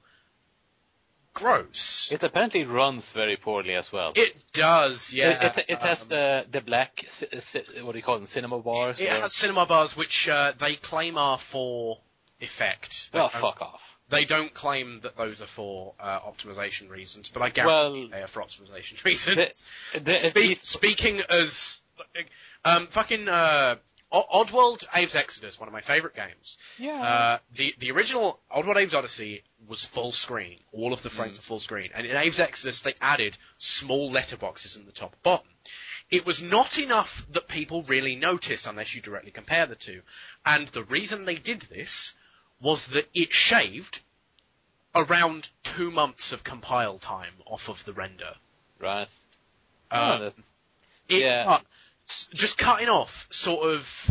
S4: gross.
S2: It apparently runs very poorly as well.
S4: It does, yeah.
S2: It, it, it has
S4: Um,
S2: the the black ci- ci- what do you call them cinema bars?
S4: It
S2: or-
S4: has cinema bars, which uh, they claim are for effect. They
S2: well,
S4: don't-
S2: Oh, fuck off.
S4: They don't claim that those are for uh, optimization reasons, but I guarantee
S2: Well-
S4: they are for optimization reasons.
S2: The- the-
S4: Spe-
S2: these-
S4: speaking as um, fucking uh, O- Oddworld Abe's Exodus, one of my favorite games. Uh, the the original Oddworld Abe's Odyssey was full screen. All of the frames were full screen, and in Abe's Exodus they added small letterboxes in the top and bottom. It was not enough that people really noticed unless you directly compare the two, and the reason they did this was that it shaved around two months of compile time off of the render.
S2: right.
S4: Uh,
S2: Oh, that's-
S4: it
S2: Yeah.
S4: cut, s- just cutting off sort of,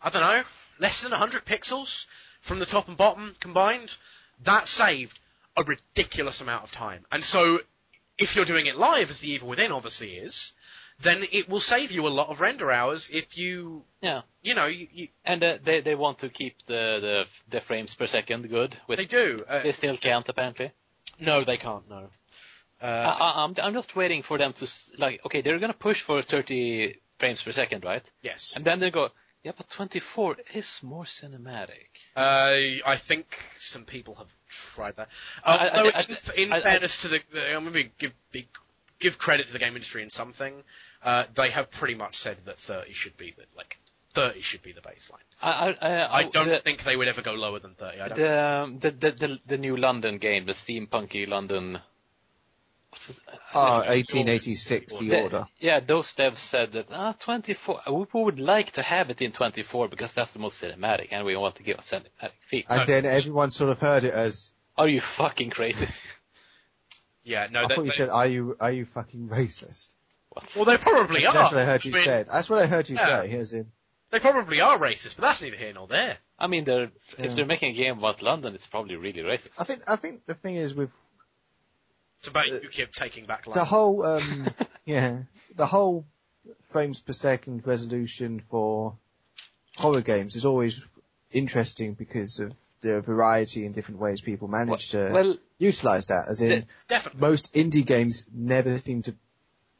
S4: I don't know, less than 100 pixels from the top and bottom combined. That saved a ridiculous amount of time. And so, if you're doing it live, as the Evil Within obviously is, then it will save you a lot of render hours if you,
S2: yeah.
S4: you know, you, you,
S2: And uh, they they want to keep the, the the frames per second good. With
S4: they do. Uh,
S2: they still can't apparently.
S4: no, they can't, no.
S2: I,
S4: Uh,
S2: I, I'm I'm just waiting for them to s- like okay they're gonna push for 30 frames per second right?
S4: yes.
S2: And then they go Yeah, but 24 is more cinematic.
S4: Uh, I think some people have tried that.
S2: I-
S4: Uh,
S2: I-
S4: though
S2: I-
S4: in, in
S2: I- I-
S4: fairness to the, the I'm going to give big, give credit to the game industry in something. Uh, they have pretty much said that 30 should be the like 30 should be the baseline.
S2: I I, I,
S4: I don't
S2: Oh, the,
S4: think they would ever go lower than 30. I don't.
S2: the, um, the the the the new London game, the steampunky London. what's it-
S1: Ah, 1886, the
S2: The-
S1: order.
S2: Yeah, those devs said that ah, 24. We would like to have it in 24 because that's the most cinematic, and we want to give a cinematic feel.
S1: And then everyone sort of heard it as,
S2: Are you fucking crazy?
S4: yeah, no.
S1: I
S4: they-
S1: thought you
S4: they-
S1: said, are you, are you fucking racist?
S4: well, they probably
S1: That's
S4: are.
S1: what I heard you
S4: mean,
S1: said. That's what I heard you
S4: Yeah.
S1: say, as in,
S4: They probably are racist, but that's neither here nor there.
S2: I mean, they're, if they're making a game about London, it's probably really racist.
S1: I think, I think the thing is with
S4: It's about you keep taking back
S1: Uh, the
S4: land.
S1: whole, um, yeah, the whole frames per second resolution for horror games is always interesting because of the variety and different ways people manage to
S2: Well,
S1: utilize that. As in,
S2: the-
S4: Definitely.
S1: most indie games never seem to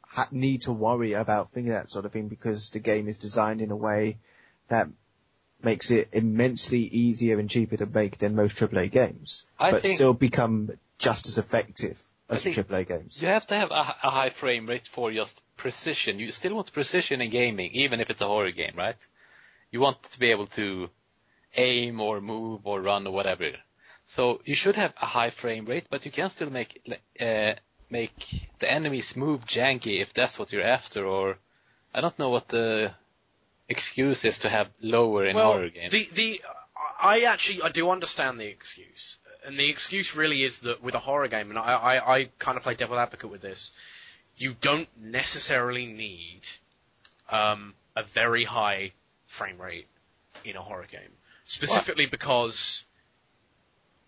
S1: ha- need to worry about thinking that sort of thing because the game is designed in a way that makes it immensely easier and cheaper to make than most AAA games,
S2: I
S1: but
S2: think-
S1: still become just as effective as
S2: think-
S1: AAA games.
S2: You have to have a, h- a high frame rate for just precision. You still want precision in gaming, even if it's a horror game, right? You want to be able to aim or move or run or whatever. So you should have a high frame rate, but you can still make le- uh, make the enemies move janky if that's what you're after. Or I don't know what the excuse is to have lower in
S4: well,
S2: horror games.
S4: The the I actually I do understand the excuse, and the excuse really is that with a horror game, and I I, I kind of play devil advocate with this. You don't necessarily need um, a very high frame rate in a horror game, specifically because,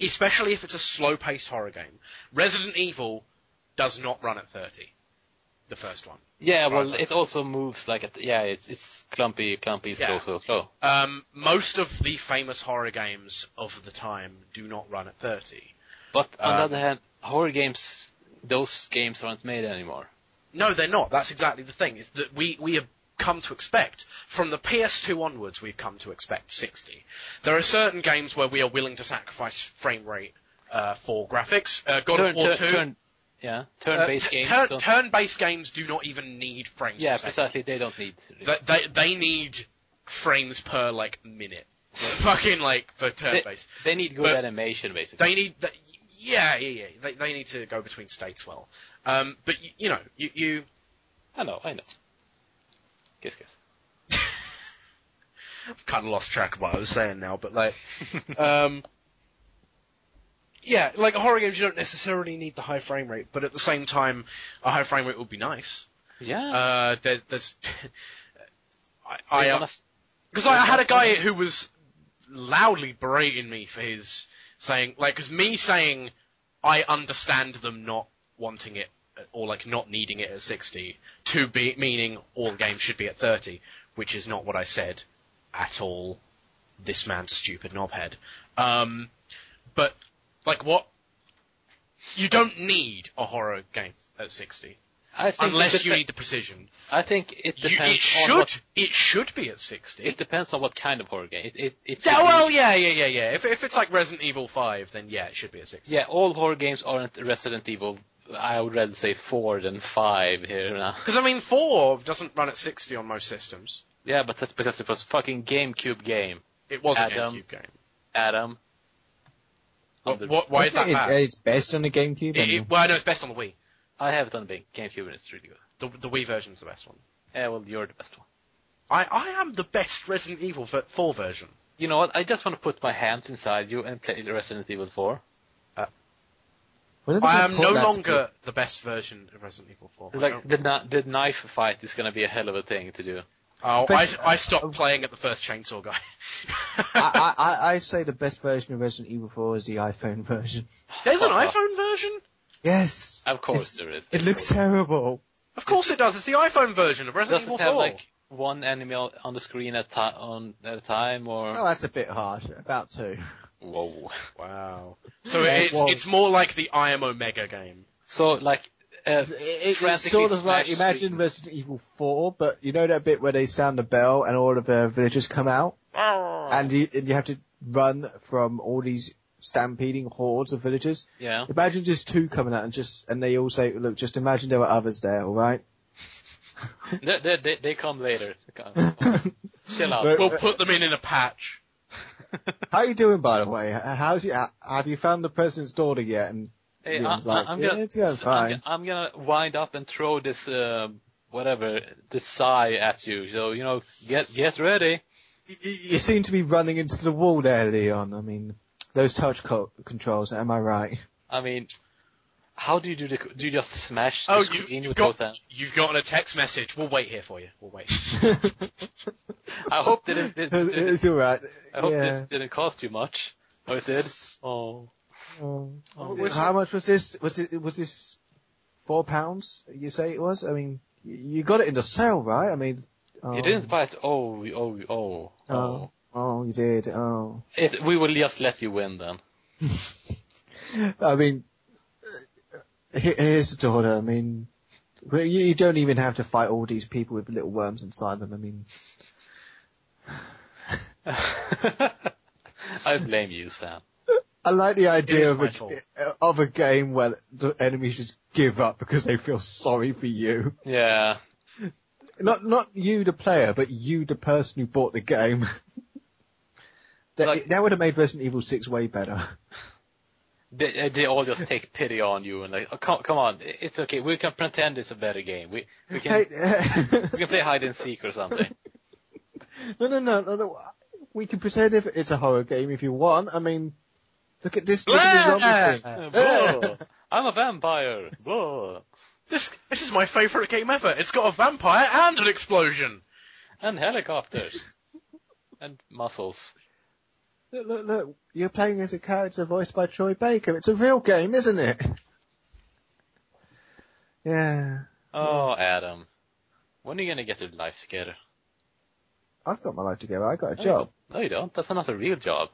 S4: especially if it's a slow-paced horror game, Resident Evil does not run at thirty. The first one.
S2: yeah,
S4: as far
S2: well,
S4: as I
S2: it
S4: know.
S2: also moves like a yeah, it's it's clumpy, clumpy, slow,
S4: Yeah.
S2: slow, slow.
S4: Um, most of the famous horror games of the time do not run at 30.
S2: But on the
S4: Um,
S2: other hand, horror games, those games aren't made anymore.
S4: No, they're not. That's exactly the thing. Is that we we have come to expect from the PS2 onwards, we've come to expect 60. There are certain games where we are willing to sacrifice frame rate uh, for graphics. Uh, God
S2: turn,
S4: of War
S2: turn,
S4: 2.
S2: turn, yeah,
S4: uh,
S2: turn-based
S4: t-
S2: games.
S4: turn-
S2: don't-
S4: turn-based games do not even need frames.
S2: yeah,
S4: per second.
S2: precisely. They don't need.
S4: They, they they need frames per like minute. Fucking like for
S2: they,
S4: turn-based.
S2: they need good
S4: But-
S2: animation, basically.
S4: They need, that, yeah, yeah, yeah. They, they need to go between states well. Um, but you, you know, you, you
S2: I know, I know. Kiss, kiss.
S4: I've kind of lost track of what I was saying now. But like, um, yeah, like horror games, you don't necessarily need the high frame rate, but at the same time, a high frame rate would be nice.
S2: Yeah.
S4: Uh, there's, there's, I,
S2: they
S4: I, uh,
S2: wanna s-
S4: Because I, I had a guy who was loudly berating me for his saying, like, because me saying I understand them not wanting it or like not needing it at 60, to be meaning all games should be at 30, which is not what I said at all. This man's stupid knobhead. Um, but like what? You don't need a horror game at 60
S2: I think
S4: unless
S2: it
S4: you
S2: depe-
S4: need the precision.
S2: I think it
S4: You,
S2: depends
S4: it
S2: on
S4: should
S2: what.
S4: it should be at 60.
S2: It depends on what kind of horror game. It, it, it
S4: Yeah,
S2: should be-
S4: well, yeah, yeah, yeah, yeah. If, if it's like Resident Evil 5, then yeah, it should be a 6.
S2: yeah, all horror games aren't Resident Evil. I would rather say four than five here now.
S4: Because, I mean, 4 doesn't run at 60 on most systems.
S2: Yeah, but that's because it was fucking GameCube game.
S4: It was
S2: Adam.
S4: a GameCube game.
S2: Adam.
S1: Oh,
S4: What,
S2: Under-
S4: what, why is that
S1: Wasn't it-
S4: bad?
S1: It's best on the GameCube.
S4: It-
S1: and-
S4: it- well, no, it's best on the Wii.
S2: I have it on Bing- GameCube and it's really good.
S4: The, the Wii version's the best one.
S2: Yeah, well, you're the best one.
S4: I, I am the best Resident Evil ver- 4 version.
S2: You know what? I just want to put my hands inside you and play Resident Evil 4.
S1: When did they
S4: I am
S1: put
S4: no
S1: that to
S4: longer the best version of Resident Evil
S1: Oh,
S4: 4. I
S2: Like
S4: don't-
S2: the na- the knife fight is going to be a hell of a thing to do.
S4: oh, I,
S1: Best-
S4: I stopped playing at the first Chainsaw Guy.
S1: I, I, I- I say the best version of Resident Evil 4 is the iPhone version.
S4: There's an iPhone version?
S1: Yes.
S2: Of
S1: It's-
S2: course there is.
S1: It looks terrible.
S4: Of course it does. It's the iPhone version of Resident
S2: doesn't
S4: Evil 4.
S2: have like one enemy on on the screen at ti- on at a time or
S1: Oh, that's a bit harsh. About two.
S2: whoa.
S4: Wow. So
S1: Yeah, it
S4: it's
S1: was.
S4: it's more like the I am Omega game.
S2: So like uh,
S1: It, it's
S2: frantically
S1: sort of like
S2: smash
S1: imagine
S2: the-
S1: Resident Evil 4, but you know that bit where they sound the bell and all of the villagers come out,
S4: Ah.
S1: and you and you have to run from all these stampeding hordes of villagers.
S2: yeah.
S1: Imagine just two coming out and just and they all say, "Look, just imagine there were others there, all right?"
S2: They, they, they, they come later. Come- Chill out.
S1: But-
S4: We'll put them in in a patch.
S1: How you doing, by the way? H- How's you? h- Have you found the president's daughter yet? And
S2: Hey, I,
S1: Liam's like,
S2: I, am
S1: "Yeah,
S2: gonna,
S1: it's going
S2: I'm
S1: fine."
S2: gonna- I'm gonna wind up and throw this uh, whatever this sigh at you. So you know, get get ready.
S1: y- y- you seem to be running into the wall there, Leon. I mean, those touch co- controls. Am I right?
S2: I mean, how do you do the? Do you just smash the
S4: Oh, you,
S2: screen
S4: you've
S2: with both
S4: got
S2: hands?
S4: you've gotten a text message. We'll wait here for you. We'll wait.
S2: I hope that it, it, it-
S1: it's all right.
S2: I hope
S1: yeah.
S2: this didn't cost you much. Oh, it did. Oh,
S1: Oh.
S4: Oh, was-
S1: How much was this? Was it? Was this four pounds? You say it was. I mean, y- you got it in the sale, right? I mean, oh,
S2: you didn't buy it. Oh, oh, oh,
S1: Oh.
S2: oh.
S1: Oh, you did. Oh,
S2: It, we will just let you win then.
S1: I mean, uh, he- here's the daughter. I mean, well, you you don't even have to fight all these people with little worms inside them. I mean,
S2: I blame you, Sam.
S1: I like the
S4: It is
S1: idea of
S4: my
S1: a,
S4: fault.
S1: of a game where the enemies just give up because they feel sorry for you.
S2: Yeah.
S1: Not not you the player, but you the person who bought the game. that,
S2: Like-
S1: that would have made Resident Evil Six way better.
S2: They, uh, they all just take pity on you and like, oh, come, come on, it's okay. We can pretend it's a better game. We we can
S1: Hey,
S2: we can play hide and seek or something.
S1: no, no, no, no, no. We can pretend if it's a horror game if you want. I mean, look at this. Look at the zombie thing.
S2: Uh, blah. I'm a vampire. Blah.
S4: This this is my favourite game ever. It's got a vampire and an explosion.
S2: And helicopters. And muscles.
S1: Look, look, look. You're playing as a character voiced by Troy Baker. It's a real game, isn't it? Yeah. Hmm.
S2: Oh, Adam. When are you gonna get your life together?
S1: I've got my life together. I got a
S2: No, you
S1: job.
S2: don't. No, you don't. That's not a real job.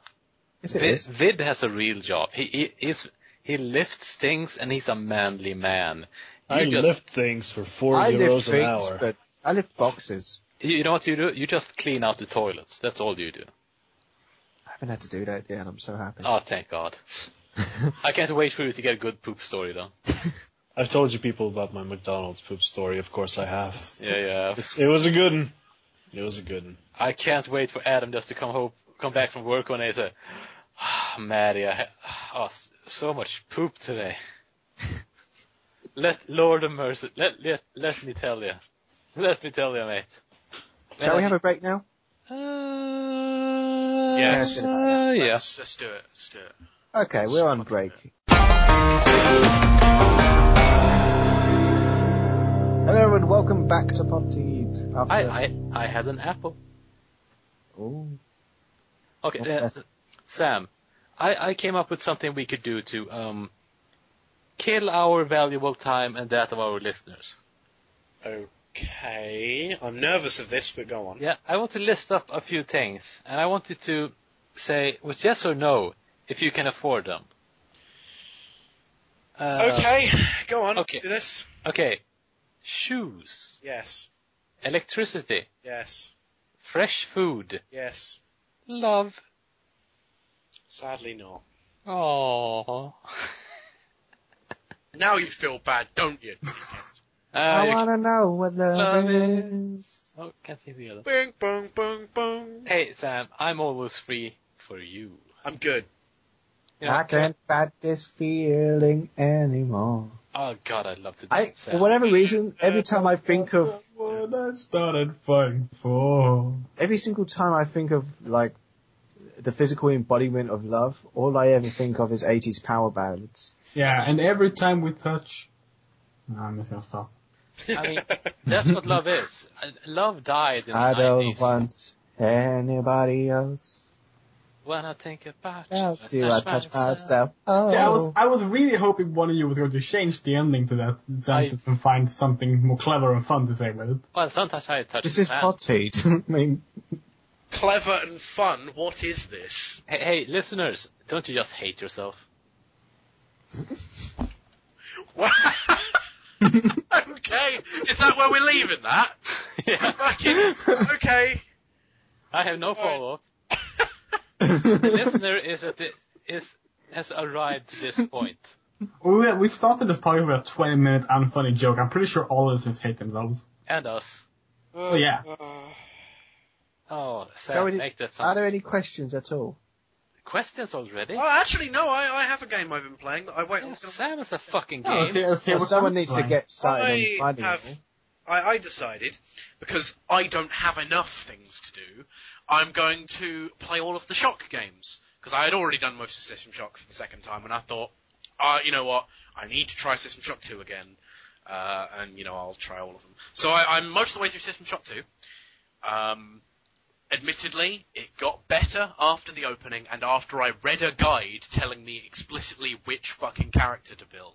S1: Yes, it
S2: Vid,
S1: is.
S2: Vid has a real job. He he he's, he lifts things and he's a manly man. You
S3: I
S2: just
S3: lift things for four
S1: I
S3: euros
S1: lift
S3: an
S1: things,
S3: hour.
S1: but I lift boxes.
S2: you know what you do? You just clean out the toilets. That's all you do.
S1: I haven't had to do that yet, and I'm so happy.
S2: Oh, thank God. I can't wait for you to get a good poop story, though.
S3: I've told you people about my McDonald's poop story. Of course, I have.
S2: Yeah, yeah.
S3: It was a good one. It was a good one.
S2: I can't wait for Adam just to come home, come back from work one day and say, ah, Maddie, I had oh, s- so much poop today. let Lord of mercy, let, let, let me tell you. Let me tell you, mate.
S1: Shall we have a break now?
S2: Uh,
S4: Yes.
S2: uh, yeah.
S4: Let's, let's do it. Let's do it.
S1: Okay, we're on break. Hello and welcome back to Ponteed. After...
S2: I, I, I had an apple.
S1: Ooh.
S2: Okay,
S1: Okay.
S2: uh, Sam, I, I came up with something we could do to um, kill our valuable time and that of our listeners.
S4: Okay, I'm nervous of this, but go on.
S2: Yeah, I want to list up a few things, and I wanted to say with yes or no if you can afford them. Uh,
S4: Okay, go on.
S2: okay.
S4: Let's do this.
S2: Okay. Shoes,
S4: Yes,
S2: electricity,
S4: yes,
S2: fresh food,
S4: yes.
S2: love.
S4: Sadly not.
S2: Oh.
S4: Now you feel bad, don't you?
S1: I wanna know what love,
S2: Love
S1: is.
S2: Uh, Oh, can't see the other.
S4: Bing, bong, bong, bong.
S2: Hey Sam, I'm always free for you.
S4: I'm good.
S2: You know,
S1: I can't fight this feeling anymore.
S2: Oh god, I'd love to. Do
S1: I,
S2: that,
S1: for
S2: Sam.
S1: whatever reason, every time I think of,
S5: What I started fighting for.
S1: every single time I think of like the physical embodiment of love, all I ever think of is 80s power ballads.
S5: Yeah, and every time we touch. No, I'm just gonna stop.
S2: I mean, that's what love is. Uh, Love died in
S1: I
S2: the
S1: don't
S2: 90s.
S1: want anybody else.
S2: When I think about you,
S1: How do I touch myself? Oh,
S5: Yeah, I was I was really hoping one of you was going to change the ending to that sentence and find something more clever and fun to say with it.
S2: Well, sometimes I touch
S1: this is
S2: man.
S1: potty. I mean,
S4: Clever and fun. What is this?
S2: Hey, hey, listeners, don't you just hate yourself?
S4: Wow. okay, is that where we're leaving that?
S2: Yeah.
S4: Fucking- okay.
S2: I have no follow. The listener is at the, is has arrived to this point.
S5: We, we started this podcast with a 20 minute unfunny joke. I'm pretty sure all listeners hate themselves.
S2: And us.
S5: Oh, yeah.
S4: Uh,
S2: Oh,
S1: Go
S2: Sam,
S1: with it.
S2: make that
S1: Are
S2: sound.
S1: there any questions at all?
S2: Questions already?
S4: Oh, actually, no. I, I have a game I've been playing. that I wait.
S2: Yeah, Sam is a fucking
S5: No, let's
S2: game.
S5: hear- let's hear
S1: Well,
S5: what
S1: someone
S5: Sam's
S1: needs to
S5: playing.
S1: get started
S4: I
S1: on finding
S4: have-
S1: it.
S4: I, I decided because I don't have enough things to do. I'm going to play all of the Shock games because I had already done most of System Shock for the second time, and I thought, uh, you know what, I need to try System Shock two again, uh, and you know I'll try all of them. So I, I'm most of the way through System Shock two. Um, admittedly, it got better after the opening and after I read a guide telling me explicitly which fucking character to build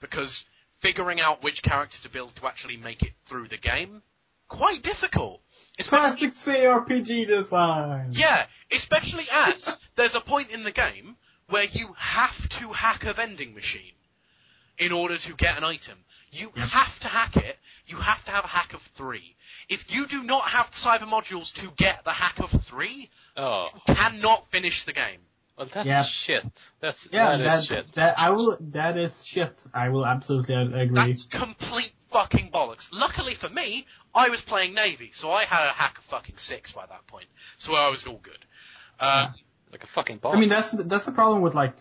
S4: because figuring out which character to build to actually make it through the game quite difficult.
S5: Classic CRPG design!
S4: Yeah, especially as there's a point in the game where you have to hack a vending machine in order to get an item. You have to hack it. You have to have a hack of three. If you do not have the cyber modules to get the hack of three,
S2: Oh,
S4: cannot finish the game.
S2: well that's
S5: Yeah.
S2: shit. That's
S5: Yeah,
S2: that is
S5: that,
S2: shit.
S5: that, I will, that is shit. I will absolutely agree.
S4: That's complete fucking bollocks. Luckily for me, I was playing Navy, so I had a hack of fucking six by that point. So I was all good. Um,
S2: Like a fucking boss.
S5: I mean, that's, that's the problem with like,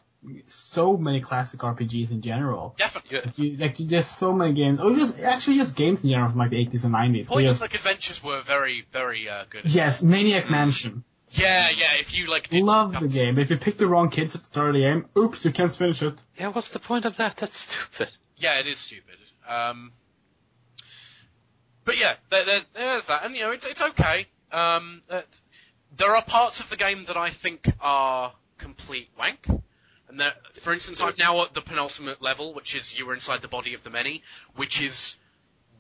S5: so many classic RPGs in general.
S4: definitely.
S2: You-
S5: If you, like, there's so many games, or just, actually just games in general from like the 80s and 90s. where
S4: Point and
S5: just-
S4: Click Adventures were very, very uh, good.
S5: yes, Maniac Mansion.
S4: Yeah, yeah, if you like... did-
S5: Love the game. If you pick the wrong kids at the start of the game, oops, you can't finish it.
S2: yeah, what's the point of that? That's stupid.
S4: Yeah, it is stupid. Um, but yeah, there, there, there's that, and you know, it's, it's okay. Um, uh, there are parts of the game that I think are complete wank. And there, for instance, I'm now at the penultimate level, which is you were inside the body of the many, which is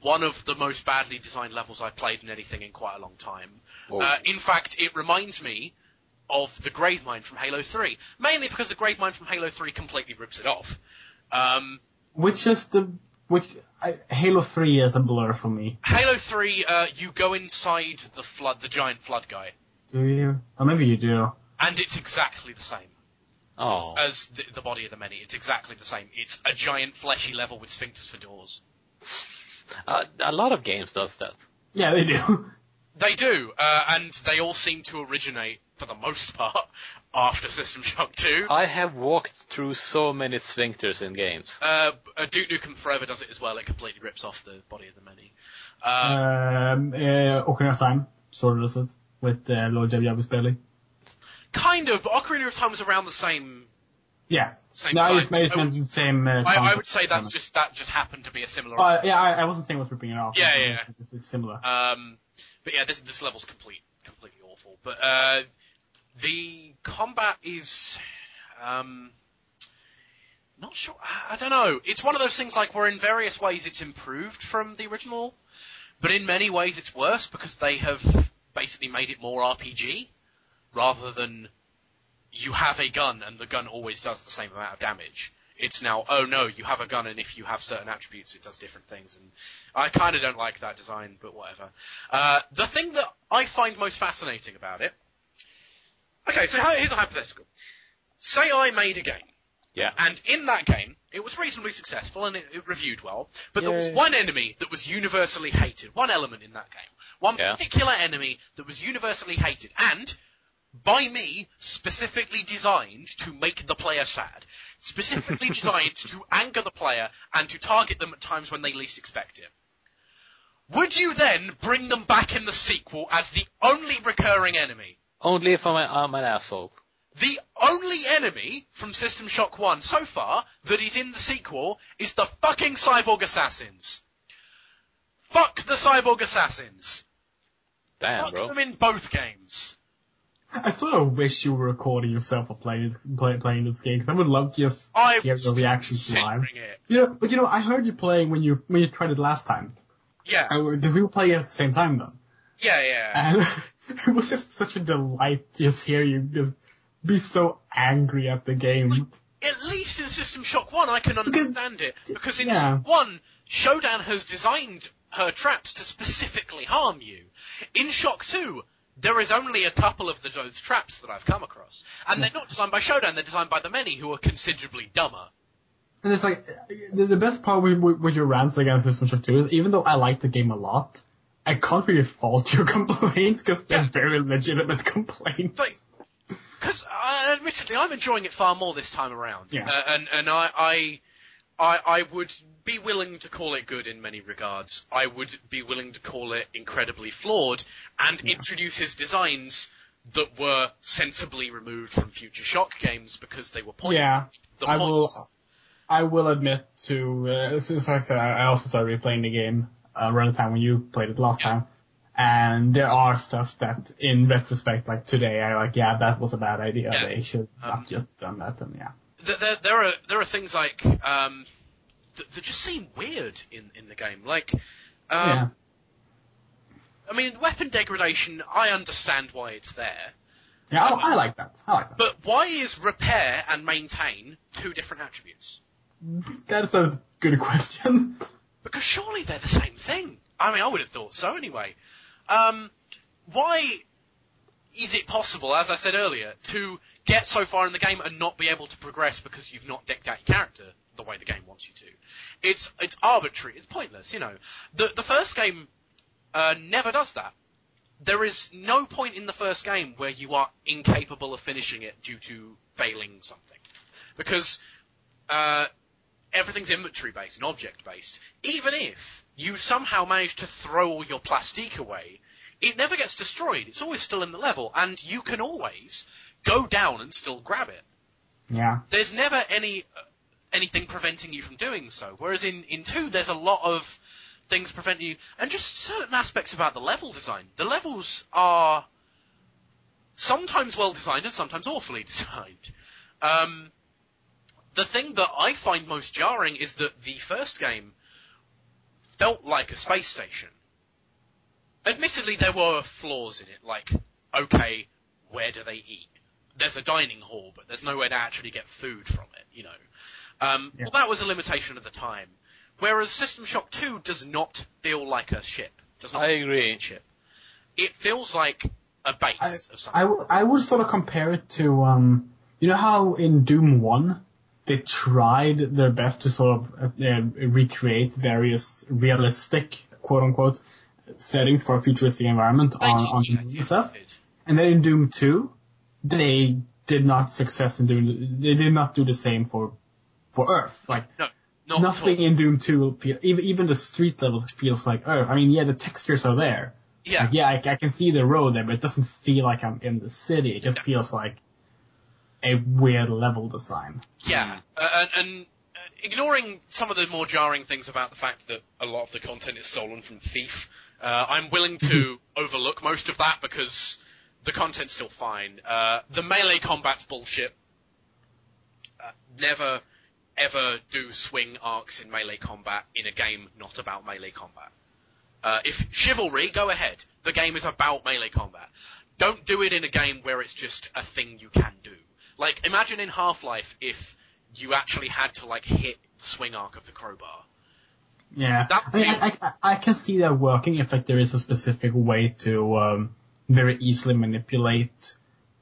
S4: one of the most badly designed levels I've played in anything in quite a long time. Uh, in fact, it reminds me of the Gravemind from Halo 3, mainly because the Gravemind from Halo 3 completely rips it off. Um,
S5: Which is the which I, Halo Three is a blur for me.
S4: Halo Three, uh, you go inside the flood, the giant flood guy,
S5: Do you? Or maybe you do.
S4: and it's exactly the same
S2: Oh,
S4: as the, the body of the many. It's exactly the same. It's a giant fleshy level with sphincters for doors.
S2: uh, a lot of games does that.
S5: Yeah, they do.
S4: They do, uh, and they all seem to originate for the most part after System Shock Two.
S5: Uh,
S2: I have walked through so many sphincters in games.
S4: Uh, uh, Duke Nukem Forever does it as well. It completely rips off the body of the many. Uh,
S5: um, uh, Ocarina of Time sort of does it with uh, Lord Jab Jabba's belly.
S4: kind of, but Ocarina of Time was around the same
S5: Yeah.
S4: same
S5: No, I
S4: time.
S5: just made it
S4: I,
S5: the same. Uh,
S4: I, I
S5: concept.
S4: would say that's just that just happened to be a similar.
S5: Uh, yeah, I, I wasn't saying it was ripping it off.
S4: Yeah,
S5: I
S4: yeah,
S5: mean,
S4: yeah.
S5: It's, it's similar.
S4: Um, but yeah, this this level's complete completely awful. But uh, the combat is um, not sure. I, I don't know. It's one of those things like where in various ways it's improved from the original, but in many ways it's worse because they have basically made it more RPG rather than you have a gun and the gun always does the same amount of damage. It's now, oh no, you have a gun and if you have certain attributes it does different things and I kind of don't like that design, but whatever. Uh, the thing that I find most fascinating about it. Okay, so how- here's a hypothetical. Say I made a game,
S2: Yeah.
S4: and in that game, it was reasonably successful and it, it reviewed well, but there was
S1: Yay.
S4: one enemy that was universally hated, one element in that game, one
S2: Yeah.
S4: particular enemy that was universally hated, and by me, specifically designed to make the player sad. Specifically designed to anger the player and to target them at times when they least expect it. Would you then bring them back in the sequel as the only recurring enemy?
S2: Only if I'm, a, I'm an asshole.
S4: The only enemy from System Shock 1 so far that is in the sequel is the fucking Cyborg Assassins. Fuck the Cyborg Assassins.
S2: Damn,
S4: Fuck
S2: bro.
S4: them in both games.
S5: I sort of wish you were recording yourself while playing play, playing this game 'cause I would love to just
S4: I
S5: hear
S4: was
S5: your reactions live.
S4: considering it.
S5: You know, but you know, I heard you playing when you when you tried it last time.
S4: Yeah,
S5: Because we were playing at the same time then.
S4: yeah,
S2: Uh,
S4: yeah.
S5: And it was just such a delight to just hear you just be so angry at the game.
S4: at least in System Shock 1, I can understand it. Because in
S5: yeah.
S4: 1, Shodan has designed her traps to specifically harm you. In Shock 2, there is only a couple of the, those traps that I've come across. And they're not designed by Shodan, they're designed by the many who are considerably dumber.
S5: And it's like the, the best part with, with, with your rants against System Shock 2 is even though I like the game a lot, I can't really fault your complaints because there's very legitimate complaints.
S4: Because uh, admittedly, I'm enjoying it far more this time around,
S5: Yeah.
S4: uh, and and I, I I I would be willing to call it good in many regards. I would be willing to call it incredibly flawed, and introduces designs that were sensibly removed from future Shock games because they were pointless.
S5: Yeah,
S4: the
S5: I will.
S4: points-
S5: I will admit to uh, since I said I I also started replaying the game uh, around the time when you played it last time, and there are stuff that in retrospect, like today, I like yeah that was a bad idea.
S4: Yeah. Um,
S5: They should not just done that. And yeah,
S4: there, there, there are there are things like um, that, that just seem weird in in the game. Like, um,
S5: yeah,
S4: I mean, weapon degradation. I understand why it's there,
S5: yeah. I, I like that. I like that.
S4: but why is repair and maintain two different attributes?
S5: That is a good question.
S4: Because surely they're the same thing. I mean, I would have thought so anyway. Um, why is it possible, as I said earlier, to get so far in the game and not be able to progress because you've not decked out your character the way the game wants you to? It's it's arbitrary. It's pointless. You know, the the first game uh, never does that. There is no point in the first game where you are incapable of finishing it due to failing something, because uh, everything's inventory based and object based. Even if you somehow manage to throw all your plastique away, it never gets destroyed. It's always still in the level, and you can always go down and still grab it.
S5: Yeah,
S4: There's never any uh, anything preventing you from doing so. Whereas in in two, there's a lot of things preventing you, and just certain aspects about the level design. The levels are sometimes well designed and sometimes awfully designed. Um, the thing that I find most jarring is that the first game felt like a space station. Admittedly, there were flaws in it, like, okay, where do they eat? There's a dining hall, but there's nowhere to actually get food from it, you know. Um,
S5: Yeah.
S4: Well, that was a limitation at the time. Whereas System Shock 2 does not feel like a ship. Does not
S2: I
S4: feel like
S2: agree.
S4: a ship. It feels like a base
S5: I,
S4: of something.
S5: I, w- I would sort of compare it to, um, you know how in Doom 1, they tried their best to sort of uh, uh, recreate various realistic, quote unquote, settings for a futuristic environment
S4: They
S5: on,
S4: did
S5: on
S4: do that,
S5: Doom
S4: yeah,
S5: stuff.
S4: they did.
S5: And then in Doom 2, they did not success in doing, they did not do the same for, for Earth. Like,
S4: No, not at
S5: nothing
S4: all.
S5: in Doom 2 will feel, even, even the street level feels like Earth. I mean, yeah, the textures are there.
S4: Yeah.
S5: Like, yeah, I, I can see the road there, but it doesn't feel like I'm in the city. It just feels like a weird level design.
S4: Yeah, uh, and, and uh, ignoring some of the more jarring things about the fact that a lot of the content is stolen from Thief, uh, I'm willing to
S5: Mm-hmm.
S4: overlook most of that because the content's still fine. Uh, the melee combat's bullshit. Uh, never, ever do swing arcs in melee combat in a game not about melee combat. Uh, if chivalry, go ahead. The game is about melee combat. Don't do it in a game where it's just a thing you can do. Like, imagine in Half-Life if you actually had to, like, hit the swing arc of the crowbar.
S5: Yeah,
S4: That-
S5: I, mean, I, I, I can see that working if like there is a specific way to um, very easily manipulate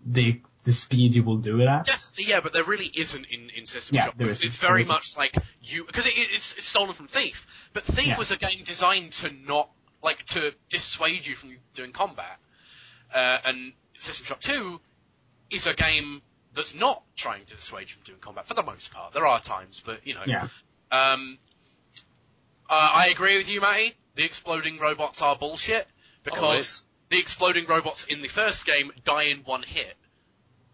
S5: the the speed you will do it at.
S4: Yes, yeah, but there really isn't in, in System
S5: Yeah,
S4: Shock.
S5: there
S4: because
S5: isn't.
S4: It's very
S5: There isn't.
S4: much like you, because it, it's, it's stolen from Thief. But Thief
S5: Yeah.
S4: was a game designed to not, like, to dissuade you from doing combat. Uh, and System Shock 2 is a game that's not trying to dissuade you from doing combat for the most part. There are times, but, you know.
S5: Yeah.
S4: Um, uh, I agree with you, Matty. The exploding robots are bullshit because
S2: Always.
S4: the exploding robots in the first game die in one hit,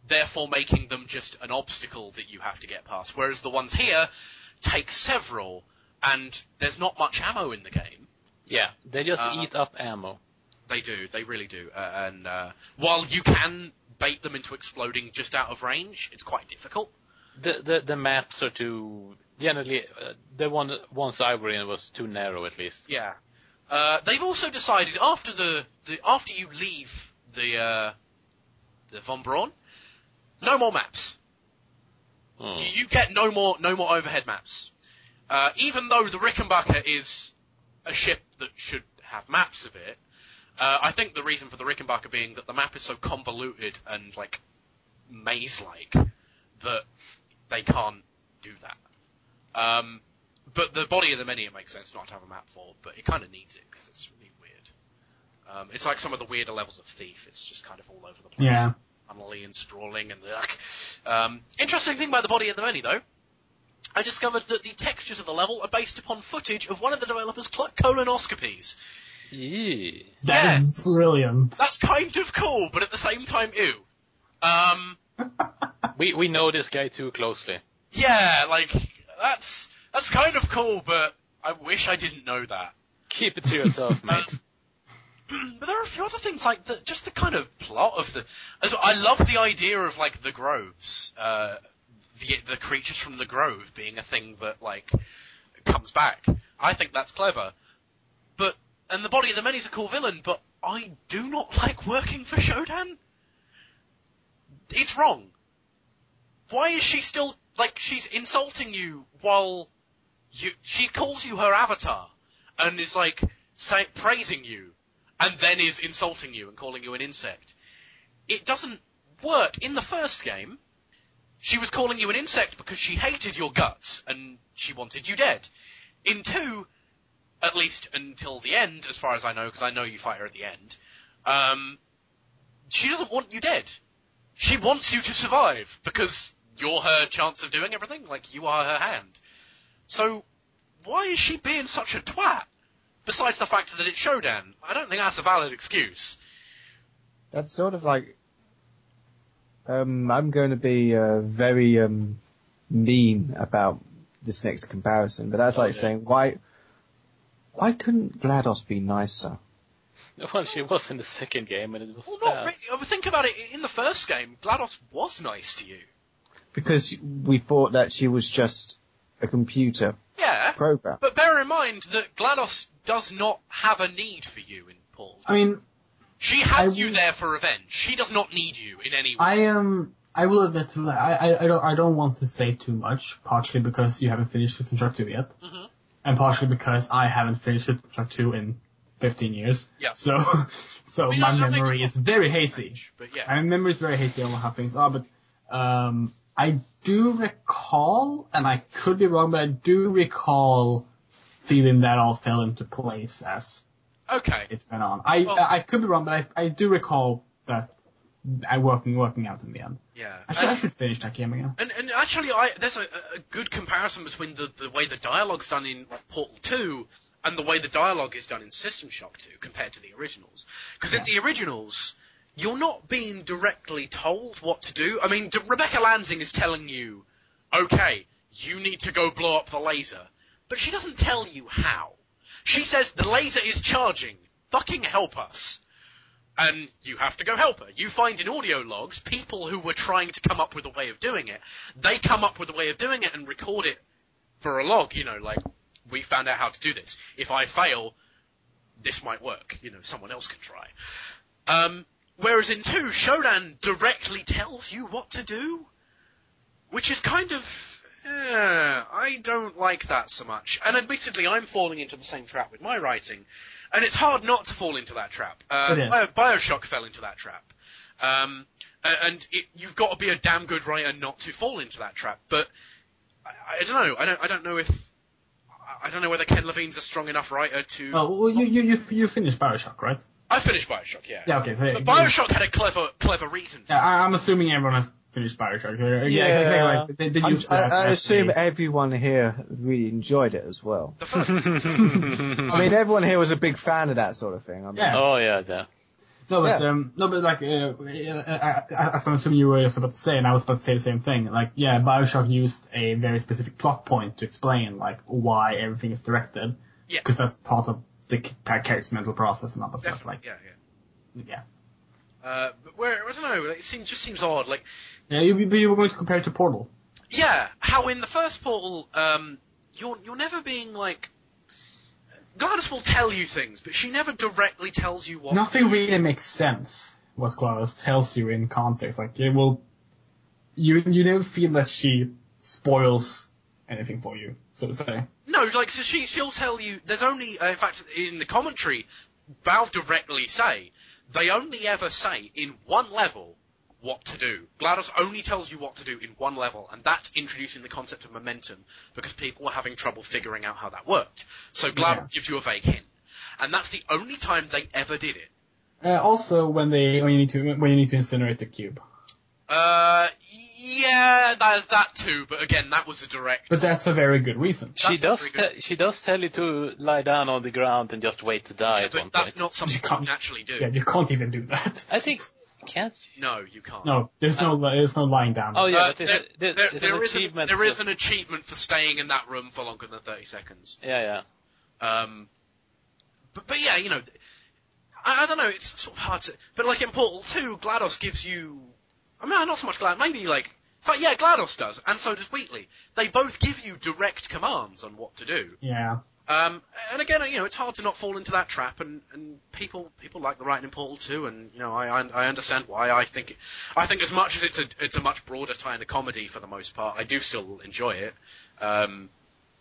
S4: therefore making them just an obstacle that you have to get past. Whereas the ones here take several, and there's not much ammo in the game.
S2: Yeah, they just
S4: Uh,
S2: eat up ammo.
S4: They do, they really do. Uh, and uh, while you can bait them into exploding just out of range, it's quite difficult.
S2: The the, the maps are too generally uh, the one once I were in was too narrow at least.
S4: Yeah. Uh, they've also decided after the, the after you leave the uh, the von Braun, no more maps.
S2: Hmm.
S4: You, you get no more no more overhead maps. Uh, even though the Rickenbacker is a ship that should have maps of it, uh, I think the reason for the Rickenbacker being that the map is so convoluted and like maze-like that they can't do that. Um, but the body of the menu it makes sense not to have a map for, but it kind of needs it because it's really weird. Um, it's like some of the weirder levels of Thief. It's just kind of all over the place
S5: Yeah.
S4: tunnely and sprawling and the um, interesting thing about the body of the menu though I discovered that the textures of the level are based upon footage of one of the developers' cl- colonoscopies.
S2: Yee.
S5: That is
S4: Yes.
S5: brilliant.
S4: That's kind of cool, but at the same time, ew. Um,
S2: We we know this guy too closely.
S4: yeah, like that's that's kind of cool, but I wish I didn't know that.
S2: Keep it to yourself, mate.
S4: but there are a few other things like the, just the kind of plot of the. as- I love the idea of like the groves, uh, the the creatures from the grove being a thing that like comes back. I think that's clever, but and the body of the many is a cool villain, but I do not like working for Shodan. It's wrong. Why is she still like she's insulting you while you she calls you her avatar and is like say, praising you and then is insulting you and calling you an insect. It doesn't work. In the first game, she was calling you an insect because she hated your guts and she wanted you dead. In two, at least until the end, as far as I know, because I know you fight her at the end, um, she doesn't want you dead. She wants you to survive because you're her chance of doing everything. Like you are her hand. So why is she being such a twat? Besides the fact that it's Shodan, I don't think that's a valid excuse.
S1: That's sort of like, um, I'm going to be uh, very um, mean about this next comparison, but that's like saying why, why couldn't Glados be nicer?
S2: well, she was in the second game, and it was
S4: Well,
S2: bad.
S4: not really. I mean, think about it. In the first game, GLaDOS was nice to you.
S1: Because we thought that she was just a computer
S4: Yeah.
S1: program.
S4: But bear in mind that GLaDOS does not have a need for you in Paul.
S5: I mean,
S4: She has
S5: I
S4: you
S5: will-
S4: there for revenge. She does not need you in any way.
S5: I am. I will admit, to- I, I, I don't, I don't want to say too much, partially because you haven't finished System Shock 2 yet,
S4: Mhm.
S5: and partially because I haven't finished System Shock 2 in 15 years.
S4: Yeah.
S5: So, so
S4: We
S5: my
S4: just don't think
S5: memory
S4: it's-
S5: is very hazy.
S4: But yeah.
S5: My memory is very hazy on how things are, but um, I do recall, and I could be wrong, but I do recall feeling that all fell into place as
S4: Okay.
S5: it went on. I
S4: Well-
S5: I, I could be wrong, but I, I do recall that I working working out in the end.
S4: Yeah.
S5: I should, I should finish that game again.
S4: And, and actually, I, there's a, a good comparison between the, the way the dialogue's done in like, Portal 2 and the way the dialogue is done in System Shock 2 compared to the originals. Because in the originals, you're not being directly told what to do. I mean, D- Rebecca Lansing is telling you, okay, you need to go blow up the laser. But she doesn't tell you how. She says, the laser is charging. Fucking help us and you have to go help her. You find in audio logs people who were trying to come up with a way of doing it. They come up with a way of doing it and record it for a log, you know, like, we found out how to do this. If I fail, this might work. You know, someone else can try. Um, whereas in 2, Shodan directly tells you what to do, which is kind of. eh, I don't like that so much. And admittedly, I'm falling into the same trap with my writing, and it's hard not to fall into that trap. Uh,
S5: It is.
S4: Bio- Bioshock fell into that trap. Um, a- and it, you've got to be a damn good writer not to fall into that trap. But I, I don't know. I don't. I don't know if. I- I don't know whether Ken Levine's a strong enough writer to.
S5: Oh, well, you you you, you finished Bioshock, right?
S4: I finished Bioshock, yeah.
S5: Yeah. Okay. So
S4: But Bioshock had a clever, clever reason.
S5: Yeah, I, I'm assuming everyone has finished Bioshock. Yeah.
S1: Yeah.
S5: yeah. yeah. They, they
S1: I'm-
S5: used
S1: I,
S5: that
S1: I
S5: as
S1: assume
S5: a-
S1: everyone here really enjoyed it as well.
S4: The first. Hmm.
S1: I mean, everyone here was a big fan of that sort of thing. I mean,
S5: Yeah.
S2: Oh yeah, yeah.
S5: No, but
S1: Yeah.
S5: um, no, but like, uh, uh, as I'm assuming you were just about to say, and I was about to say the same thing. Like, yeah, Bioshock used a very specific plot point to explain like why everything is directed,
S4: Yeah.
S5: because that's part of the c- character's mental process and other stuff.
S4: Definitely,
S5: Like,
S4: yeah,
S5: yeah,
S4: yeah. Uh, but where, I don't know, like, it seems, just seems odd. Like,
S5: yeah. You, you you were going to compare it to Portal.
S4: yeah, how in the first Portal, um, you're, you're never being like, Gladys will tell you things, but she never directly tells you what.
S5: Nothing really makes sense what Gladys tells you in context. Like, it will, you you never feel that she spoils anything for you, so to say.
S4: No, like so she she'll tell you. There's only uh, in fact in the commentary, Valve directly say they only ever say in one level what to do. GLaDOS only tells you what to do in one level, and that's introducing the concept of momentum because people were having trouble figuring out how that worked. So GLaDOS gives you a vague hint, and that's the only time they ever did it.
S5: Uh, also, when they when you need to when you need to incinerate the cube,
S4: Uh, yeah, there's that too, but again, that was a direct.
S5: but that's for very good reason.
S2: She
S4: That's
S2: does.
S4: not very
S2: Te- she does tell you to lie down on the ground and just wait to die at one
S4: But that's
S2: point.
S4: not something you
S5: can't-
S4: can actually do.
S5: Yeah, you can't even do that.
S2: I think can't. She?
S4: No, you can't.
S5: No, there's no there's no lying down.
S2: Oh yeah,
S4: Uh,
S2: but there's,
S4: there,
S2: a, there,
S4: there-
S2: there's
S4: there
S2: an
S4: is an-
S2: achievement.
S4: there is
S2: that-
S4: an achievement for staying in that room for longer than 30 seconds.
S2: Yeah, yeah.
S4: Um, but, but yeah, you know, I, I don't know, it's sort of hard to, but like in Portal 2, GLaDOS gives you, I mean, not so much GLaDOS, maybe like, in fact, yeah, GLaDOS does, and so does Wheatley. They both give you direct commands on what to do.
S5: Yeah.
S4: Um, and again, you know, it's hard to not fall into that trap, and, and people people like the writing in Portal too, and you know, I, I I understand why. I think I think as much as it's a it's a much broader kind of comedy for the most part, I do still enjoy it. Um,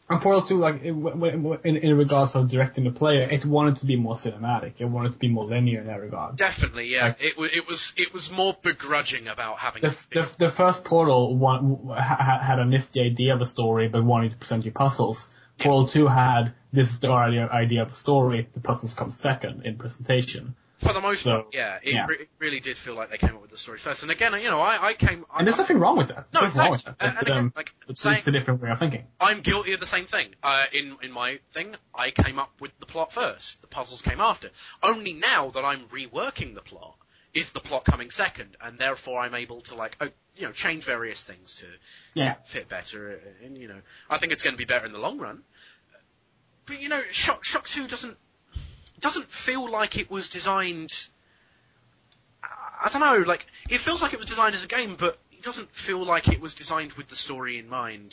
S5: And Portal 2, like, it, w- w- in, in regards of directing the player, it wanted to be more cinematic. It wanted to be more linear in that regard.
S4: definitely, yeah, it wa- it was it was more begrudging about having.
S5: The, f- the, f- the first Portal one, ha, had a nifty idea of a story, but wanted to present you puzzles. Portal 2 had, this is the idea, idea of a story, the puzzles come second in presentation.
S4: for the most
S5: So,
S4: part, yeah, it,
S5: yeah.
S4: Re- it really did feel like they came up with the story first. And again, you know, I I came. I,
S5: And there's nothing wrong with that.
S4: no,
S5: There's nothing
S4: exactly.
S5: wrong
S4: And, and
S5: with that. But,
S4: again,
S5: um,
S4: like
S5: it's,
S4: saying
S5: it's a different way of thinking.
S4: I'm guilty of the same thing. Uh, in in my thing, I came up with the plot first. The puzzles came after. Only now that I'm reworking the plot is the plot coming second, and therefore I'm able to like uh, you know change various things to
S5: Yeah.
S4: fit better. uh, And you know, I think it's going to be better in the long run. But you know, Shock Shock Two doesn't doesn't feel like it was designed. I don't know. Like it feels like it was designed as a game, but it doesn't feel like it was designed with the story in mind.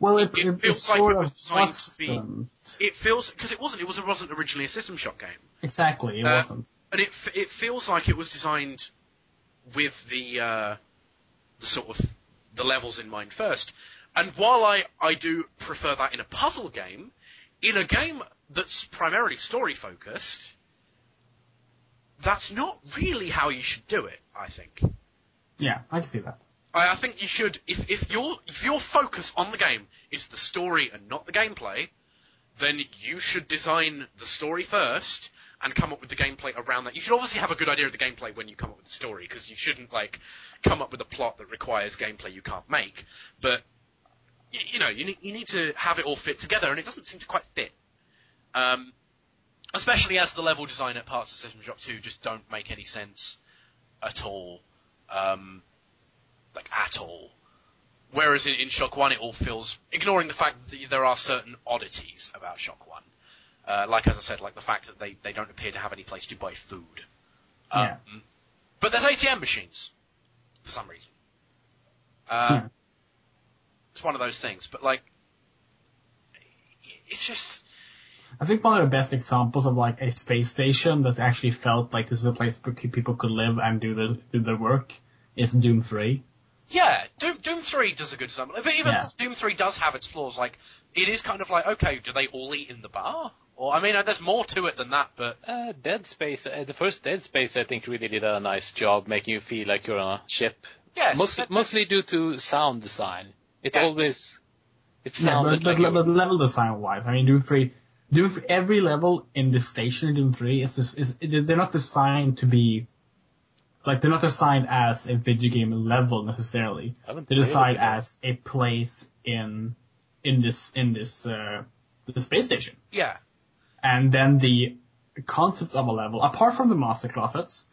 S5: Well, it,
S4: It
S5: it,
S4: feels like
S5: sort
S4: it was
S5: of
S4: designed
S5: was,
S4: to be-
S5: um,
S4: It feels because it wasn't. It was it wasn't originally a System Shock game,
S5: exactly, it
S4: Uh,
S5: wasn't.
S4: and it f- it feels like it was designed with the uh, the sort of the levels in mind first. And while I I do prefer that in a puzzle game, in a game that's primarily story focused, that's not really how you should do it. I think.
S5: Yeah, I can see that.
S4: I, I think you should if if your if your focus on the game is the story and not the gameplay, then you should design the story first and come up with the gameplay around that. You should obviously have a good idea of the gameplay when you come up with the story because you shouldn't like come up with a plot that requires gameplay you can't make. But you, you know you need you need to have it all fit together, and it doesn't seem to quite fit. Um, especially as the level design at parts of System Shock 2 just don't make any sense at all. Um, like at all. Whereas in, in Shock One, it all feels ignoring the fact that there are certain oddities about Shock One. Uh, like as I said, like the fact that they, they don't appear to have any place to buy food. Um,
S5: Yeah.
S4: But there's ATM machines for some reason. Uh,
S5: Hmm.
S4: It's one of those things. But like, it's just
S5: I think one of the best examples of like a space station that actually felt like this is a place where people could live and do the do their work is Doom Three.
S4: Yeah, Doom Doom Three does a good example, but even
S5: Yeah.
S4: Doom Three does have its flaws. Like it is kind of like, okay, do they all eat in the bar? Or I mean, uh, there's more to it than that, but
S2: Uh, Dead Space. Uh, the first Dead Space, I think, really did a nice job making you feel like you're on a ship.
S4: yes,
S2: mostly, mostly due to sound design. It
S4: Yeah.
S2: always it
S5: Yeah,
S2: sounded
S5: but, but,
S2: like it
S5: le-
S2: was-
S5: but level design wise, I mean Doom Three, Doom 3, every level in this station in Doom Three is, is, is they're not designed to be like they're not designed as a video game level necessarily.
S2: I haven't played
S5: They're
S2: it
S5: designed
S2: yet.
S5: as a place in in this in this uh, the space station.
S4: yeah,
S5: and then the concepts of a level, apart from the master closets.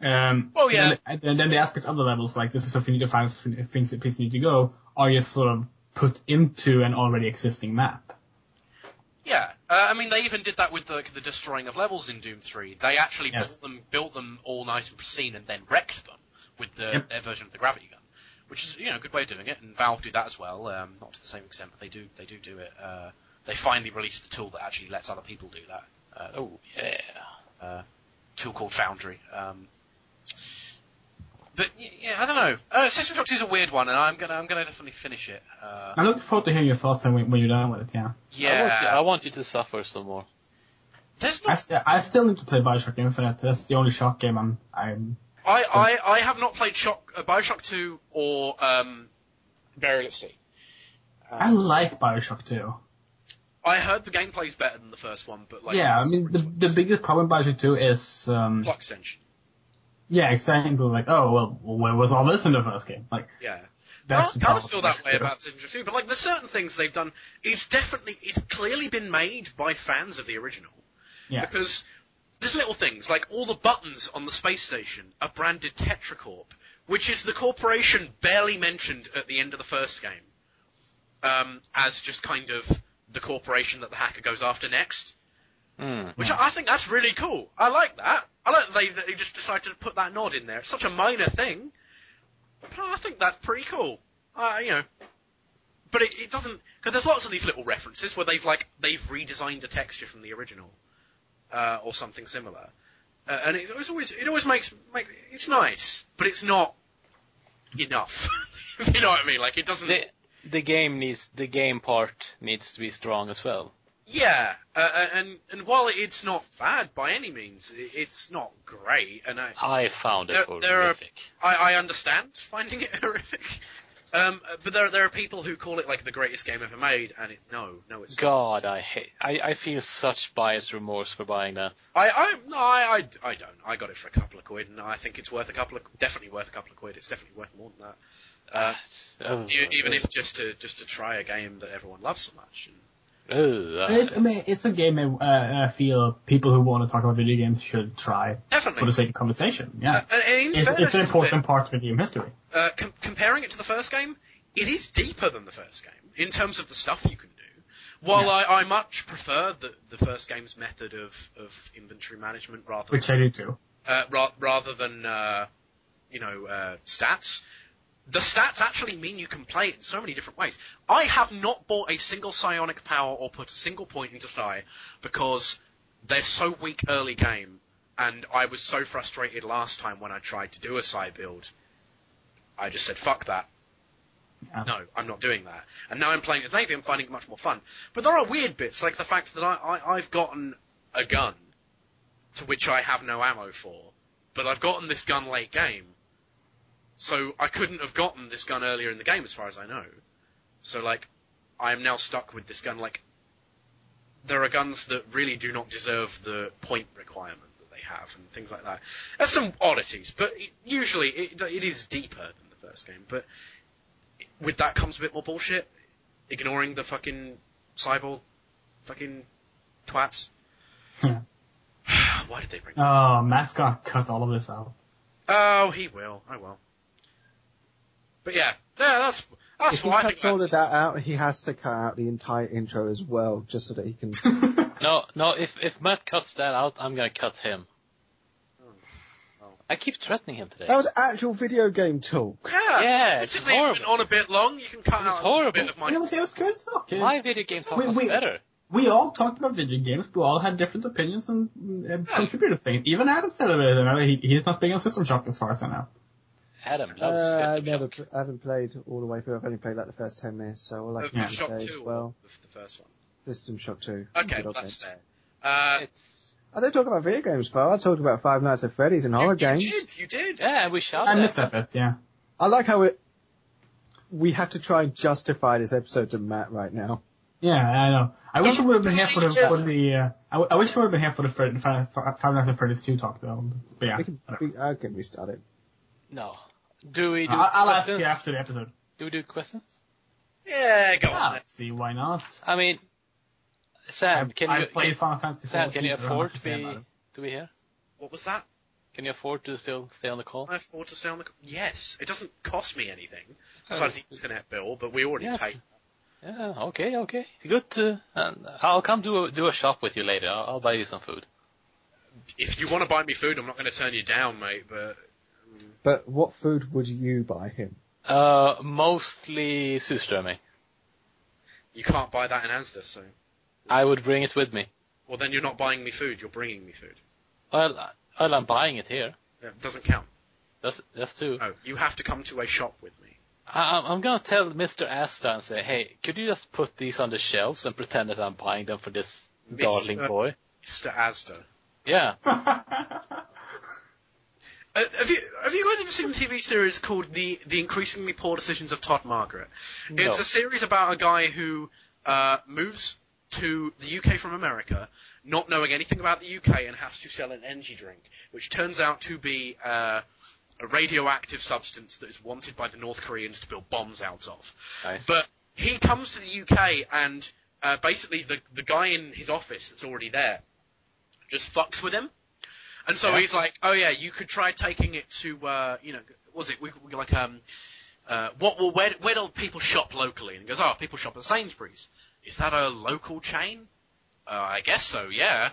S5: Um,
S4: Oh, yeah.
S5: And then, and then the aspects of the levels, like this is stuff you need to find, things that places you need to go, are just sort of put into an already existing map.
S4: yeah. Uh, I mean, they even did that with the, the destroying of levels in Doom Three. They actually
S5: Yes.
S4: built them built them all nice and pristine, and then wrecked them with the,
S5: Yep.
S4: their version of the gravity gun, which is you know a good way of doing it. And Valve do that as well, um, not to the same extent, but they do they do do it. Uh, they finally released the tool that actually lets other people do that. Uh,
S2: Oh yeah.
S4: tool called Foundry. Um, But y- yeah, I don't know. Uh, System Shock 2 is a weird one, and I'm gonna I'm gonna definitely finish it. Uh,
S5: I look forward to hearing your thoughts when, when you're done with it. Yeah,
S2: I want, you,
S4: yeah,
S2: I want you to suffer some more.
S4: there's
S5: I,
S4: not.
S5: st- I still need to play Bioshock Infinite. That's the only shock game I'm. I'm
S4: I, I, I have not played Shock uh, Bioshock 2 or um, Burial at Sea. Uh, Um,
S5: I like Bioshock 2.
S4: I heard the gameplay's better than the first one, but like
S5: yeah, I
S4: the
S5: mean the
S4: story's
S5: the
S4: worse.
S5: biggest problem with Bioshock 2 is um,
S4: plot extension.
S5: yeah, exactly. Like oh well, where was all this in the first game? Like
S4: Yeah.
S5: that's the
S4: I, I
S5: problem.
S4: would feel that way
S5: Yeah.
S4: about System Shock 2, but like there's certain things they've done. It's definitely it's clearly been made by fans of the original
S5: yeah.
S4: because there's little things like all the buttons on the space station are branded Tetracorp, which is the corporation barely mentioned at the end of the first game, um, as just kind of the corporation that the hacker goes after next.
S2: Mm.
S4: Which I I think that's really cool. I like that. I like that they, that they just decided to put that nod in there. It's such a minor thing, but I think that's pretty cool. Uh, you know, but it, it doesn't because there's lots of these little references where they've like they've redesigned a texture from the original uh, or something similar, uh, and it, it's always it always makes make it's nice, but it's not enough. if you know what I mean? Like it doesn't.
S2: The, the game needs the game part needs to be strong as well.
S4: Yeah, uh, uh, and and while it's not bad by any means, it, it's not great, and I.
S2: I found it
S4: There- there are-
S2: horrific.
S4: I, I understand finding it horrific. Um, but there, there are people who call it like the greatest game ever made, and it, no, no, it's.
S2: God, I hate. I, I feel such biased remorse for buying that.
S4: I, I, no, I, I, I don't. I got it for a couple of quid, and I think it's worth a couple of, definitely worth a couple of quid. It's definitely worth more than that. Uh,
S2: Oh,
S4: e- even if just to just to try a game that everyone loves so much.
S2: oh, uh,
S5: It's, I mean, it's a game I, uh, I feel people who want to talk about video games should try for the
S4: Definitely.
S5: sake of conversation. Yeah,
S4: Uh, and- and in
S5: it's,
S4: fairness
S5: it's an
S4: to it-
S5: important part of video game history.
S4: Uh, com- comparing it to the first game, it is deeper than the first game in terms of the stuff you can do. While
S5: Yeah.
S4: I, I much prefer the, the first game's method of, of inventory management rather
S5: Which
S4: than,
S5: I do too.
S4: uh, ra- rather than uh, you know uh, stats, the stats actually mean you can play it in so many different ways. I have not bought a single psionic power or put a single point into psi because they're so weak early game, and I was so frustrated last time when I tried to do a psi build. I just said fuck that.
S5: Yeah.
S4: No, I'm not doing that. And now I'm playing as Navy, I'm finding it much more fun. But there are weird bits, like the fact that I, I, I've gotten a gun to which I have no ammo for, but I've gotten this gun late game. So I couldn't have gotten this gun earlier in the game, as far as I know. So like, I am now stuck with this gun. Like, there are guns that really do not deserve the point requirement that they have, and things like that. There's some oddities, but it, usually it, it is deeper than the first game. But with that comes a bit more bullshit. Ignoring the fucking cyborg, fucking twats.
S5: Yeah.
S4: Why did they bring?
S5: Oh, Matt's gonna cut all of this out.
S4: Oh, he will. I will. But yeah, yeah, that's that's
S1: if he
S4: why I think
S1: cuts
S4: that's
S1: all of that out, he has to cut out the entire intro as well, just so that he can.
S2: no, no. If if Matt cuts that out, I'm gonna cut him. I keep threatening him today.
S1: that was actual video game talk.
S4: Yeah,
S2: Yeah, it's
S4: considering it went
S2: horrible.
S4: on a bit long. You can cut
S2: It's
S4: out a
S2: horrible.
S4: bit of
S5: It
S4: my.
S5: was, it was good talk. Yeah.
S2: My video game talk
S5: Wait,
S2: was
S5: wait.
S2: better.
S5: We all talked about video games. We all had different opinions and uh, contributed things. Even Adam said it. uh, He, he's not big on System Shock as far as I know.
S2: Adam loves
S1: Uh, I
S2: System
S1: never,
S2: Shock.
S1: I haven't played all the way through. I've only played like the first ten minutes, so all I
S4: Of
S1: can
S5: Yeah.
S1: really
S4: Shock
S1: say is,
S4: Two,
S1: well,
S4: or the first one.
S1: System Shock Two.
S4: Okay,
S1: Good old games.
S4: that's fair. Uh,
S2: It's
S1: I don't talk about video games, though. I talk about Five Nights at Freddy's and
S4: you,
S1: horror
S4: you
S1: games.
S4: did, you did.
S2: yeah, we shout.
S5: I
S2: at
S5: missed
S2: them.
S5: that bit. Yeah.
S1: I like how it. We have to try and justify this episode to Matt right now.
S5: Yeah, I know. I wish I would have been here for the for the. Uh, I, w- I wish I would have been here for the Fred, Five Five Nights at Freddy's two talk though. But yeah,
S1: We can,
S5: whatever.
S1: we, I can restart it.
S2: No. Do we do
S5: I'll, I'll ask
S2: questions?
S5: you after the episode.
S2: Do we do questions?
S4: Yeah, go on.
S5: Ah,
S4: Then.
S5: see, why not?
S2: I mean, Sam,
S5: I've,
S2: can
S5: I've
S2: you
S5: played Final Fantasy
S2: Sam, can you
S5: 14, I don't know
S2: afford
S5: what
S2: to
S5: to say
S2: be?
S5: about it.
S2: Do we hear?
S4: What was that?
S2: Can you afford to still stay on the call?
S4: I afford to stay on the. co- Yes, it doesn't cost me anything besides the internet bill, but we already
S2: Oh. Yeah.
S4: paid.
S2: Yeah, okay, okay. Good. To, uh, I'll come do a, do a shop with you later. I'll, I'll buy you some food.
S4: If you want to buy me food, I'm not going to turn you down, mate. But
S1: But what food would you buy him?
S2: Uh, mostly Suströmming.
S4: you can't buy that in Asda, so.
S2: I would bring it with me.
S4: Well, then you're not buying me food. You're bringing me food.
S2: Well, I- well, I'm buying it here.
S4: It doesn't count.
S2: That's that's two.
S4: No, you have to come to a shop with me.
S2: I, I'm- I'm gonna tell Mr. Asta and say, hey, could you just put these on the shelves and pretend that I'm buying them for this darling
S4: Mr.
S2: boy?
S4: Mr. Asda.
S2: Yeah.
S4: Uh, have you have you guys ever seen the TV series called the the increasingly poor decisions of Todd Margaret? It's a series about a guy who uh, moves to the UK from America, not knowing anything about the UK, and has to sell an energy drink, which turns out to be uh, a radioactive substance that is wanted by the North Koreans to build bombs out of.
S2: Nice.
S4: But he comes to the UK and uh, basically the the guy in his office that's already there just fucks with him. And so
S2: Yeah.
S4: he's like, "Oh yeah, you could try taking it to uh, you know, what was it we, we like um, uh, what well, where where do people shop locally?" And he goes, "Oh, people shop at Sainsbury's. Is that a local chain? Uh, I guess so, yeah."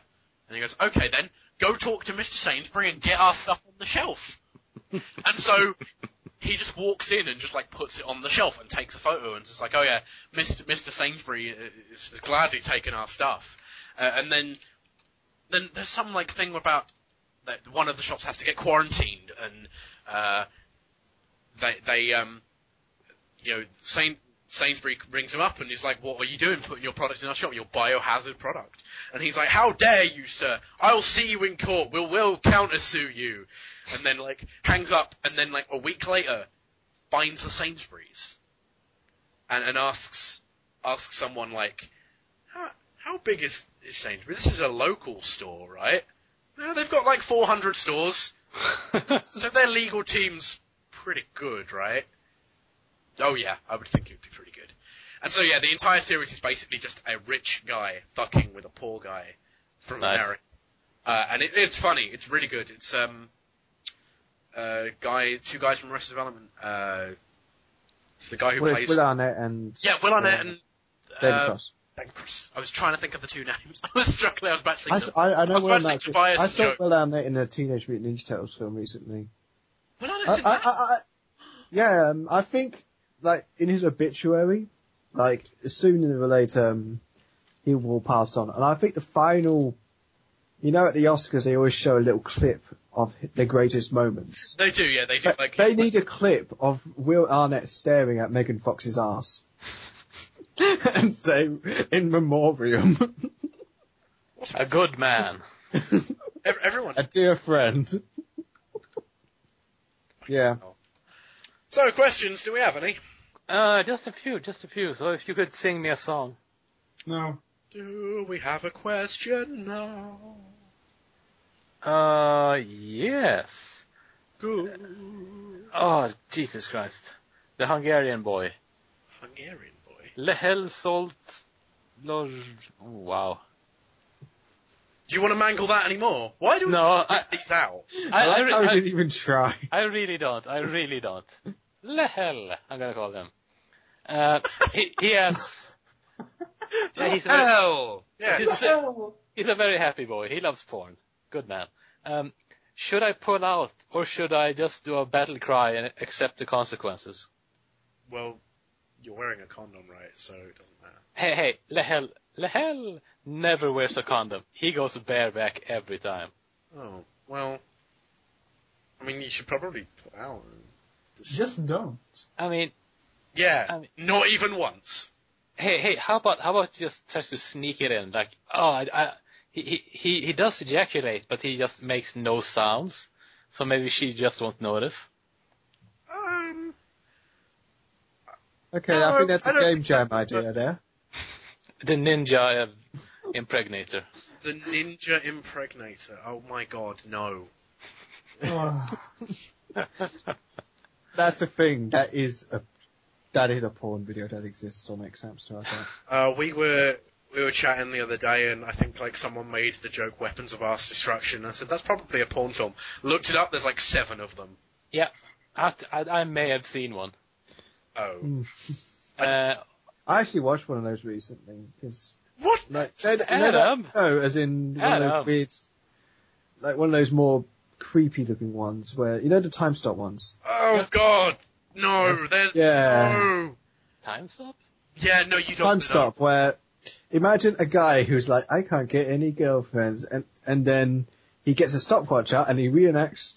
S4: And he goes, "Okay, then go talk to Mister Sainsbury and get our stuff on the shelf." and so he just walks in and just like puts it on the shelf and takes a photo and just like, oh yeah, Mister Mister Sainsbury is, is gladly taking our stuff. Uh, and then then there's some like thing about that one of the shops has to get quarantined and uh, they they um you know Sain, Sainsbury rings him up and he's like, what are you doing putting your product in our shop? Your biohazard product. And he's like, how dare you, sir? I'll see you in court. We'll will countersue you. And then like hangs up and then like a week later finds a Sainsbury's and and asks asks someone like, how, how big is, is Sainsbury's? This is a local store, right? No, they've got like 400 stores. so their legal team's pretty good, right? Oh yeah, I would think it would be pretty good. And so yeah, the entire series is basically just a rich guy fucking with a poor guy from
S2: Nice.
S4: America. Uh, and it, it's funny. It's really good. It's um, uh, guy, two guys from Arrested Development. Uh, the guy who
S1: Will,
S4: plays,
S1: Will Arnett and uh,
S4: yeah, Will Arnett and
S1: David
S4: uh,
S1: Cross.
S4: Thank Chris. I was trying to think of the two names. I was struck. I was about to
S1: I,
S4: think.
S1: s-
S4: of-
S1: I, I know
S4: I was
S1: Will
S4: about to say
S1: Arnett.
S4: Tobias
S1: I saw
S4: Jones.
S1: Will Arnett in a Teenage Mutant Ninja Turtles film recently.
S4: Well, no,
S1: I,
S4: that's in
S1: I,
S4: that.
S1: I, I, yeah, um, I think like in his obituary, like sooner or later um, he will pass on, and I think the final, you know, at the Oscars they always show a little clip of the greatest moments.
S4: They do, yeah, they do.
S1: But
S4: Like,
S1: they need a clip of Will Arnett staring at Megan Fox's ass. and say, in memoriam,
S2: A good man.
S4: ev- everyone.
S1: a dear friend. yeah.
S4: So, questions? Do we have any?
S2: Uh, just a few, just a few. So if you could sing me a song.
S5: no.
S4: Do we have a question now?
S2: Uh, yes.
S4: Good
S2: Oh, Jesus Christ. The Hungarian boy.
S4: Hungarian boy.
S2: Lehel Solt... Loj... Wow.
S4: Do you want to mangle that anymore? Why do we
S2: No,
S4: just rip these out?
S2: I, I,
S1: I
S2: I,
S1: didn't even try.
S2: I really don't. I really don't. Lehel, I'm gonna call him. Uh, he, he has... Yeah, he's, a very,
S4: Hell! Yeah.
S2: he's, a- he's a very happy boy. He loves porn. Good man. Um, should I pull out or should I just do a battle cry and accept the consequences?
S4: Well, you're wearing a condom, right? So it doesn't matter.
S2: Hey, hey, Lehel, Lehel never wears a condom. He goes bareback every time.
S4: Oh, well. I mean, you should probably put out.
S5: Just don't.
S2: I mean,
S4: Yeah.
S1: Um,
S2: I mean-
S4: not even once.
S2: hey, hey, how about how about just try to sneak it in? Like, oh, I, I, he he he he does ejaculate, but he just makes no sounds. So maybe she just won't notice.
S4: Um.
S1: Okay,
S4: No,
S1: I think that's
S4: I
S1: a
S4: don't
S1: game
S4: think
S1: jam
S4: that's-
S1: idea there.
S2: The ninja uh, impregnator.
S4: The Ninja Impregnator. Oh my god, no.
S1: That's the thing. That is a that is a porn video that exists on X Hamster. I think.
S4: Uh, we were we were chatting the other day, and I think like someone made the joke "Weapons of Mass Destruction." I said that's probably a porn film. Looked it up. There's like seven of them.
S2: Yeah, I I, I may have seen one.
S1: Mm.
S4: Oh,
S2: Uh,
S1: I actually watched one of those recently because
S4: what?
S1: like they, they-
S2: Adam!
S1: no, as in one of
S2: Adam!
S1: those weird, like one of those more creepy looking ones where you know the time stop ones.
S4: Oh god, no. There's
S1: Yeah.
S4: no.
S2: time's up.
S4: Yeah, no, you don't.
S1: Time
S4: know.
S1: stop where imagine a guy who's like I can't get any girlfriends and and then he gets a stopwatch out and he reenacts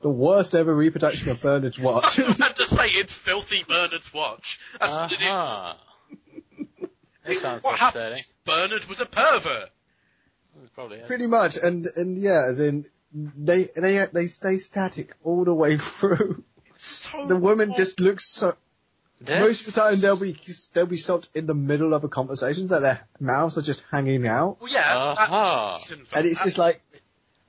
S1: the worst ever reproduction of Bernard's
S4: I
S1: watch.
S4: was about to say it's filthy Bernard's watch. That's what it
S1: Uh-huh.
S2: Aha. That sounds
S4: What happened?
S2: upsetting.
S4: is. Bernard was a pervert.
S2: Probably. is.
S1: Pretty much, and and yeah, as in they they they stay static all the way through.
S4: So
S1: The woman
S4: awful.
S1: just looks so.
S2: There's-
S1: Most of the time, they'll be they'll be stopped in the middle of a conversation, that their mouths are just hanging out,
S4: Well, yeah,
S2: Aha.
S4: that reason for
S1: and it's
S4: that.
S1: just like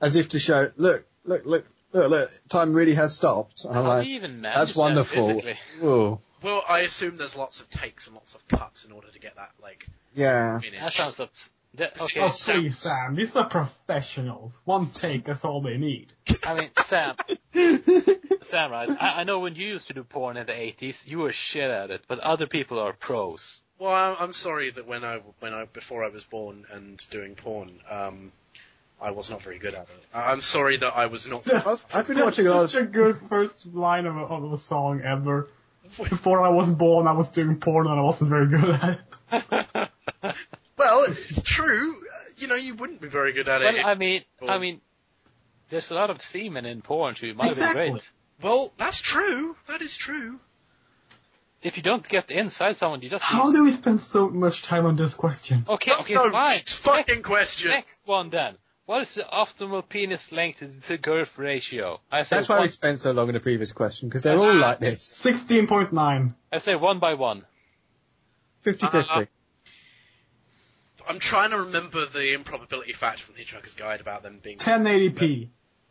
S1: as if to show, look, look, look, look, look, time really has stopped. And
S2: How
S1: I'm
S2: do
S1: like,
S2: you even manage
S1: that's
S2: that
S1: wonderful.
S2: physically?
S1: Whoa,
S4: Well, I assume there's lots of takes and lots of cuts in order to get that like
S1: yeah.
S4: finish.
S2: That sounds ups- that, okay.
S5: Oh please, Sam. These are professionals. One take, that's all they need.
S2: I mean, Sam, Sam, right? I, I know when you used to do porn in the eighties, you were shit at it, but other people are pros.
S4: Well, I'm- I'm sorry that when I when I before I was born and doing porn, um, I was not very good at it. I- I'm sorry that I was not.
S1: I've, I've been
S5: That's
S1: watching a lot of
S5: such a good first line of a, of a song ever. Before I was born, I was doing porn and I wasn't very good at it.
S4: well, it's true. uh, You know, you wouldn't be very good at
S2: But
S4: it.
S2: I mean, I
S4: Porn.
S2: mean, there's a lot of semen in porn, so you might
S5: Exactly.
S2: be great.
S4: well, that's true. That is true.
S2: If you don't get inside someone, you just
S5: How do we spend so much time on this question?
S2: okay, okay,
S4: no,
S2: fine.
S4: it's fucking question.
S2: Next one then. What is the optimal penis length to girth ratio? I say
S1: That's why
S2: one,
S1: we spent so long in the previous question, because they're all like this.
S5: 16.9.
S2: I say one by one.
S1: 50-50.
S4: Uh, I'm trying to remember the improbability factor from Hitchhiker's Guide about them being
S5: 1080p.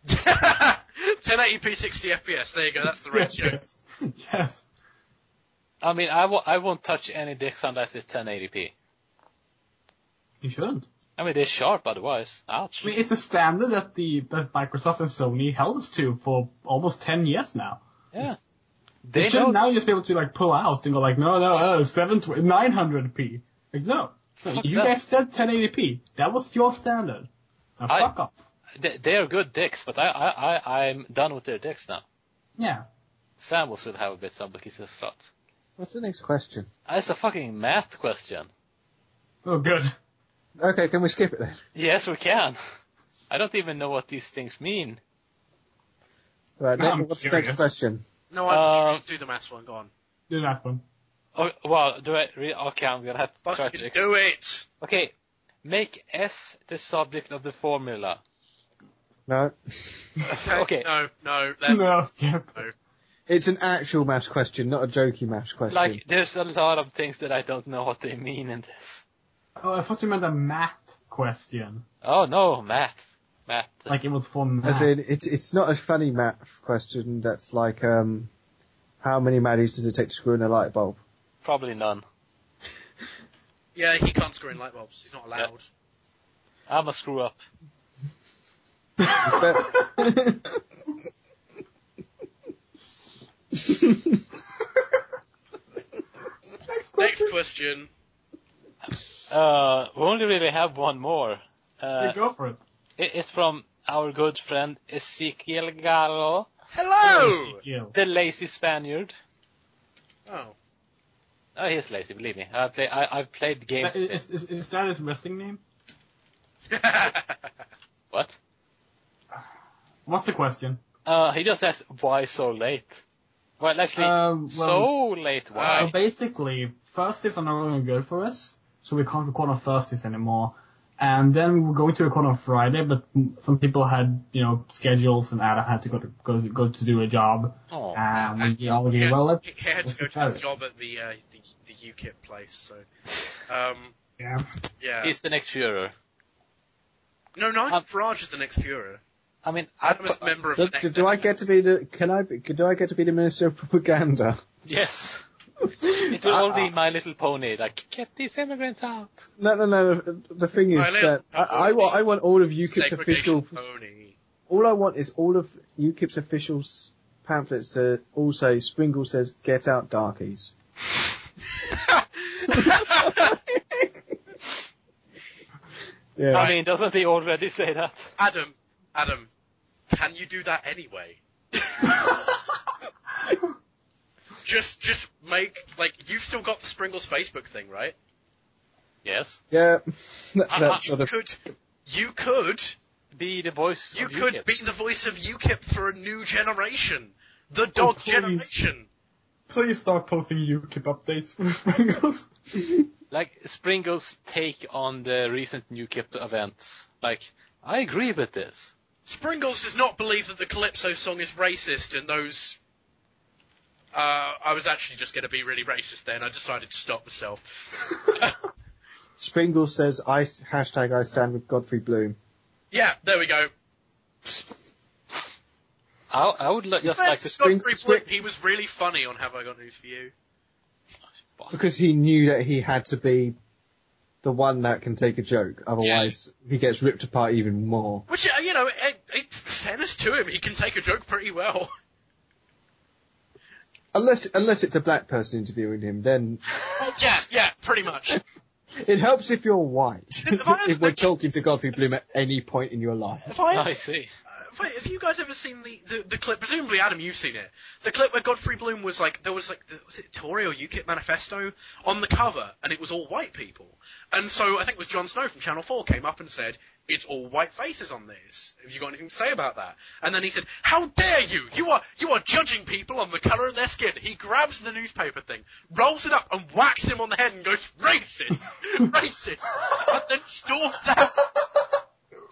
S4: 1080p 60 FPS. There you go. That's the ratio.
S5: Yes. yes.
S2: I mean, I w- I won't touch any dicks unless it's 1080p.
S5: You shouldn't.
S2: I mean, they're sharp otherwise. Ouch.
S5: I mean, it's a standard that the that Microsoft and Sony held us to for almost 10 years now.
S2: yeah.
S5: They,
S2: They
S5: should
S2: know.
S5: now just be able to like pull out and go like, no, no, uh, 900p. Like, no. no
S2: Fuck
S5: you
S2: that.
S5: guys said 1080p. That was your standard. Now
S2: I-
S5: fuck off.
S2: They, they are good dicks, but I, I, I, I'm done with their dicks now.
S5: Yeah.
S2: Sam will still have a bit somebody kisses slot.
S1: What's the next question?
S2: That's Ah, a fucking math question.
S5: Oh, good.
S1: Okay, can we skip it then?
S2: Yes, we can. I don't even know what these things mean.
S1: Right,
S5: No,
S1: then
S5: I'm
S1: what's the
S5: curious.
S1: next question?
S4: No, I'm
S2: Uh,
S4: sorry, let's do the maths one. Go on.
S5: Do that one.
S2: Oh, well, do I re- Okay, I'm gonna have to try to
S4: Fucking
S2: ex-
S4: do it.
S2: Okay, make S the subject of the formula.
S1: No.
S4: Okay.
S2: Okay.
S4: No, no.
S2: Uh,
S4: That,
S5: No, skip.
S1: It's an actual maths question, not a jokey maths question.
S2: Like, there's a lot of things that I don't know what they mean in this.
S5: Oh, I thought you meant a math question.
S2: Oh no, math. Math.
S5: Like it was for math.
S1: As in, it's, it's not a funny math question that's like, um, how many maddies does it take to screw in a light bulb?
S2: Probably none.
S4: Yeah, he can't screw in light bulbs. He's not allowed.
S2: I'm a screw up.
S1: But-
S4: Next question.
S2: Uh, we only really have one more.
S5: Yeah,
S2: Uh,
S5: go for it.
S2: it- it's from our good friend Ezekiel Galo, Uh,
S4: Hello.
S5: Ezekiel.
S2: the lazy Spaniard.
S4: Oh,
S2: Oh, he's lazy, believe me. I play, I, I've played
S5: Uh,
S2: games.
S5: Is, is, is that his wrestling name?
S2: What?
S5: What's the question?
S2: Uh, he just asked, why so late? Well, actually,
S5: Um,
S2: so late, why?
S5: Uh, basically, Thursdays are no longer good for us, so we can't record on Thursdays anymore. And then we were going to record on Friday, but m- some people had, you know, schedules and Adam had to go to, go to, go to do a job.
S2: Oh.
S5: And we all
S4: he
S5: gave
S4: had,
S5: well,
S4: he had to go to his job at the uh, the, the UKIP place. So, um,
S5: Yeah.
S4: yeah.
S2: He's the next Führer.
S4: no, Nigel
S2: Um,
S4: Farage is the next Fuhrer.
S2: I mean, I,
S4: Adam was a member of
S1: do,
S4: the next.
S1: do I get to be the, can I, be, do I get to be the minister of propaganda? Uh,
S2: yes. It will
S1: I-
S2: all be My Little Pony, like, get these immigrants out.
S1: No, no, no, the- the thing is
S4: I know.
S1: that I, I, wa- I want all of UKIP's
S4: segregation
S1: official
S4: Pony.
S1: all I want is all of UKIP's officials pamphlets to all say Springle says get out darkies. yeah.
S2: I mean, doesn't he already say that?
S4: Adam, Adam, can you do that anyway? just, just make like you've still got the Springles Facebook thing, right?
S2: Yes.
S1: yeah. That,
S4: Uh,
S1: that
S4: you
S1: sort of
S4: could, you could
S2: be the voice.
S4: You
S2: of
S4: could
S2: UKIP.
S4: be the voice of UKIP for a new generation. The dog
S5: please.
S4: generation.
S5: Please start posting UKIP updates for Sprinkles.
S2: like Springle's take on the recent UKIP events. Like, I agree with this.
S4: Springles does not believe that the Calypso song is racist and those. Uh, I was actually just going to be really racist then. I decided to stop myself.
S1: Springle says, I, hashtag I stand with Godfrey Bloom.
S4: Yeah, there we go.
S2: I, I would li- just like
S4: That's
S2: to
S1: Spring-
S4: Godfrey
S1: Spring-
S4: Bloom. He was really funny on Have I Got News for You.
S1: Because he knew that he had to be the one that can take a joke, otherwise he gets ripped apart even more.
S4: Which, uh, you know, it, it, fairness to him, he can take a joke pretty well.
S1: Unless, unless it's a black person interviewing him, then
S4: yeah, yeah, pretty much.
S1: it helps if you're white.
S4: I-
S1: if we're talking to Godfrey Bloom at any point in your life.
S4: If I-
S2: I see.
S4: Wait, have you guys ever seen the, the, the clip? Presumably, Adam, you've seen it. The clip where Godfrey Bloom was like, there was like, the, was it Tory or UKIP manifesto on the cover, and it was all white people. And so I think it was Jon Snow from Channel 4 came up and said, it's all white faces on this. Have you got anything to say about that? And then he said, how dare you? You are, you are judging people on the colour of their skin. He grabs the newspaper thing, rolls it up, and whacks him on the head and goes, racist! racist! And then storms out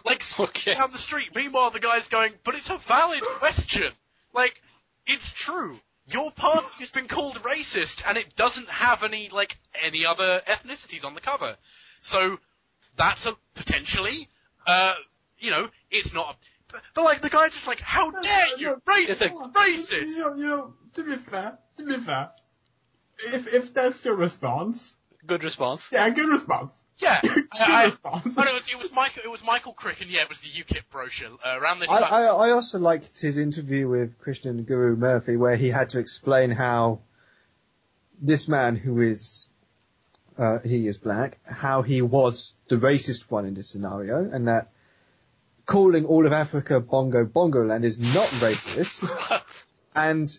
S4: like
S2: Okay.
S4: down the street. Meanwhile, the guy's going, "But it's a valid question. Like, it's true. Your party has been called racist, and it doesn't have any like any other ethnicities on the cover. So that's a potentially, uh, you know, it's not." A, but, but like the guy's just like, "How dare you,
S2: It's a-
S4: racist,
S5: You
S4: racist!"
S5: know, you know, to be fair, to be fair, if if that's your response,
S2: Good response.
S5: yeah, good response.
S4: Yeah.
S5: Good
S4: I, I,
S5: response.
S4: no, no, it was, it was Michael. It was Michael Crick, and yeah, it was the UKIP brochure uh, around this
S1: I,
S4: time.
S1: I, I also liked his interview with Krishnan Guru Murphy where he had to explain how this man who is, uh, he is black, how he was the racist one in this scenario and that calling all of Africa bongo bongoland is not racist and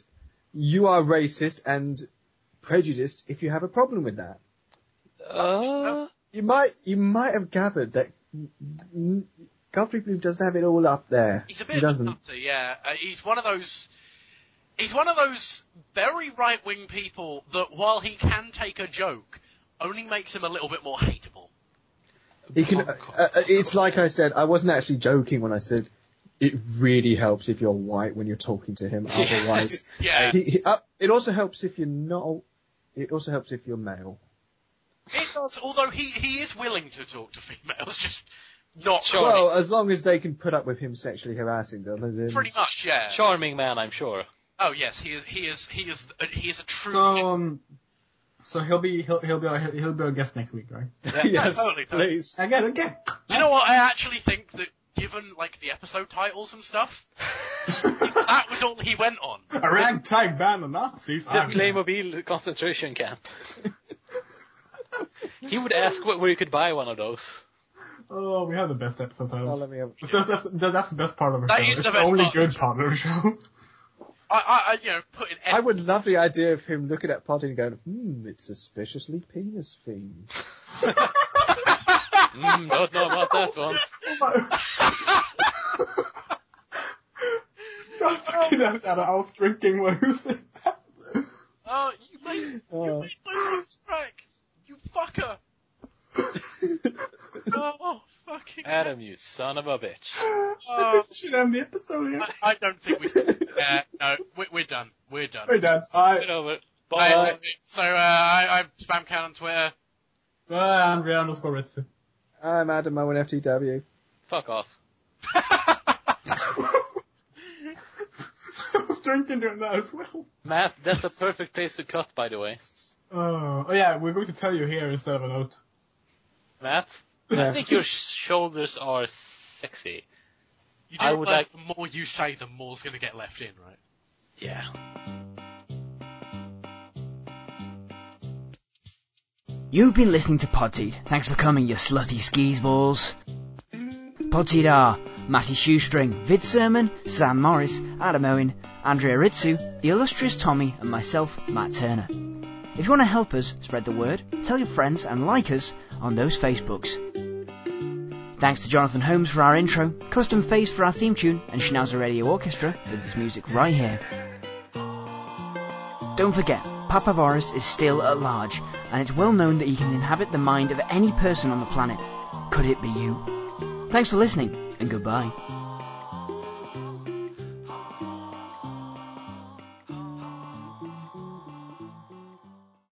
S1: you are racist and prejudiced if you have a problem with that.
S2: Uh,
S1: You might, you might have gathered that n- n- Godfrey Bloom doesn't have it all up there.
S4: He's a bit
S1: he
S4: of a
S1: doesn't.
S4: nutter, yeah. Uh, he's one of those. He's one of those very right wing people that, while he can take a joke, only makes him a little bit more hateable.
S1: He
S4: Oh,
S1: can. Uh, uh, it's like I said. I wasn't actually joking when I said it really helps if you're white when you're talking to him. Otherwise,
S4: Yeah,
S1: he, he, uh, it also helps if you're not. It also helps if you're male.
S4: it does. Although he he is willing to talk to females, just not
S1: Well, as long as they can put up with him sexually harassing them, as in,
S4: pretty much. Yeah.
S2: charming man, I'm sure.
S4: Oh yes, he is. He is. He is. Uh, he is a true.
S5: So um, so he'll be he'll he'll be our, he'll be our guest next week, right?
S1: yes,
S4: totally, totally.
S1: please.
S5: Again, again.
S4: Do you know what? I actually think that, given like the episode titles and stuff, that was all he went on.
S5: A ragtag band of Nazis.
S2: The
S5: I'm-
S2: Playmobil concentration camp. he would ask wh- where you could buy one of those.
S5: Oh, we have the best episode
S1: Oh,
S5: titles.
S1: let me have.
S5: That's, that's, that's the best part of our
S4: That
S5: show.
S4: is
S5: it's
S4: the best
S5: only
S4: part.
S5: good part of the show.
S4: I, I, I you know, put an.
S1: I would love the idea of him looking at Potty and going, "Hmm, it's suspiciously penis themed."
S2: Mm, don't know about that one.
S5: God, fucking hell, Dad, I was drinking when you said that.
S4: Oh, you made, you
S1: Oh.
S4: made my voice crack! You fucker! oh, fucking
S2: Adam, you son of a bitch.
S5: I
S4: Oh,
S5: think we should end the episode here.
S4: I, I don't think we. Yeah, no, we, we're done. We're done.
S5: Hey, Dad. Bye.
S2: Get over it.
S4: I-
S2: Bye.
S4: so uh, I, I'm Spamcat on Twitter.
S5: Bye, Andrea underscore Ritsu.
S1: I'm Adam Owen FTW.
S2: Fuck off.
S5: I was drinking during that as well.
S2: Matt, that's a perfect place to cut, by the way.
S5: Oh, oh yeah, we're going to tell you here instead of a note.
S2: Matt, I think your sh- shoulders are sexy.
S4: You do
S2: I would
S4: realize the more you say, the more's going to get left in, right?
S2: Yeah.
S6: You've been listening to Podseed. Thanks for coming, you slutty skis balls. Podseed are Matty Shoestring, Vid Sermon, Sam Morris, Adam Owen, Andrea Ritsu, the illustrious Tommy, and myself, Matt Turner. If you want to help us spread the word, tell your friends and like us on those Facebooks. Thanks to Jonathan Holmes for our intro, Custom Face for our theme tune, and Schnauzer Radio Orchestra for this music right here. Don't forget, Papa Boris is still at large, and it's well known that he can inhabit the mind of any person on the planet. Could it be you? Thanks for listening, and goodbye.